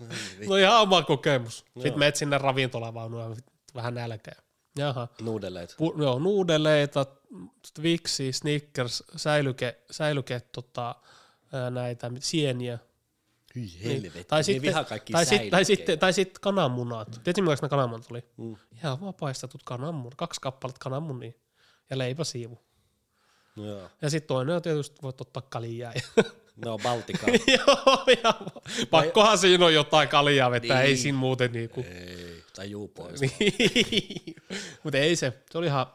Speaker 2: No ihan oma kokemus. Sitten menet sinne ravintolavaunuun ja vähän nälkää. Jaha.
Speaker 1: Nuudeleet.
Speaker 2: Pu- joo, nuudeleita, Twixi, Snickers, säilyke, säilyke tota, ää, näitä sieniä.
Speaker 1: Hyi
Speaker 2: Niin.
Speaker 1: helvetti.
Speaker 2: Tai
Speaker 1: Ne
Speaker 2: sitten,
Speaker 1: vihaa kaikki
Speaker 2: tai, sit, tai,
Speaker 1: säilykkeitä.
Speaker 2: sitten, tai sitten kananmunat. Tiedätkö, millaista ne kananmunat oli?
Speaker 1: Mm.
Speaker 2: Ihan vaan paistetut kananmunat. Kaksi kappaletta kananmunia ja leipäsiivu.
Speaker 1: No Joo.
Speaker 2: Ja sitten toinen on tietysti, voit ottaa kaljaa. ja-
Speaker 1: No Baltikaa.
Speaker 2: Joo, ja pakkohan siinä on jotain kaljaa vetää,
Speaker 1: Niin.
Speaker 2: ei siinä muuten niinku.
Speaker 1: Ei. Tai juupoista.
Speaker 2: Niin. Mutta ei se, se oli ihan,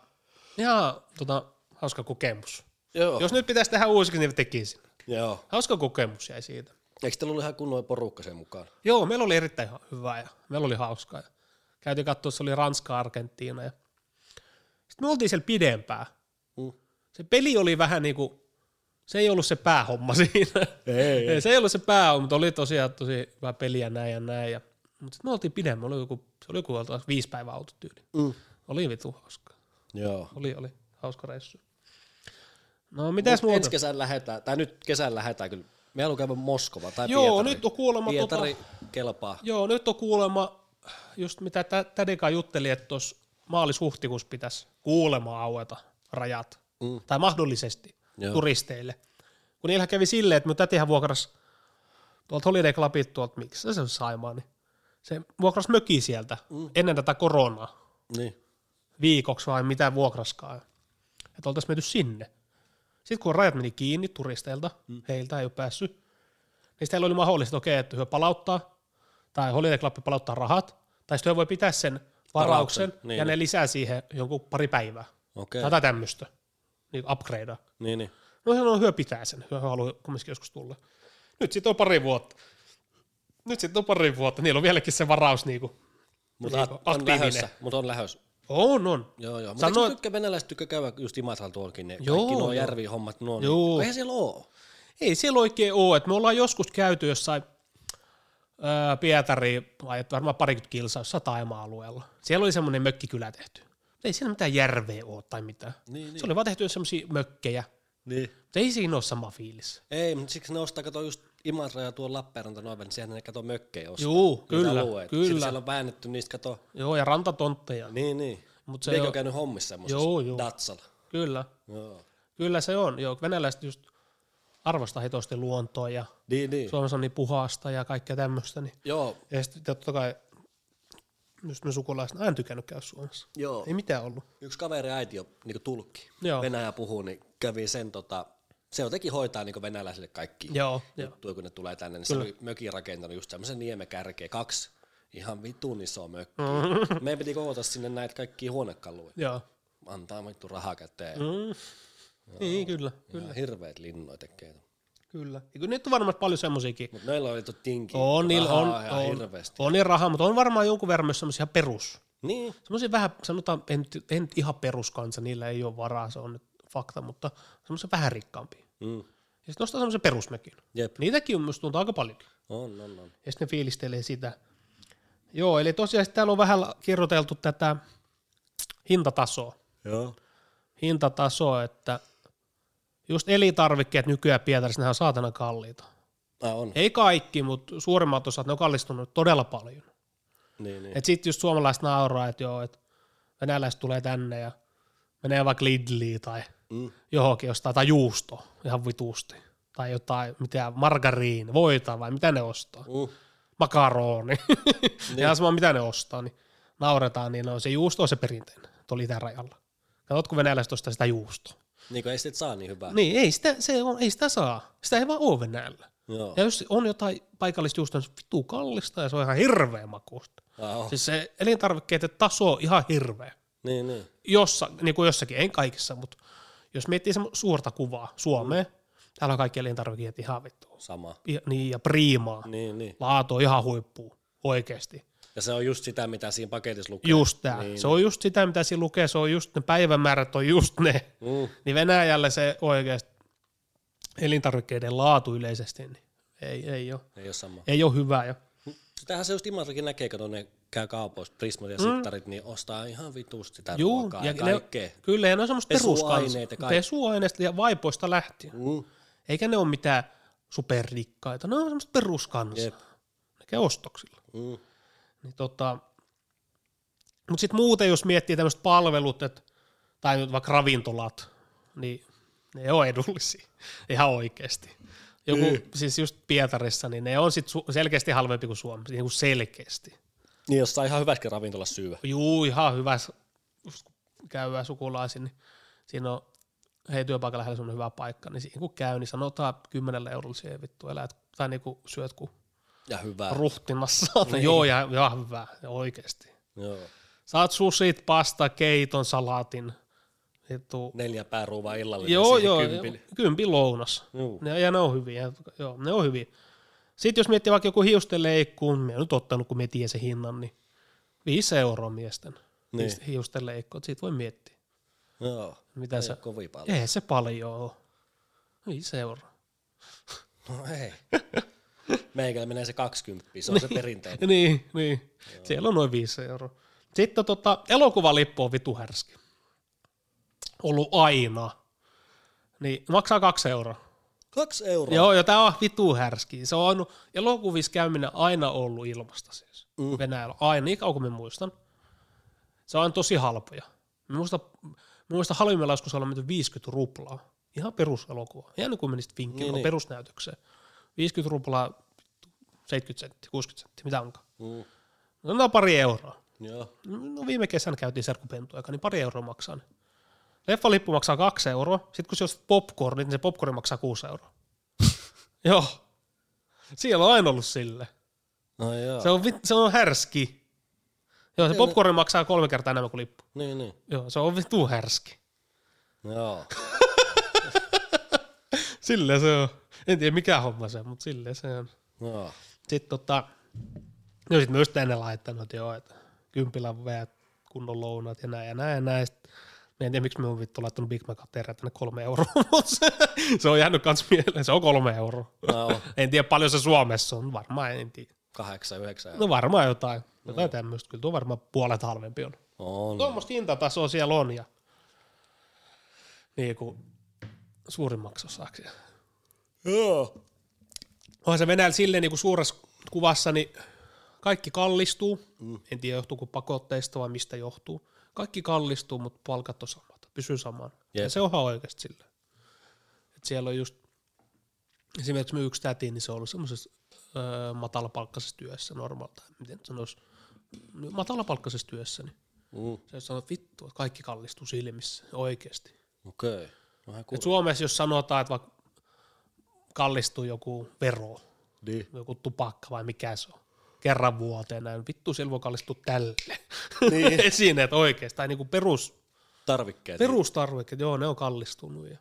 Speaker 2: ihan tota, hauska kokemus.
Speaker 1: Joo.
Speaker 2: Jos nyt pitäisi tehdä uusiksi, niin tekisin.
Speaker 1: Joo.
Speaker 2: Hauska kokemus jäi siitä.
Speaker 1: Eikö teillä ollut ihan kunnon porukka sen mukaan?
Speaker 2: Joo, meillä oli erittäin ha- hyvää ja meillä oli hauskaa. Ja käytiin katsoa, se oli Ranska, Argentiina. Ja... Sitten me oltiin siellä pidempään.
Speaker 1: Mm.
Speaker 2: Se peli oli vähän niinku, se ei ollut se päähomma siinä.
Speaker 1: Ei,
Speaker 2: Ei, se ei ollut se pääoma, mutta oli tosiaan tosi hyvä peli ja näin ja näin. Ja, mutta sitten me oltiin pidemmän, oli joku, se oli joku oltaas viisi päivää oltu tyyli.
Speaker 1: Mm.
Speaker 2: Oli vitu hauska.
Speaker 1: Joo.
Speaker 2: Oli, oli hauska reissu. No mitäs muuta?
Speaker 1: Ensi kesän lähetään, tai nyt kesän lähetään kyllä. Me haluamme käydä Moskova tai
Speaker 2: Joo,
Speaker 1: Pietari.
Speaker 2: nyt on kuulemma
Speaker 1: Pietari
Speaker 2: tota,
Speaker 1: kelpaa.
Speaker 2: joo, nyt on kuulemma, just mitä tä- Tädika jutteli, että tuossa maalis-huhtikuussa pitäisi kuulemma aueta rajat.
Speaker 1: Mm.
Speaker 2: Tai mahdollisesti
Speaker 1: Joo.
Speaker 2: turisteille. Kun niillä kävi silleen, että mun tätihän vuokras tuolta Holiday Clubit tuolta, miksi se on Saimaa, niin se vuokras möki sieltä mm. ennen tätä koronaa
Speaker 1: Niin.
Speaker 2: viikoksi vai mitä vuokraskaan. Että oltaisiin menty sinne. Sitten kun rajat meni kiinni turisteilta, mm. heiltä ei ole päässyt, niin sitten heillä oli mahdollista, että okei, että he palauttaa, tai Holiday Club palauttaa rahat, tai sitten he voi pitää sen varauksen,
Speaker 1: Varauksen, niin.
Speaker 2: ja ne lisää siihen jonkun pari päivää.
Speaker 1: Okei.
Speaker 2: Tätä tämmöistä. Niin upgradea.
Speaker 1: Niin, niin.
Speaker 2: No se on hyö pitää sen, hyö haluaa kumminkin joskus tulla. Nyt sitten on pari vuotta. Nyt sitten on pari vuotta, niillä on vieläkin se varaus niinku.
Speaker 1: Mutta
Speaker 2: niinku
Speaker 1: on lähössä. Mutta on lähössä.
Speaker 2: On, on.
Speaker 1: Joo, joo. Mutta
Speaker 2: Sano-
Speaker 1: Sano... tykkää venäläiset tykkää käydä just Imatralla tuolkin ne
Speaker 2: Joo,
Speaker 1: kaikki nuo
Speaker 2: joo.
Speaker 1: järvihommat, nuo.
Speaker 2: Joo.
Speaker 1: Niin. Eihän siellä oo.
Speaker 2: Ei siellä oikein ole, että me ollaan joskus käyty jossain öö, Pietari, ajettu varmaan parikymmentä kilsaa jossain taima-alueella. Siellä oli semmoinen mökkikylä tehty. Mut Ei siinä mitään järveä ole tai mitään.
Speaker 1: Niin, niin.
Speaker 2: Se oli vaan tehty semmoisia mökkejä.
Speaker 1: niin.
Speaker 2: Mut Ei siinä ole sama fiilis.
Speaker 1: Ei, mutta siksi ne ostaa, kato just Imatra ja tuo Lappeenranta noin, niin sehän ne kato mökkejä ostaa.
Speaker 2: Juu,
Speaker 1: niitä
Speaker 2: kyllä,
Speaker 1: alueita.
Speaker 2: kyllä.
Speaker 1: Sitten siellä on väännetty niistä, kato.
Speaker 2: Joo, ja rantatontteja. Niin.
Speaker 1: Niin, niin.
Speaker 2: Mut se
Speaker 1: Eikö
Speaker 2: on-
Speaker 1: ole käynyt hommissa semmoisessa?
Speaker 2: Joo, joo.
Speaker 1: Datsalla.
Speaker 2: Kyllä,
Speaker 1: Joo.
Speaker 2: kyllä se on. Joo, venäläiset just arvostaa hitosti luontoa ja
Speaker 1: Niin, niin.
Speaker 2: Suomessa on niin puhasta ja kaikkea tämmöistä. Niin.
Speaker 1: Joo,
Speaker 2: Ja sitten totta kai just me sukulaiset, aina tykännyt käydä Suomessa.
Speaker 1: joo.
Speaker 2: Ei mitään ollut.
Speaker 1: Yksi kaveri äiti on niin tulkki.
Speaker 2: Joo.
Speaker 1: Venäjä puhuu, niin kävi sen tota, se jotenkin hoitaa niin venäläisille kaikki
Speaker 2: Joo, joo.
Speaker 1: juttuja, kun ne tulee tänne. Niin se oli mökin rakentanut just semmoisen niemekärkeä, kaksi ihan vitun isoa mökkiä. Mm. Meidän piti koota sinne näitä kaikkia huonekaluja.
Speaker 2: Joo.
Speaker 1: Antaa vittu rahaa käteen. Mm.
Speaker 2: Mm. Niin, kyllä,
Speaker 1: Kyllä. Hirveet linnoja tekee.
Speaker 2: kyllä. Ja kyllä nyt on varmasti paljon semmoisiakin.
Speaker 1: Mutta meillä oli tuo tinki.
Speaker 2: On, niillä on,
Speaker 1: Niin, ihan
Speaker 2: on,
Speaker 1: hirveästi.
Speaker 2: on niin rahaa, mutta on varmaan jonkun verran myös semmoisia perus.
Speaker 1: Niin,
Speaker 2: Semmoisia vähän, sanotaan, en, nyt- en nyt ihan peruskansa, niillä ei ole varaa, se on nyt fakta, mutta semmoisia vähän rikkaampia.
Speaker 1: mm.
Speaker 2: Ja sitten nostaa semmoisen perusmökin.
Speaker 1: jep,
Speaker 2: Niitäkin on myös tuntuu aika paljon.
Speaker 1: on, on, on.
Speaker 2: Ja sitten ne fiilistelee sitä. Joo, eli tosiaan sit täällä on vähän kirjoiteltu tätä hintatasoa.
Speaker 1: Joo.
Speaker 2: Hintatasoa, että just elintarvikkeet nykyään Pietarissa, nehän on saatana kalliita.
Speaker 1: Ah, on,
Speaker 2: Ei kaikki, mutta suurimmat osat, ne on kallistunut todella paljon.
Speaker 1: niin, niin.
Speaker 2: Et sitten just suomalaiset nauraa, että joo, että venäläiset tulee tänne ja menee vaikka Lidliin tai
Speaker 1: Mm.
Speaker 2: johonkin jostain, tai juusto ihan vituusti. Tai jotain, mitä margariini, voita vai mitä ne ostaa.
Speaker 1: Uh,
Speaker 2: Makaroni. Niin. ihan sama mitä ne ostaa, niin nauretaan, niin no, se juusto on se perinteinen tuolla itärajalla. Katsotko venäläiset ostaa sitä juustoa?
Speaker 1: niin kuin ei sit saa niin hyvää.
Speaker 2: Niin, ei sitä, se on, ei sitä saa. Sitä ei vaan ole Venäjällä.
Speaker 1: Joo.
Speaker 2: Ja jos on jotain paikallista juustoa, niin se on vitu kallista ja se on ihan hirveä makuusta.
Speaker 1: Ah, on.
Speaker 2: Siis se elintarvikkeiden taso on ihan hirveä.
Speaker 1: Niin, niin.
Speaker 2: Jossa, niin kuin jossakin, en kaikissa, mutta jos miettii semmo- suurta kuvaa Suomeen, mm. täällä on kaikki elintarvikkeet ihan vittu.
Speaker 1: Sama.
Speaker 2: Ja, niin, ja priimaa. Niin.
Speaker 1: Niin, niin.
Speaker 2: Laatu on ihan huippu, oikeasti.
Speaker 1: Ja se on just sitä, mitä siinä paketissa lukee.
Speaker 2: Just tää. Niin. Se on just sitä, mitä siinä lukee, se on just ne päivämäärät, on just ne.
Speaker 1: Mm.
Speaker 2: Niin Venäjällä se oikeasti elintarvikkeiden laatu yleisesti, niin ei, ei ole.
Speaker 1: Ei ole sama.
Speaker 2: Ei ole hyvää. Ja
Speaker 1: Sitähän se just Imatrakin näkee, kun ne käy kaupoissa, prismat ja sittarit, niin ostaa ihan vitusti sitä Juu, ruokaa ja, ja kaikkea.
Speaker 2: Mm. ne, kyllä, ja ne on semmoista
Speaker 1: Pesuaineita
Speaker 2: peruskans-
Speaker 1: ja kaikki.
Speaker 2: Pesuaineista ja vaipoista lähtien.
Speaker 1: Mm.
Speaker 2: Eikä ne ole mitään superrikkaita, ne on semmoista peruskansaa.
Speaker 1: Jep.
Speaker 2: Ne käy ostoksilla.
Speaker 1: Mm.
Speaker 2: Niin tota, mutta sitten muuten, jos miettii tämmöiset palvelut, et, tai nyt vaikka ravintolat, niin ne ei ole edullisia ihan oikeasti. Joku, siis just Pietarissa, niin ne on sit su- selkeästi halvempi kuin Suomessa, niin kuin selkeästi.
Speaker 1: Niin, jos saa ihan hyväskin ravintola syyä.
Speaker 2: Juu, ihan hyvä s- käyvää sukulaisin, niin siinä on hei työpaikan lähellä on hyvä paikka, niin siinä kun käy, niin sanotaan kymmenellä eurolla siihen vittu elät, tai niinku syöt kuin
Speaker 1: Ja hyvää.
Speaker 2: ruhtinassa. Niin. Joo, ja, ja hyvä, ja oikeasti.
Speaker 1: Joo.
Speaker 2: Saat susit, pasta, keiton, salaatin. Vittu.
Speaker 1: Neljä pääruuvaa illallinen
Speaker 2: Joo,
Speaker 1: siihen
Speaker 2: joo,
Speaker 1: kympille.
Speaker 2: kympi lounas.
Speaker 1: Juu.
Speaker 2: Ne, ja ne on hyviä, joo, ne on hyviä. Sitten jos miettii vaikka joku hiusten leikkuun, mä en nyt ottanut, kun mä tiedän sen hinnan, niin viisi euroa miesten
Speaker 1: Niin.
Speaker 2: niin. hiusten leikkoon, siitä voi miettiä.
Speaker 1: Joo.
Speaker 2: Mitä
Speaker 1: Ei
Speaker 2: sä-
Speaker 1: ole kovin paljon.
Speaker 2: Eihän se paljon ole. Viisi euroa.
Speaker 1: No ei. Meikällä menee se 20, se on se perinteinen.
Speaker 2: Niin, niin. Siellä on noin 5 euroa. Sitten tota, elokuvalippu on vitu härski. Ollut aina. Niin, maksaa kaksi euroa.
Speaker 1: Kaksi euroa.
Speaker 2: Joo, ja tää on vitu härski. Se on elokuvissa käyminen aina ollut ilmasta siis. Mm. Venäjällä. Aina, niin kauan kuin mä muistan. Se on tosi halpoja. Mä muistan, mä muistan halvimmilla joskus olla menty 50 ruplaa. Ihan peruselokuva. Ihan niin kuin menisit vinkkiin niin,
Speaker 1: niin.
Speaker 2: perusnäytökseen. 50 ruplaa, 70 senttiä, 60 senttiä, mitä onkaan.
Speaker 1: Mm.
Speaker 2: No, nämä on pari euroa.
Speaker 1: Joo.
Speaker 2: No viime kesänä käytiin serkupentuaika, niin pari euroa maksaa ne. Leffalippu maksaa kaksi euroa, sitten kun se ostat popcornit, niin se popcorn maksaa kuusi euroa. Joo. Siellä on aina ollut sille.
Speaker 1: No joo.
Speaker 2: Se on, vit- se on härski. Joo, se popcorn maksaa kolme kertaa enemmän kuin lippu.
Speaker 1: Niin, niin.
Speaker 2: Joo, se on vitu härski.
Speaker 1: Joo.
Speaker 2: Sille se on. En tiedä mikä homma se on, mutta sille se on.
Speaker 1: Joo.
Speaker 2: Sitten tota, no sit myös tänne laittanut, että joo, että kympillä veät kunnon lounat ja näin ja näin ja näin. Sit, mä en tiedä, miksi me on vittu laittanut Big Mac terää tänne kolme euroa, mutta se, se, on jäänyt kans mieleen, se on kolme euroa.
Speaker 1: No,
Speaker 2: En tiedä paljon se Suomessa on, varmaan en tiedä.
Speaker 1: kahdeksan, yhdeksän.
Speaker 2: No varmaan jotain. Jotain tämmöistä. Kyllä tuo varmaan puolet halvempi on.
Speaker 1: On.
Speaker 2: Tuommoista hintatasoa siellä on ja niin kuin suurimmaksi osaksi.
Speaker 1: Joo.
Speaker 2: Onhan se Venäjällä silleen niin kuin suuressa kuvassa, niin kaikki kallistuu. Mm. En tiedä johtuuko pakotteista vai mistä johtuu. Kaikki kallistuu, mutta palkat on samat. Pysyy saman. Yep. Ja
Speaker 1: Jep.
Speaker 2: se onhan oikeasti silleen. Et siellä on just, esimerkiksi me yksi täti, niin se on ollut semmoisessa öö, matalapalkkaisessa työssä normaalta. Miten nyt sanoisi? No, Matalapalkkaisessa työssä, niin
Speaker 1: Mm.
Speaker 2: se sanoo, että vittu, että kaikki kallistuu silmissä oikeasti.
Speaker 1: Okei. Okay. Vähän
Speaker 2: Et
Speaker 1: kuuluu.
Speaker 2: Suomessa jos sanotaan, että vaikka kallistuu joku vero,
Speaker 1: Niin.
Speaker 2: joku tupakka vai mikä se on, kerran vuoteen näin, vittu siellä voi kallistua tälle.
Speaker 1: Niin.
Speaker 2: Niin. Esineet oikeastaan, niin kuin perus,
Speaker 1: Tarvikkeet.
Speaker 2: perustarvikkeet, joo ne on kallistunut. Ja.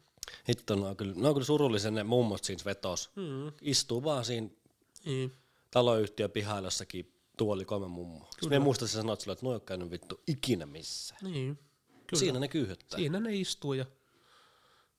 Speaker 1: Hitto, ne on kyllä, ne on kyllä surullisen ne mummot siinä vetos. Mm. Istuu vaan siinä
Speaker 2: Niin.
Speaker 1: taloyhtiön pihalla jossakin tuoli kolme mummoa. Kyllä. Me muista sä sanoit sille, että nuo ei ole käynyt vittu ikinä missään.
Speaker 2: niin.
Speaker 1: Kyllä. Siinä ne kyyhyttää.
Speaker 2: Siinä ne istuu ja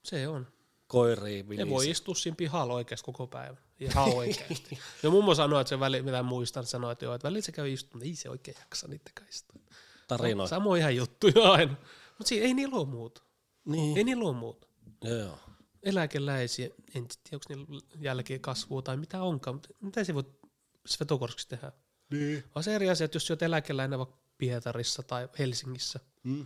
Speaker 2: se on.
Speaker 1: Koiriin,
Speaker 2: Ne
Speaker 1: vilisi.
Speaker 2: voi istua siinä pihalla oikeasti koko päivän. Ihan oikeasti. ja mummo sanoi, että se väli, mitä muistan, sanoi, että joo, että välillä se käy istumaan, ei se oikein jaksa niitäkään istua.
Speaker 1: Tarinoita.
Speaker 2: Samoin ihan juttuja aina. Mutta siinä ei niillä ole muuta.
Speaker 1: Niin.
Speaker 2: Ei niillä ole muuta.
Speaker 1: Joo.
Speaker 2: Eläkeläisiä, en tiedä, onko niillä jälkeen kasvua tai mitä onkaan, mutta mitä se voi Svetogorsissa tehdä?
Speaker 1: Niin.
Speaker 2: On se eri asia, että jos sä oot eläkeläinen vaikka Pietarissa tai Helsingissä,
Speaker 1: Mm.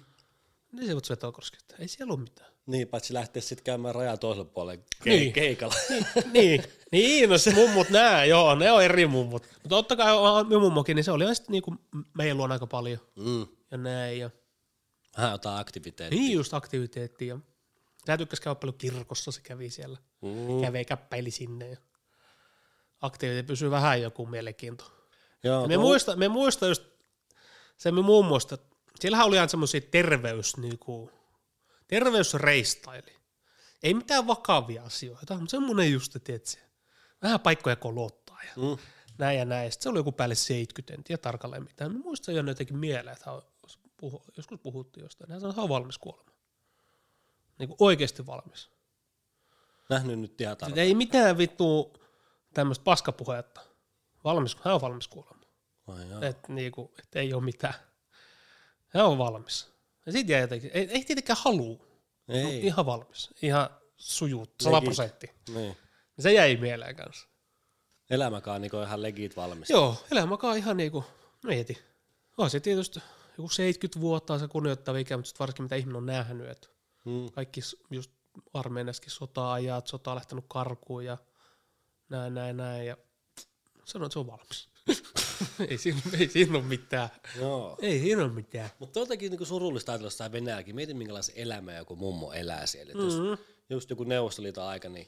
Speaker 2: niin se voit Svetogorskissa tehdä. Ei siellä ole mitään.
Speaker 1: Niin, paitsi lähteä sitten käymään rajan toiselle puolelle ke-
Speaker 2: Niin.
Speaker 1: niin. keikalla.
Speaker 2: niin, niin, no se mummut nää, joo, ne on eri mummut. Mutta totta kai on minun mummokin, niin se oli sitten niinku meidän luona aika paljon
Speaker 1: mm.
Speaker 2: ja näin. Ja,
Speaker 1: Vähän jotain aktiviteettia.
Speaker 2: niin just aktiviteettia. Tää tykkäsi käydä paljon kirkossa, se kävi siellä. Mm.
Speaker 1: Mm.
Speaker 2: Kävi käppäili sinne ja aktiviteetti pysyy vähän joku mielenkiinto.
Speaker 1: Joo,
Speaker 2: Ja Niin. me,
Speaker 1: tuo-
Speaker 2: muista, me muista just se me muun muassa, että siellähän oli ihan semmoisia terveys, niinku, terveysreistaili. Ei mitään vakavia asioita, mutta semmoinen just, että tiedät sä, vähän paikkoja kolottaa ja mm. näin ja näin. Sitten se oli joku päälle 70, en tiedä tarkalleen mitään. Mä muistan jo jotenkin mieleen, että hän on- puhu, joskus puhuttiin jostain, hän sanoi, että hän on valmis kuolemaan. Niin oikeasti valmis.
Speaker 1: nähnyt nyt ihan
Speaker 2: Sit
Speaker 1: tarpeeksi.
Speaker 2: ei mitään vittu tämmöistä paskapuhetta. Valmis, hän on valmis kuolemaan.
Speaker 1: Ai joo.
Speaker 2: Että niinku, et ei ole mitään. Hän on valmis. Ja sit jäi jotenkin, ei, ei tietenkään halua, mutta
Speaker 1: Ei.
Speaker 2: ihan valmis. Ihan sujut, 100
Speaker 1: Niin. Legit.
Speaker 2: prosenttia.
Speaker 1: Niin.
Speaker 2: Se jäi mieleen kanssa.
Speaker 1: Elämäkaan niin on ihan legit valmis.
Speaker 2: Joo, elämäkaan ihan niinku, mieti. On se tietysti joku 70 vuotta on se kunnioittava ikä, mutta sit varsinkin mitä ihminen on nähnyt, että
Speaker 1: Mm.
Speaker 2: kaikki s- just armeenaskin sota-ajat, sota on lähtenyt karkuun ja näin, näin, näin. Ja sanoin, että se on valmis. ei, siinä, ei siinä ole mitään.
Speaker 1: Joo.
Speaker 2: Ei siinä ole mitään.
Speaker 1: Mutta jotenkin niinku surullista ajatella sitä Venäjälläkin. Mietin, minkälaisen elämän joku mummo elää siellä. Mm-hmm. Jos, just joku Neuvostoliiton aika, niin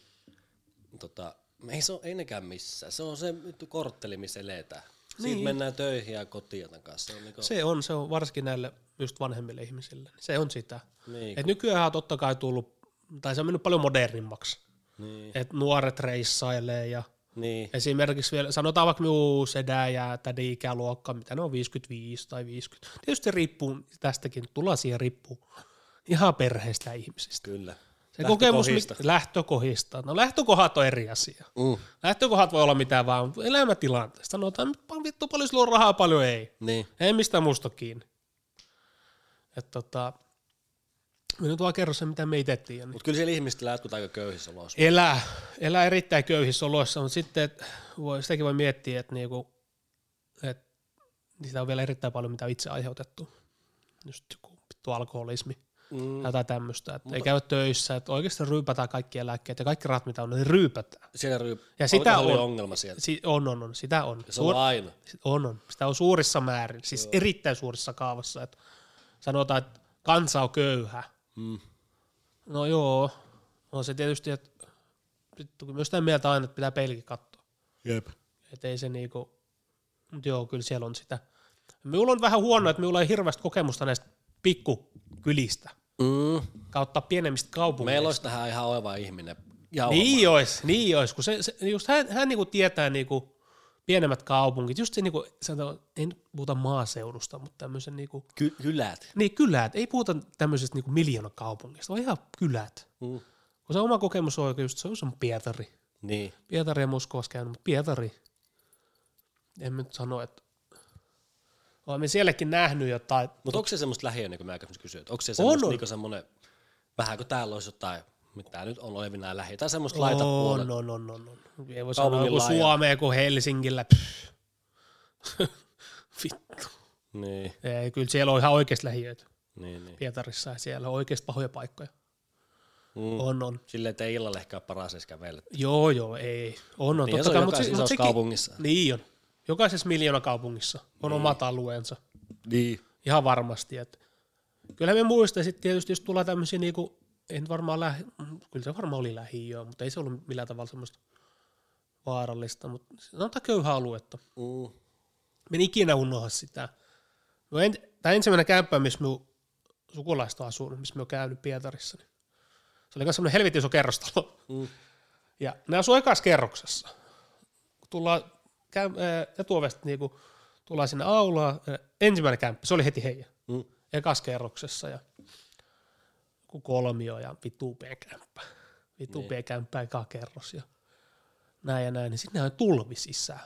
Speaker 1: tota, ei se ole ennenkään missään. Se on se vittu kortteli, missä eletään. Siitä
Speaker 2: Niin.
Speaker 1: mennään töihin ja kotiin tämän kanssa. Se on niinku, se,
Speaker 2: Se on, se on varsinkin näille just vanhemmille ihmisille. niin Se on sitä.
Speaker 1: niin,
Speaker 2: Et nykyään on totta kai tullut, tai se on mennyt paljon modernimmaksi.
Speaker 1: niin,
Speaker 2: Et nuoret reissailee ja
Speaker 1: niin,
Speaker 2: esimerkiksi vielä, sanotaan vaikka minun sedä ja tädi ikäluokka, mitä ne on 55 tai 50. Tietysti riippuu tästäkin, tullaan siihen riippuu ihan perheestä ja ihmisistä.
Speaker 1: kyllä.
Speaker 2: Se kokemus
Speaker 1: Lähtökohdista.
Speaker 2: mi- lähtökohdista. No lähtökohdat on eri asia.
Speaker 1: Mm,
Speaker 2: Lähtökohdat voi olla mitä vaan, mutta elämäntilanteesta. Sanotaan, vittu paljon sulla on rahaa, paljon ei.
Speaker 1: niin,
Speaker 2: Ei mistään musta ole kiinni. Et tota, mä nyt vaan kerron sen, mitä me itse tiedän.
Speaker 1: mutta kyllä siellä ihmiset elää jotkut aika köyhissä oloissa.
Speaker 2: Elää, elää erittäin köyhissä oloissa, mutta sitten et voi, sitäkin voi miettiä, että niinku, et, sitä on vielä erittäin paljon, mitä on itse aiheutettu. Just joku vittu alkoholismi
Speaker 1: Mm.
Speaker 2: tai jotain tämmöistä, että ei käy töissä, että oikeasti ryypätään kaikki eläkkeet ja kaikki rahat, mitä on, ne ryypätään.
Speaker 1: Siellä ryy...
Speaker 2: Ja sitä
Speaker 1: alkoholi
Speaker 2: on-
Speaker 1: ongelma siellä.
Speaker 2: Si- on, on, on, sitä on.
Speaker 1: Se on aina.
Speaker 2: On, on. Sitä on suurissa määrin, siis Joo. erittäin suurissa kaavassa. Että sanotaan, että kansa on köyhä.
Speaker 1: Mm.
Speaker 2: No joo, on se tietysti, että vittu, kun myös sitä mieltä aina, että pitää peilikin katsoa.
Speaker 1: Jep.
Speaker 2: Että ei se niinku, mutta joo, kyllä siellä on sitä. Minulla on vähän huono, että minulla ei hirveästi kokemusta näistä pikkukylistä
Speaker 1: Mm.
Speaker 2: kautta pienemmistä kaupungeista.
Speaker 1: Meillä olisi tähän ihan oiva ihminen. Ja
Speaker 2: Niin ois, niin ois, kun se, se just hän, hän niinku tietää niinku pienemmät kaupungit, just se niinku, sanotaan, ei nyt puhuta maaseudusta, mutta tämmöisen niinku,
Speaker 1: Ky- kylät.
Speaker 2: niin kylät, ei puhuta tämmöisestä niinku miljoonakaupungista, vaan ihan kylät.
Speaker 1: Mm.
Speaker 2: Kun se oma kokemus on oikein just, se on Pietari.
Speaker 1: Niin.
Speaker 2: Pietari ja Moskovassa käynyt, mutta Pietari. en mä nyt sano, että olemme sielläkin nähnyt jotain.
Speaker 1: Mutta onko se semmoista lähiö, niin kuin mä aikaisemmin kysyin, että onko se
Speaker 2: On,
Speaker 1: semmoista
Speaker 2: on.
Speaker 1: niinku semmoinen, vähän kuin täällä olisi jotain, mitä nyt on olevinaan lähiö, tai semmoista
Speaker 2: on,
Speaker 1: laitapuolella.
Speaker 2: on, on, on, on. Ei voi sanoa
Speaker 1: Kaupungin
Speaker 2: joku
Speaker 1: laaja.
Speaker 2: Suomea kuin Helsingillä. Pff. Vittu.
Speaker 1: Niin,
Speaker 2: Ei, kyllä siellä on ihan oikeasti lähiöitä
Speaker 1: niin, niin.
Speaker 2: Pietarissa ja siellä on oikeasti pahoja paikkoja.
Speaker 1: Mm.
Speaker 2: On, on.
Speaker 1: Silleen, että ei illalla ehkä ole paras edes kävellä.
Speaker 2: Joo, joo, ei. On, on.
Speaker 1: Niin,
Speaker 2: Totta
Speaker 1: se
Speaker 2: kai,
Speaker 1: on
Speaker 2: mutta se,
Speaker 1: jokaisessa
Speaker 2: mutta
Speaker 1: isossa
Speaker 2: sekin,
Speaker 1: kaupungissa.
Speaker 2: Niin on. Jokaisessa miljoona kaupungissa on omat alueensa.
Speaker 1: Niin.
Speaker 2: Ihan varmasti. Että. Kyllä me muista sitten tietysti, jos tulee tämmöisiä niinku, en varmaan lähi, mm, kyllä se varmaan oli lähiö, mutta ei se ollut millään tavalla semmoista vaarallista, no, mutta sanotaan köyhää aluetta.
Speaker 1: Mm.
Speaker 2: Mä en ikinä unohda sitä. No en, tämä ensimmäinen kämppä, missä minun sukulaista asuu, missä me on käynyt Pietarissa, niin se oli myös semmoinen helvetin iso kerrostalo.
Speaker 1: Mm.
Speaker 2: Ja ne asuu ekas kerroksessa. Kun tullaan käy, ää, etuovesta, niin kun tullaan sinne aulaan, ää, ensimmäinen kämppä, se oli heti heidän,
Speaker 1: Mm.
Speaker 2: ekas kerroksessa ja joku kolmio ja vittu upea kämppä. Vittu
Speaker 1: Niin.
Speaker 2: upea kämppä, eka kerros ja näin ja näin, niin sitten ne on tulvi sisään.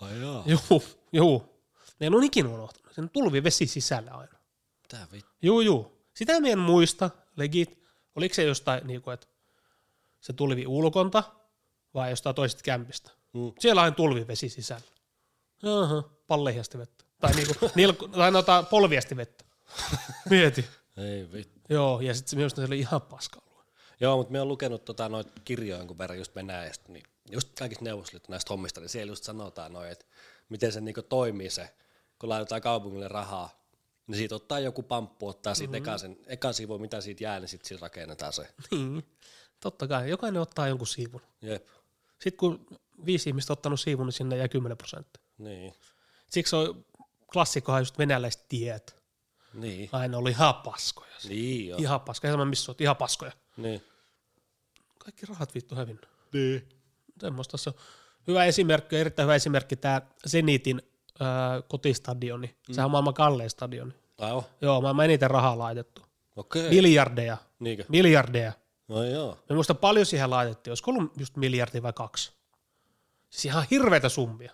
Speaker 1: Ai jaa.
Speaker 2: Juu, juu. Ne en ole ikinä unohtanut. Sen tulvi vesi sisällä aina.
Speaker 1: Mitä vittu?
Speaker 2: Juu, juu. Sitä mä en muista, legit. Oliko se jostain, niinku, että se tulvi ulkonta vai jostain toisesta kämpistä?
Speaker 1: Mm.
Speaker 2: Siellä on aina tulvi vesi sisällä. Aha, palleihiasti vettä. Tai, niinku, nilku, tai noita polviasti vettä. Mieti.
Speaker 1: Ei vittu.
Speaker 2: Joo, ja sitten minusta se oli ihan paska alue.
Speaker 1: Joo, mutta me oon lukenut tota, noit kirjoja jonkun verran just Venäjästä, niin just kaikista neuvostoliitto näistä hommista, niin siellä just sanotaan noin, että miten se niinku toimii se, kun laitetaan kaupungille rahaa, niin siitä ottaa joku pamppu, ottaa siitä mm-hmm. ekan, sen, ekan sivu, mitä siitä jää, niin sitten siitä rakennetaan se.
Speaker 2: Niin. Totta kai, jokainen ottaa jonkun siivun.
Speaker 1: Jep,
Speaker 2: Sitten kun viisi ihmistä on ottanut siivun, niin sinne jää 10 prosenttia.
Speaker 1: niin,
Speaker 2: Siksi on klassikkohan just venäläiset tiet.
Speaker 1: niin,
Speaker 2: Aina oli ihan paskoja.
Speaker 1: niin joo,
Speaker 2: Ihan paskoja. Ihan sama missä olet, ihan paskoja.
Speaker 1: niin.
Speaker 2: Kaikki rahat vittu hävinnyt.
Speaker 1: Niin.
Speaker 2: Semmoista se on. Hyvä esimerkki, erittäin hyvä esimerkki tämä Zenitin öö, kotistadioni. Sehän on maailman kallein stadioni.
Speaker 1: Aivan,
Speaker 2: Joo, maailman eniten rahaa laitettu.
Speaker 1: okei,
Speaker 2: Niin.
Speaker 1: okay.
Speaker 2: Miljardeja.
Speaker 1: niinkö?
Speaker 2: Miljardeja.
Speaker 1: No joo,
Speaker 2: Mä muista paljon siihen laitettiin, olisiko ollut just miljardi vai kaksi. Siis ihan hirveitä summia.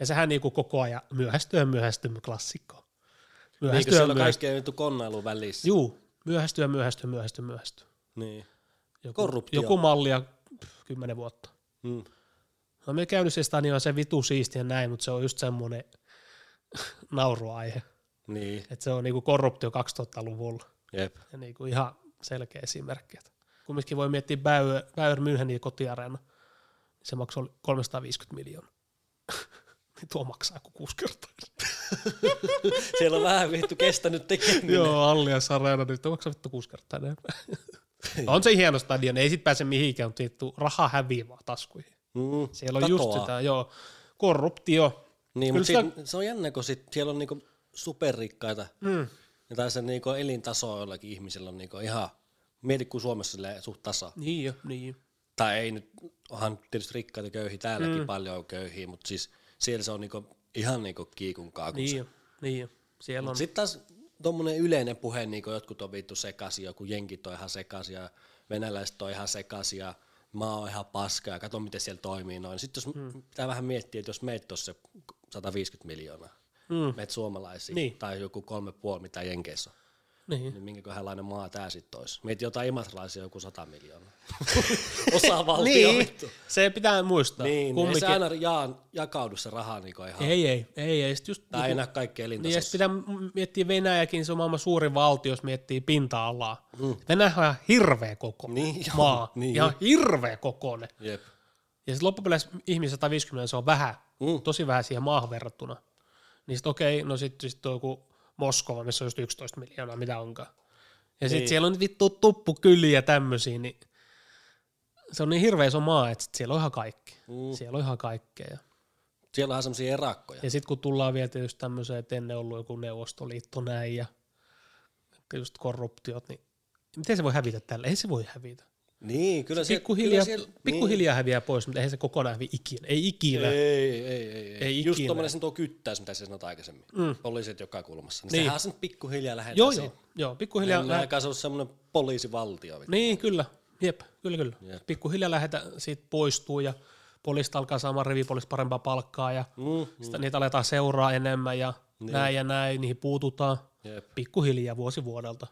Speaker 2: Ja sehän niinku koko ajan myöhästyy ja myöhästyy klassikko.
Speaker 1: niinkö
Speaker 2: Myöhästyy ja
Speaker 1: siellä on
Speaker 2: myöhästyy.
Speaker 1: kaikkea vittu konnailu välissä.
Speaker 2: Juu, myöhästyy ja myöhästyy, myöhästyy, myöhästyy.
Speaker 1: Niin,
Speaker 2: Joku,
Speaker 1: Korruptio.
Speaker 2: Joku mallia pff, kymmenen vuotta.
Speaker 1: mm.
Speaker 2: No me käynyt se stadion, se vitu siistiä näin, mutta se on just semmoinen nauruaihe.
Speaker 1: niin,
Speaker 2: Että se on niinku korruptio 2000-luvulla.
Speaker 1: jep,
Speaker 2: Ja niinku ihan selkeä esimerkki. Et Kumminkin voi miettiä Bauer, Bauer Münchenin kotiareena. Se maksoi 350 miljoonaa. niin tuo maksaa kuin kuusi kertaa.
Speaker 1: siellä on vähän vittu kestänyt tekeminen.
Speaker 2: Joo, Allianz Areena, niin tuo maksaa vittu kuusi kertaa enemmän. on se hieno stadion, ei sit pääse mihinkään, mutta vittu, raha häviää vaan taskuihin.
Speaker 1: Mm.
Speaker 2: Siellä on Katoaa. just
Speaker 1: Katoaa.
Speaker 2: sitä, joo, korruptio.
Speaker 1: Niin,
Speaker 2: Kyllä
Speaker 1: mutta
Speaker 2: sitä-
Speaker 1: sitä... se on jännä, kun sit siellä on niinku superrikkaita,
Speaker 2: Mm.
Speaker 1: ja tai se niinku elintaso jollakin ihmisellä on niinku ihan, mieti kun Suomessa silleen suht tasa.
Speaker 2: Niin jo, niin jo.
Speaker 1: Tai ei nyt, onhan tietysti rikkaita köyhiä, täälläkin mm. paljon on köyhiä, mutta siis siellä se on niinku, ihan niinku kiikun kaakussa.
Speaker 2: Niin jo, niin jo. Siellä on,
Speaker 1: Sitten taas tuommoinen yleinen puhe, niin kuin jotkut on vittu sekaisin, joku jenkit on ihan sekaisin ja venäläiset on ihan sekaisin ja maa on ihan paska ja kato miten siellä toimii noin. Sitten jos hmm. pitää vähän miettiä, että jos meet tuossa 150 miljoonaa,
Speaker 2: Mm.
Speaker 1: hmm. meet suomalaisiin
Speaker 2: Niin.
Speaker 1: niin. tai joku kolme puoli mitä jenkeissä on,
Speaker 2: niin.
Speaker 1: niin minkäköhänlainen maa tämä sitten olisi. Mieti jotain imatralaisia joku 100 miljoonaa. Osavaltio.
Speaker 2: niin,
Speaker 1: niin.
Speaker 2: se pitää muistaa.
Speaker 1: Niin, niin, ei se
Speaker 2: Kumminkin-
Speaker 1: aina jaan, jakaudu se raha niin ihan. Ei,
Speaker 2: Ei, ei, ei, ei. Sitten just,
Speaker 1: tai ei näe kaikki
Speaker 2: niin, ja sit
Speaker 1: elintasossa.
Speaker 2: pitää m- miettiä Venäjäkin, se on maailman suurin valtio, jos miettii pinta-alaa. Mm. Venäjä on ihan hirveä koko
Speaker 1: Niin, joo,
Speaker 2: maa,
Speaker 1: niin.
Speaker 2: ihan hirveä kokoinen.
Speaker 1: Jep.
Speaker 2: Ja sitten loppupeleissä ihmisiä 150, se on vähän, mm.
Speaker 1: Mm.
Speaker 2: tosi vähän siihen maahan verrattuna. Niin sitten okei, no sitten sit on joku Moskova, missä on just 11 miljoonaa, mitä onkaan. Ja sitten
Speaker 1: Niin.
Speaker 2: siellä on nyt vittu tuppukyliä tämmöisiä, niin se on niin hirveä iso maa, että sit siellä on ihan kaikki. Mm.
Speaker 1: Mm.
Speaker 2: Siellä on ihan kaikkea. Ja-
Speaker 1: Siellä on ihan semmoisia erakkoja.
Speaker 2: Ja sitten kun tullaan vielä tietysti tämmöiseen, että ennen ollut joku neuvostoliitto näin ja just korruptiot, niin miten se voi hävitä tällä? Ei se voi hävitä.
Speaker 1: Niin, kyllä se...
Speaker 2: Pikkuhiljaa,
Speaker 1: kyllä siellä-
Speaker 2: pikkuhiljaa häviää pois, mutta eihän se kokonaan häviä ikinä. Ei
Speaker 1: Niin.
Speaker 2: ikinä.
Speaker 1: Ei, ei, ei, ei.
Speaker 2: Ei
Speaker 1: ei Just
Speaker 2: ikinä.
Speaker 1: tuommoinen sen tuo kyttäys, mitä sä sanoit aikaisemmin. Mm. Poliisit joka kulmassa. Niin.
Speaker 2: Niin.
Speaker 1: Sehän sen pikkuhiljaa lähdetään
Speaker 2: Joo,
Speaker 1: siihen.
Speaker 2: joo, joo,
Speaker 1: Meillä
Speaker 2: pikkuhiljaa.
Speaker 1: on
Speaker 2: Lä-
Speaker 1: aikaa se on semmoinen poliisivaltio. Niin.
Speaker 2: niin, kyllä, jep, kyllä, kyllä.
Speaker 1: Jep.
Speaker 2: Pikkuhiljaa lähdetään siitä poistuu ja polista alkaa saamaan rivipolista parempaa palkkaa ja
Speaker 1: Mm,
Speaker 2: sitä, niitä aletaan seuraa enemmän ja
Speaker 1: Niin.
Speaker 2: näin ja näin, niihin puututaan
Speaker 1: jep.
Speaker 2: pikkuhiljaa vuosi vuodelta.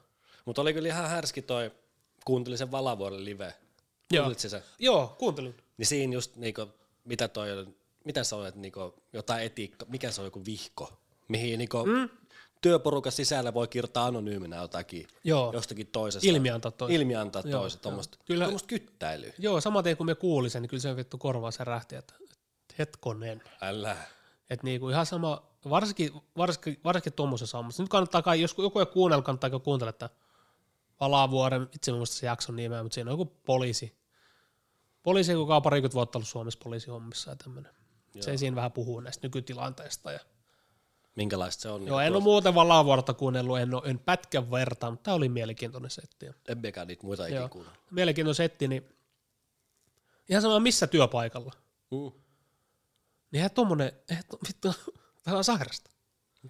Speaker 1: Mutta oli kyllä ihan härski toi, kuuntelin sen Valavuoren live.
Speaker 2: Joo.
Speaker 1: Kuulitko sen?
Speaker 2: Joo, kuuntelin.
Speaker 1: Niin siinä just niinku, mitä toi on, mitä sä olet niinku, jotain etiikka, mikä se on joku vihko, mihin niinku mm. työporukan sisällä voi kirjoittaa anonyyminä jotakin
Speaker 2: Joo.
Speaker 1: jostakin toisesta.
Speaker 2: Ilmi antaa toisen.
Speaker 1: Ilmi antaa
Speaker 2: Joo,
Speaker 1: toisen, tuommoista
Speaker 2: joo. Kyllä-
Speaker 1: kyttäilyä.
Speaker 2: Joo, samaten kun me kuulin sen, niin kyllä se vittu korvaan se rähti, että hetkonen.
Speaker 1: Älä.
Speaker 2: Et niinku ihan sama, varsinkin, varsinkin, varsinkin tuommoisessa hommassa. Nyt kannattaa kai, jos joku ei kuunnella, kannattaa kai kuuntele tämän Valavuoren, itse en muista se jakson nimeä, mutta siinä on joku poliisi. Poliisi, joka on parikymmentä vuotta ollut Suomessa poliisihommissa ja tämmöinen. Se siinä vähän puhuu näistä nykytilanteista. Ja...
Speaker 1: Minkälaista se on? niin
Speaker 2: Joo, en ole muuten Valavuorta kuunnellut, en, ole, en pätkän vertaa, mutta tämä oli mielenkiintoinen setti.
Speaker 1: En mekään niitä muita ikinä
Speaker 2: Joo.
Speaker 1: kuunnella.
Speaker 2: Mielenkiintoinen setti, niin ihan sama missä työpaikalla.
Speaker 1: Mm.
Speaker 2: Niin eihän tommonen, eihän to, vittu, tämä on sairasta.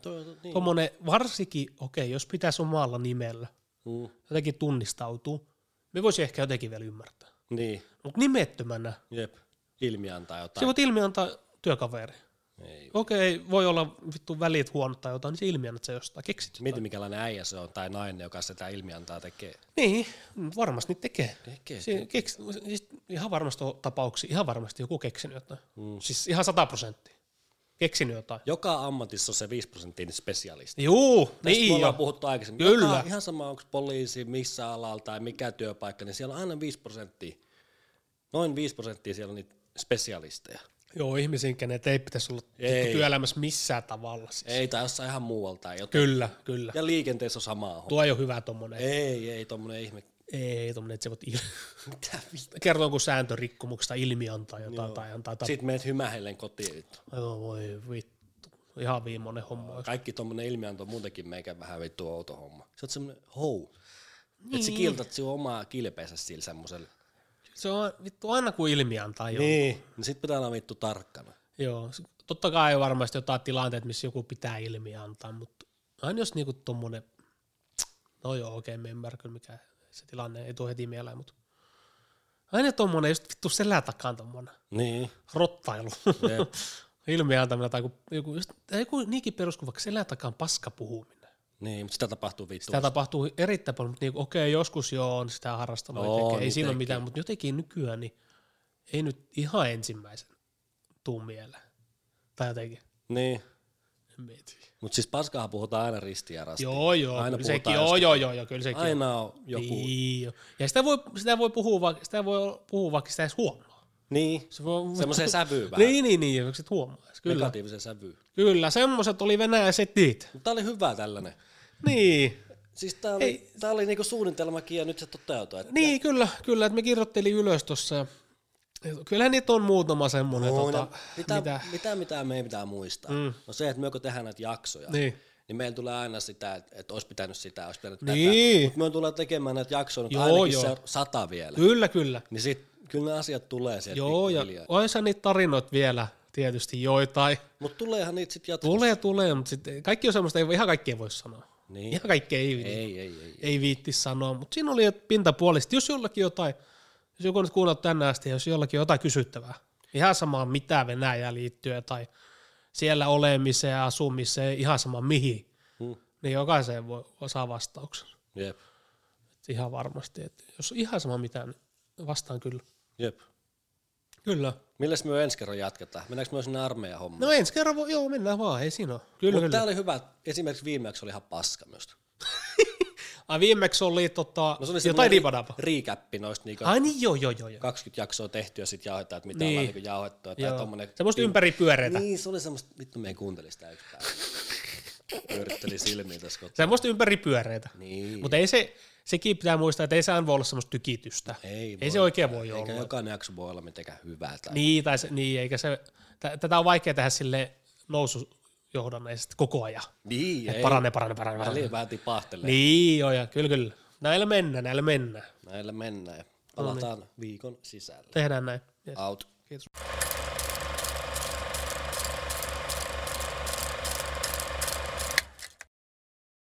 Speaker 1: Toi, toi, niin.
Speaker 2: Tuommoinen varsinkin, okei, jos pitäisi omalla nimellä
Speaker 1: Mm.
Speaker 2: jotenkin tunnistautuu, me voisi ehkä jotenkin vielä ymmärtää.
Speaker 1: Niin,
Speaker 2: Mutta nimettömänä,
Speaker 1: jep. Ilmi antaa
Speaker 2: se
Speaker 1: jotain.
Speaker 2: voit ilmiantaa työkaveri.
Speaker 1: Ei.
Speaker 2: Okei, voi olla vittu välit huonot tai jotain, niin se ilmiannat se jostain, keksit jotain.
Speaker 1: Mieti minkälainen äijä se on tai nainen, joka sitä ilmi antaa tekee.
Speaker 2: Niin, varmasti niitä tekee.
Speaker 1: Tekee.
Speaker 2: Siinä keks, siis ihan varmasti on tapauksia, ihan varmasti joku keksinyt jotain.
Speaker 1: Mm.
Speaker 2: Mm. Siis ihan sata prosenttia. Keksinyt jotain.
Speaker 1: Joka ammatissa on se 5 prosenttia niitä spesialisti.
Speaker 2: Juu,
Speaker 1: Tästä me
Speaker 2: niin
Speaker 1: ollaan
Speaker 2: jo.
Speaker 1: puhuttu aikaisemmin.
Speaker 2: Kyllä.
Speaker 1: Joka, ihan sama, onko poliisi, missä alalla tai mikä työpaikka, niin siellä on aina 5 prosenttia. Noin 5 prosenttia siellä on niitä spesialisteja.
Speaker 2: Joo, ihmisiin, kenet ei pitäisi olla
Speaker 1: Ei.
Speaker 2: ei. työelämässä missään tavalla. Siis.
Speaker 1: Ei, tai jossain ihan muualta. Jotain.
Speaker 2: Kyllä, kyllä.
Speaker 1: Ja liikenteessä on samaa hommaa.
Speaker 2: Tuo ei ole hyvä tommonen. Ei,
Speaker 1: Ei, ei, tommonen ihme.
Speaker 2: ei tommonen, että sä voit il-
Speaker 1: Mitä vittu?
Speaker 2: kertoo kun sääntörikkomuksesta ilmi antaa jotain Joo. tai antaa tap-
Speaker 1: Sitten menet hymähellen kotiin. vittu.
Speaker 2: Joo, voi vittu. Ihan viimeinen homma.
Speaker 1: Kaikki tommonen ilmianto on muutenkin meikä vähän vittu outo homma. Se on semmonen hou. Niin. Että sä kiltat sinun omaa kilpeensä sillä semmoselle.
Speaker 2: Se on vittu aina kun ilmi antaa jotain.
Speaker 1: Niin. Niin sit pitää olla vittu tarkkana.
Speaker 2: Joo, s- totta kai on varmasti jotain tilanteita, missä joku pitää ilmi antaa, mutta aina jos niinku tommonen, no joo, okei, me ymmärrän kyllä mikä se tilanne, ei tule heti mieleen, mutta aina tommonen, just vittu selä takaan tommonen
Speaker 1: Niin.
Speaker 2: rottailu,
Speaker 1: Jep.
Speaker 2: ilmi antaminen tai joku, joku, just, tai joku niinkin peruskuvaksi selä takaan paska puhuminen.
Speaker 1: niin, mutta sitä tapahtuu vittu.
Speaker 2: Sitä tapahtuu erittäin paljon, mutta niinku, okei, joskus joo on sitä harrastanut,
Speaker 1: On,
Speaker 2: no, ei siinä
Speaker 1: itsekin.
Speaker 2: ole mitään, mutta jotenkin nykyään niin ei nyt ihan ensimmäisen tuu mieleen. Tai jotenkin.
Speaker 1: Niin.
Speaker 2: Mietin.
Speaker 1: Mutta siis paskahan puhutaan aina ristiä ja rastia.
Speaker 2: Joo, joo,
Speaker 1: Aina
Speaker 2: aina kyllä sekin,
Speaker 1: puhutaan
Speaker 2: joo,
Speaker 1: jostain.
Speaker 2: joo, joo, joo, kyllä sekin. on.
Speaker 1: Aina on joku. Niin.
Speaker 2: Niin, joo. ja sitä voi, sitä voi puhua, vaikka, sitä voi puhua, vaikka sitä ei edes huomaa.
Speaker 1: niin.
Speaker 2: Se voi,
Speaker 1: Semmoiseen sävyyn vähän.
Speaker 2: Niin, niin, niin, vaikka sit huomaa. edes. Kyllä,
Speaker 1: Negatiivisen sävyyn.
Speaker 2: kyllä, semmoset oli Venäjä setit.
Speaker 1: Mutta tää oli hyvä tällainen.
Speaker 2: Niin,
Speaker 1: Siis tää oli, ei. Tää oli niinku suunnitelmakin ja nyt se toteutui. Että
Speaker 2: niin, kyllä, kyllä, että me kirjoittelin ylös tuossa ja ja kyllähän niitä on muutama semmoinen,
Speaker 1: Joo,
Speaker 2: tota,
Speaker 1: ja mitä,
Speaker 2: mitä,
Speaker 1: mitä? mitä, mitä meidän pitää muistaa, mm. on se, että me kun tehdään näitä jaksoja,
Speaker 2: Niin.
Speaker 1: niin meillä tulee aina sitä, että, että olisi pitänyt sitä, olisi pitänyt tätä.
Speaker 2: Niin.
Speaker 1: Mutta me tullaan tekemään näitä jaksoja, nyt
Speaker 2: Joo,
Speaker 1: ainakin
Speaker 2: joo.
Speaker 1: se sata vielä.
Speaker 2: kyllä, kyllä.
Speaker 1: Niin sit, kyllä ne asiat tulee sieltä
Speaker 2: Joo, ja
Speaker 1: pikkuhiljaa.
Speaker 2: oisa niitä tarinoita vielä tietysti joitain.
Speaker 1: Mutta tuleehan niitä sitten jatkossa.
Speaker 2: Tulee, tulee, mutta sitten kaikki on semmoista, ei, ihan kaikkea voi sanoa.
Speaker 1: Niin.
Speaker 2: Ihan kaikkea ei,
Speaker 1: Ei, ei,
Speaker 2: ei,
Speaker 1: ei. ei.
Speaker 2: ei viitti sanoa, mutta siinä oli että pintapuolista. Jos jollakin jotain, jos joku on nyt kuunnellut tänään asti, jos jollakin jotain kysyttävää, ihan sama mitä Venäjään liittyy tai siellä olemiseen, asumiseen, ihan sama mihin,
Speaker 1: Hmm.
Speaker 2: niin jokaiseen voi osaa vastauksen.
Speaker 1: Jep,
Speaker 2: Et ihan varmasti, että jos on ihan sama mitä, niin vastaan kyllä.
Speaker 1: jep.
Speaker 2: Kyllä.
Speaker 1: Milläs me ensi kerran jatketaan? Mennäänkö me sinne armeijan hommaan?
Speaker 2: No ensi kerran voi, joo, mennään vaan, ei siinä ole. Kyllä,
Speaker 1: Mutta
Speaker 2: kyllä.
Speaker 1: tää oli hyvä, esimerkiksi viimeksi oli ihan paska myös.
Speaker 2: Ai viimeksi oli tota,
Speaker 1: No se oli
Speaker 2: jotain
Speaker 1: semmoinen
Speaker 2: ribadaba.
Speaker 1: recappi noista niinku
Speaker 2: Ai niin, joo, joo, joo. joo.
Speaker 1: 20 jaksoa tehty ja sitten jauhetaan, että mitä niin.
Speaker 2: Niin.
Speaker 1: ollaan niinku jauhettu. ja Tai
Speaker 2: Joo.
Speaker 1: tommonen
Speaker 2: Semmoista ympäri pyöreitä.
Speaker 1: Niin, se oli semmoista, vittu me ei kuunteli sitä yksi päivä. Pyöritteli silmiä tässä kotiin.
Speaker 2: Semmoista ympäri pyöreitä.
Speaker 1: Niin.
Speaker 2: Mutta ei se, sekin pitää muistaa, että ei se aina voi olla semmoista tykitystä.
Speaker 1: ei,
Speaker 2: ei se oikein voi
Speaker 1: Eikä
Speaker 2: olla.
Speaker 1: jokainen jakso voi olla mitenkään hyvää. Tai...
Speaker 2: Niin, tai se, niin, eikä se, tä- tätä on vaikea tehdä sille nousujohdannaisesti koko ajan.
Speaker 1: niin
Speaker 2: Ei.
Speaker 1: ei.
Speaker 2: Parane, parane, parane, parane.
Speaker 1: Väliin vähän tipahtelee. Niin.
Speaker 2: Niin, joo, ja kyllä, kyllä. Näillä mennään, näillä mennään.
Speaker 1: Näillä mennään. ja Palataan viikon sisällä.
Speaker 2: Tehdään näin. Yes.
Speaker 1: Out.
Speaker 2: Kiitos.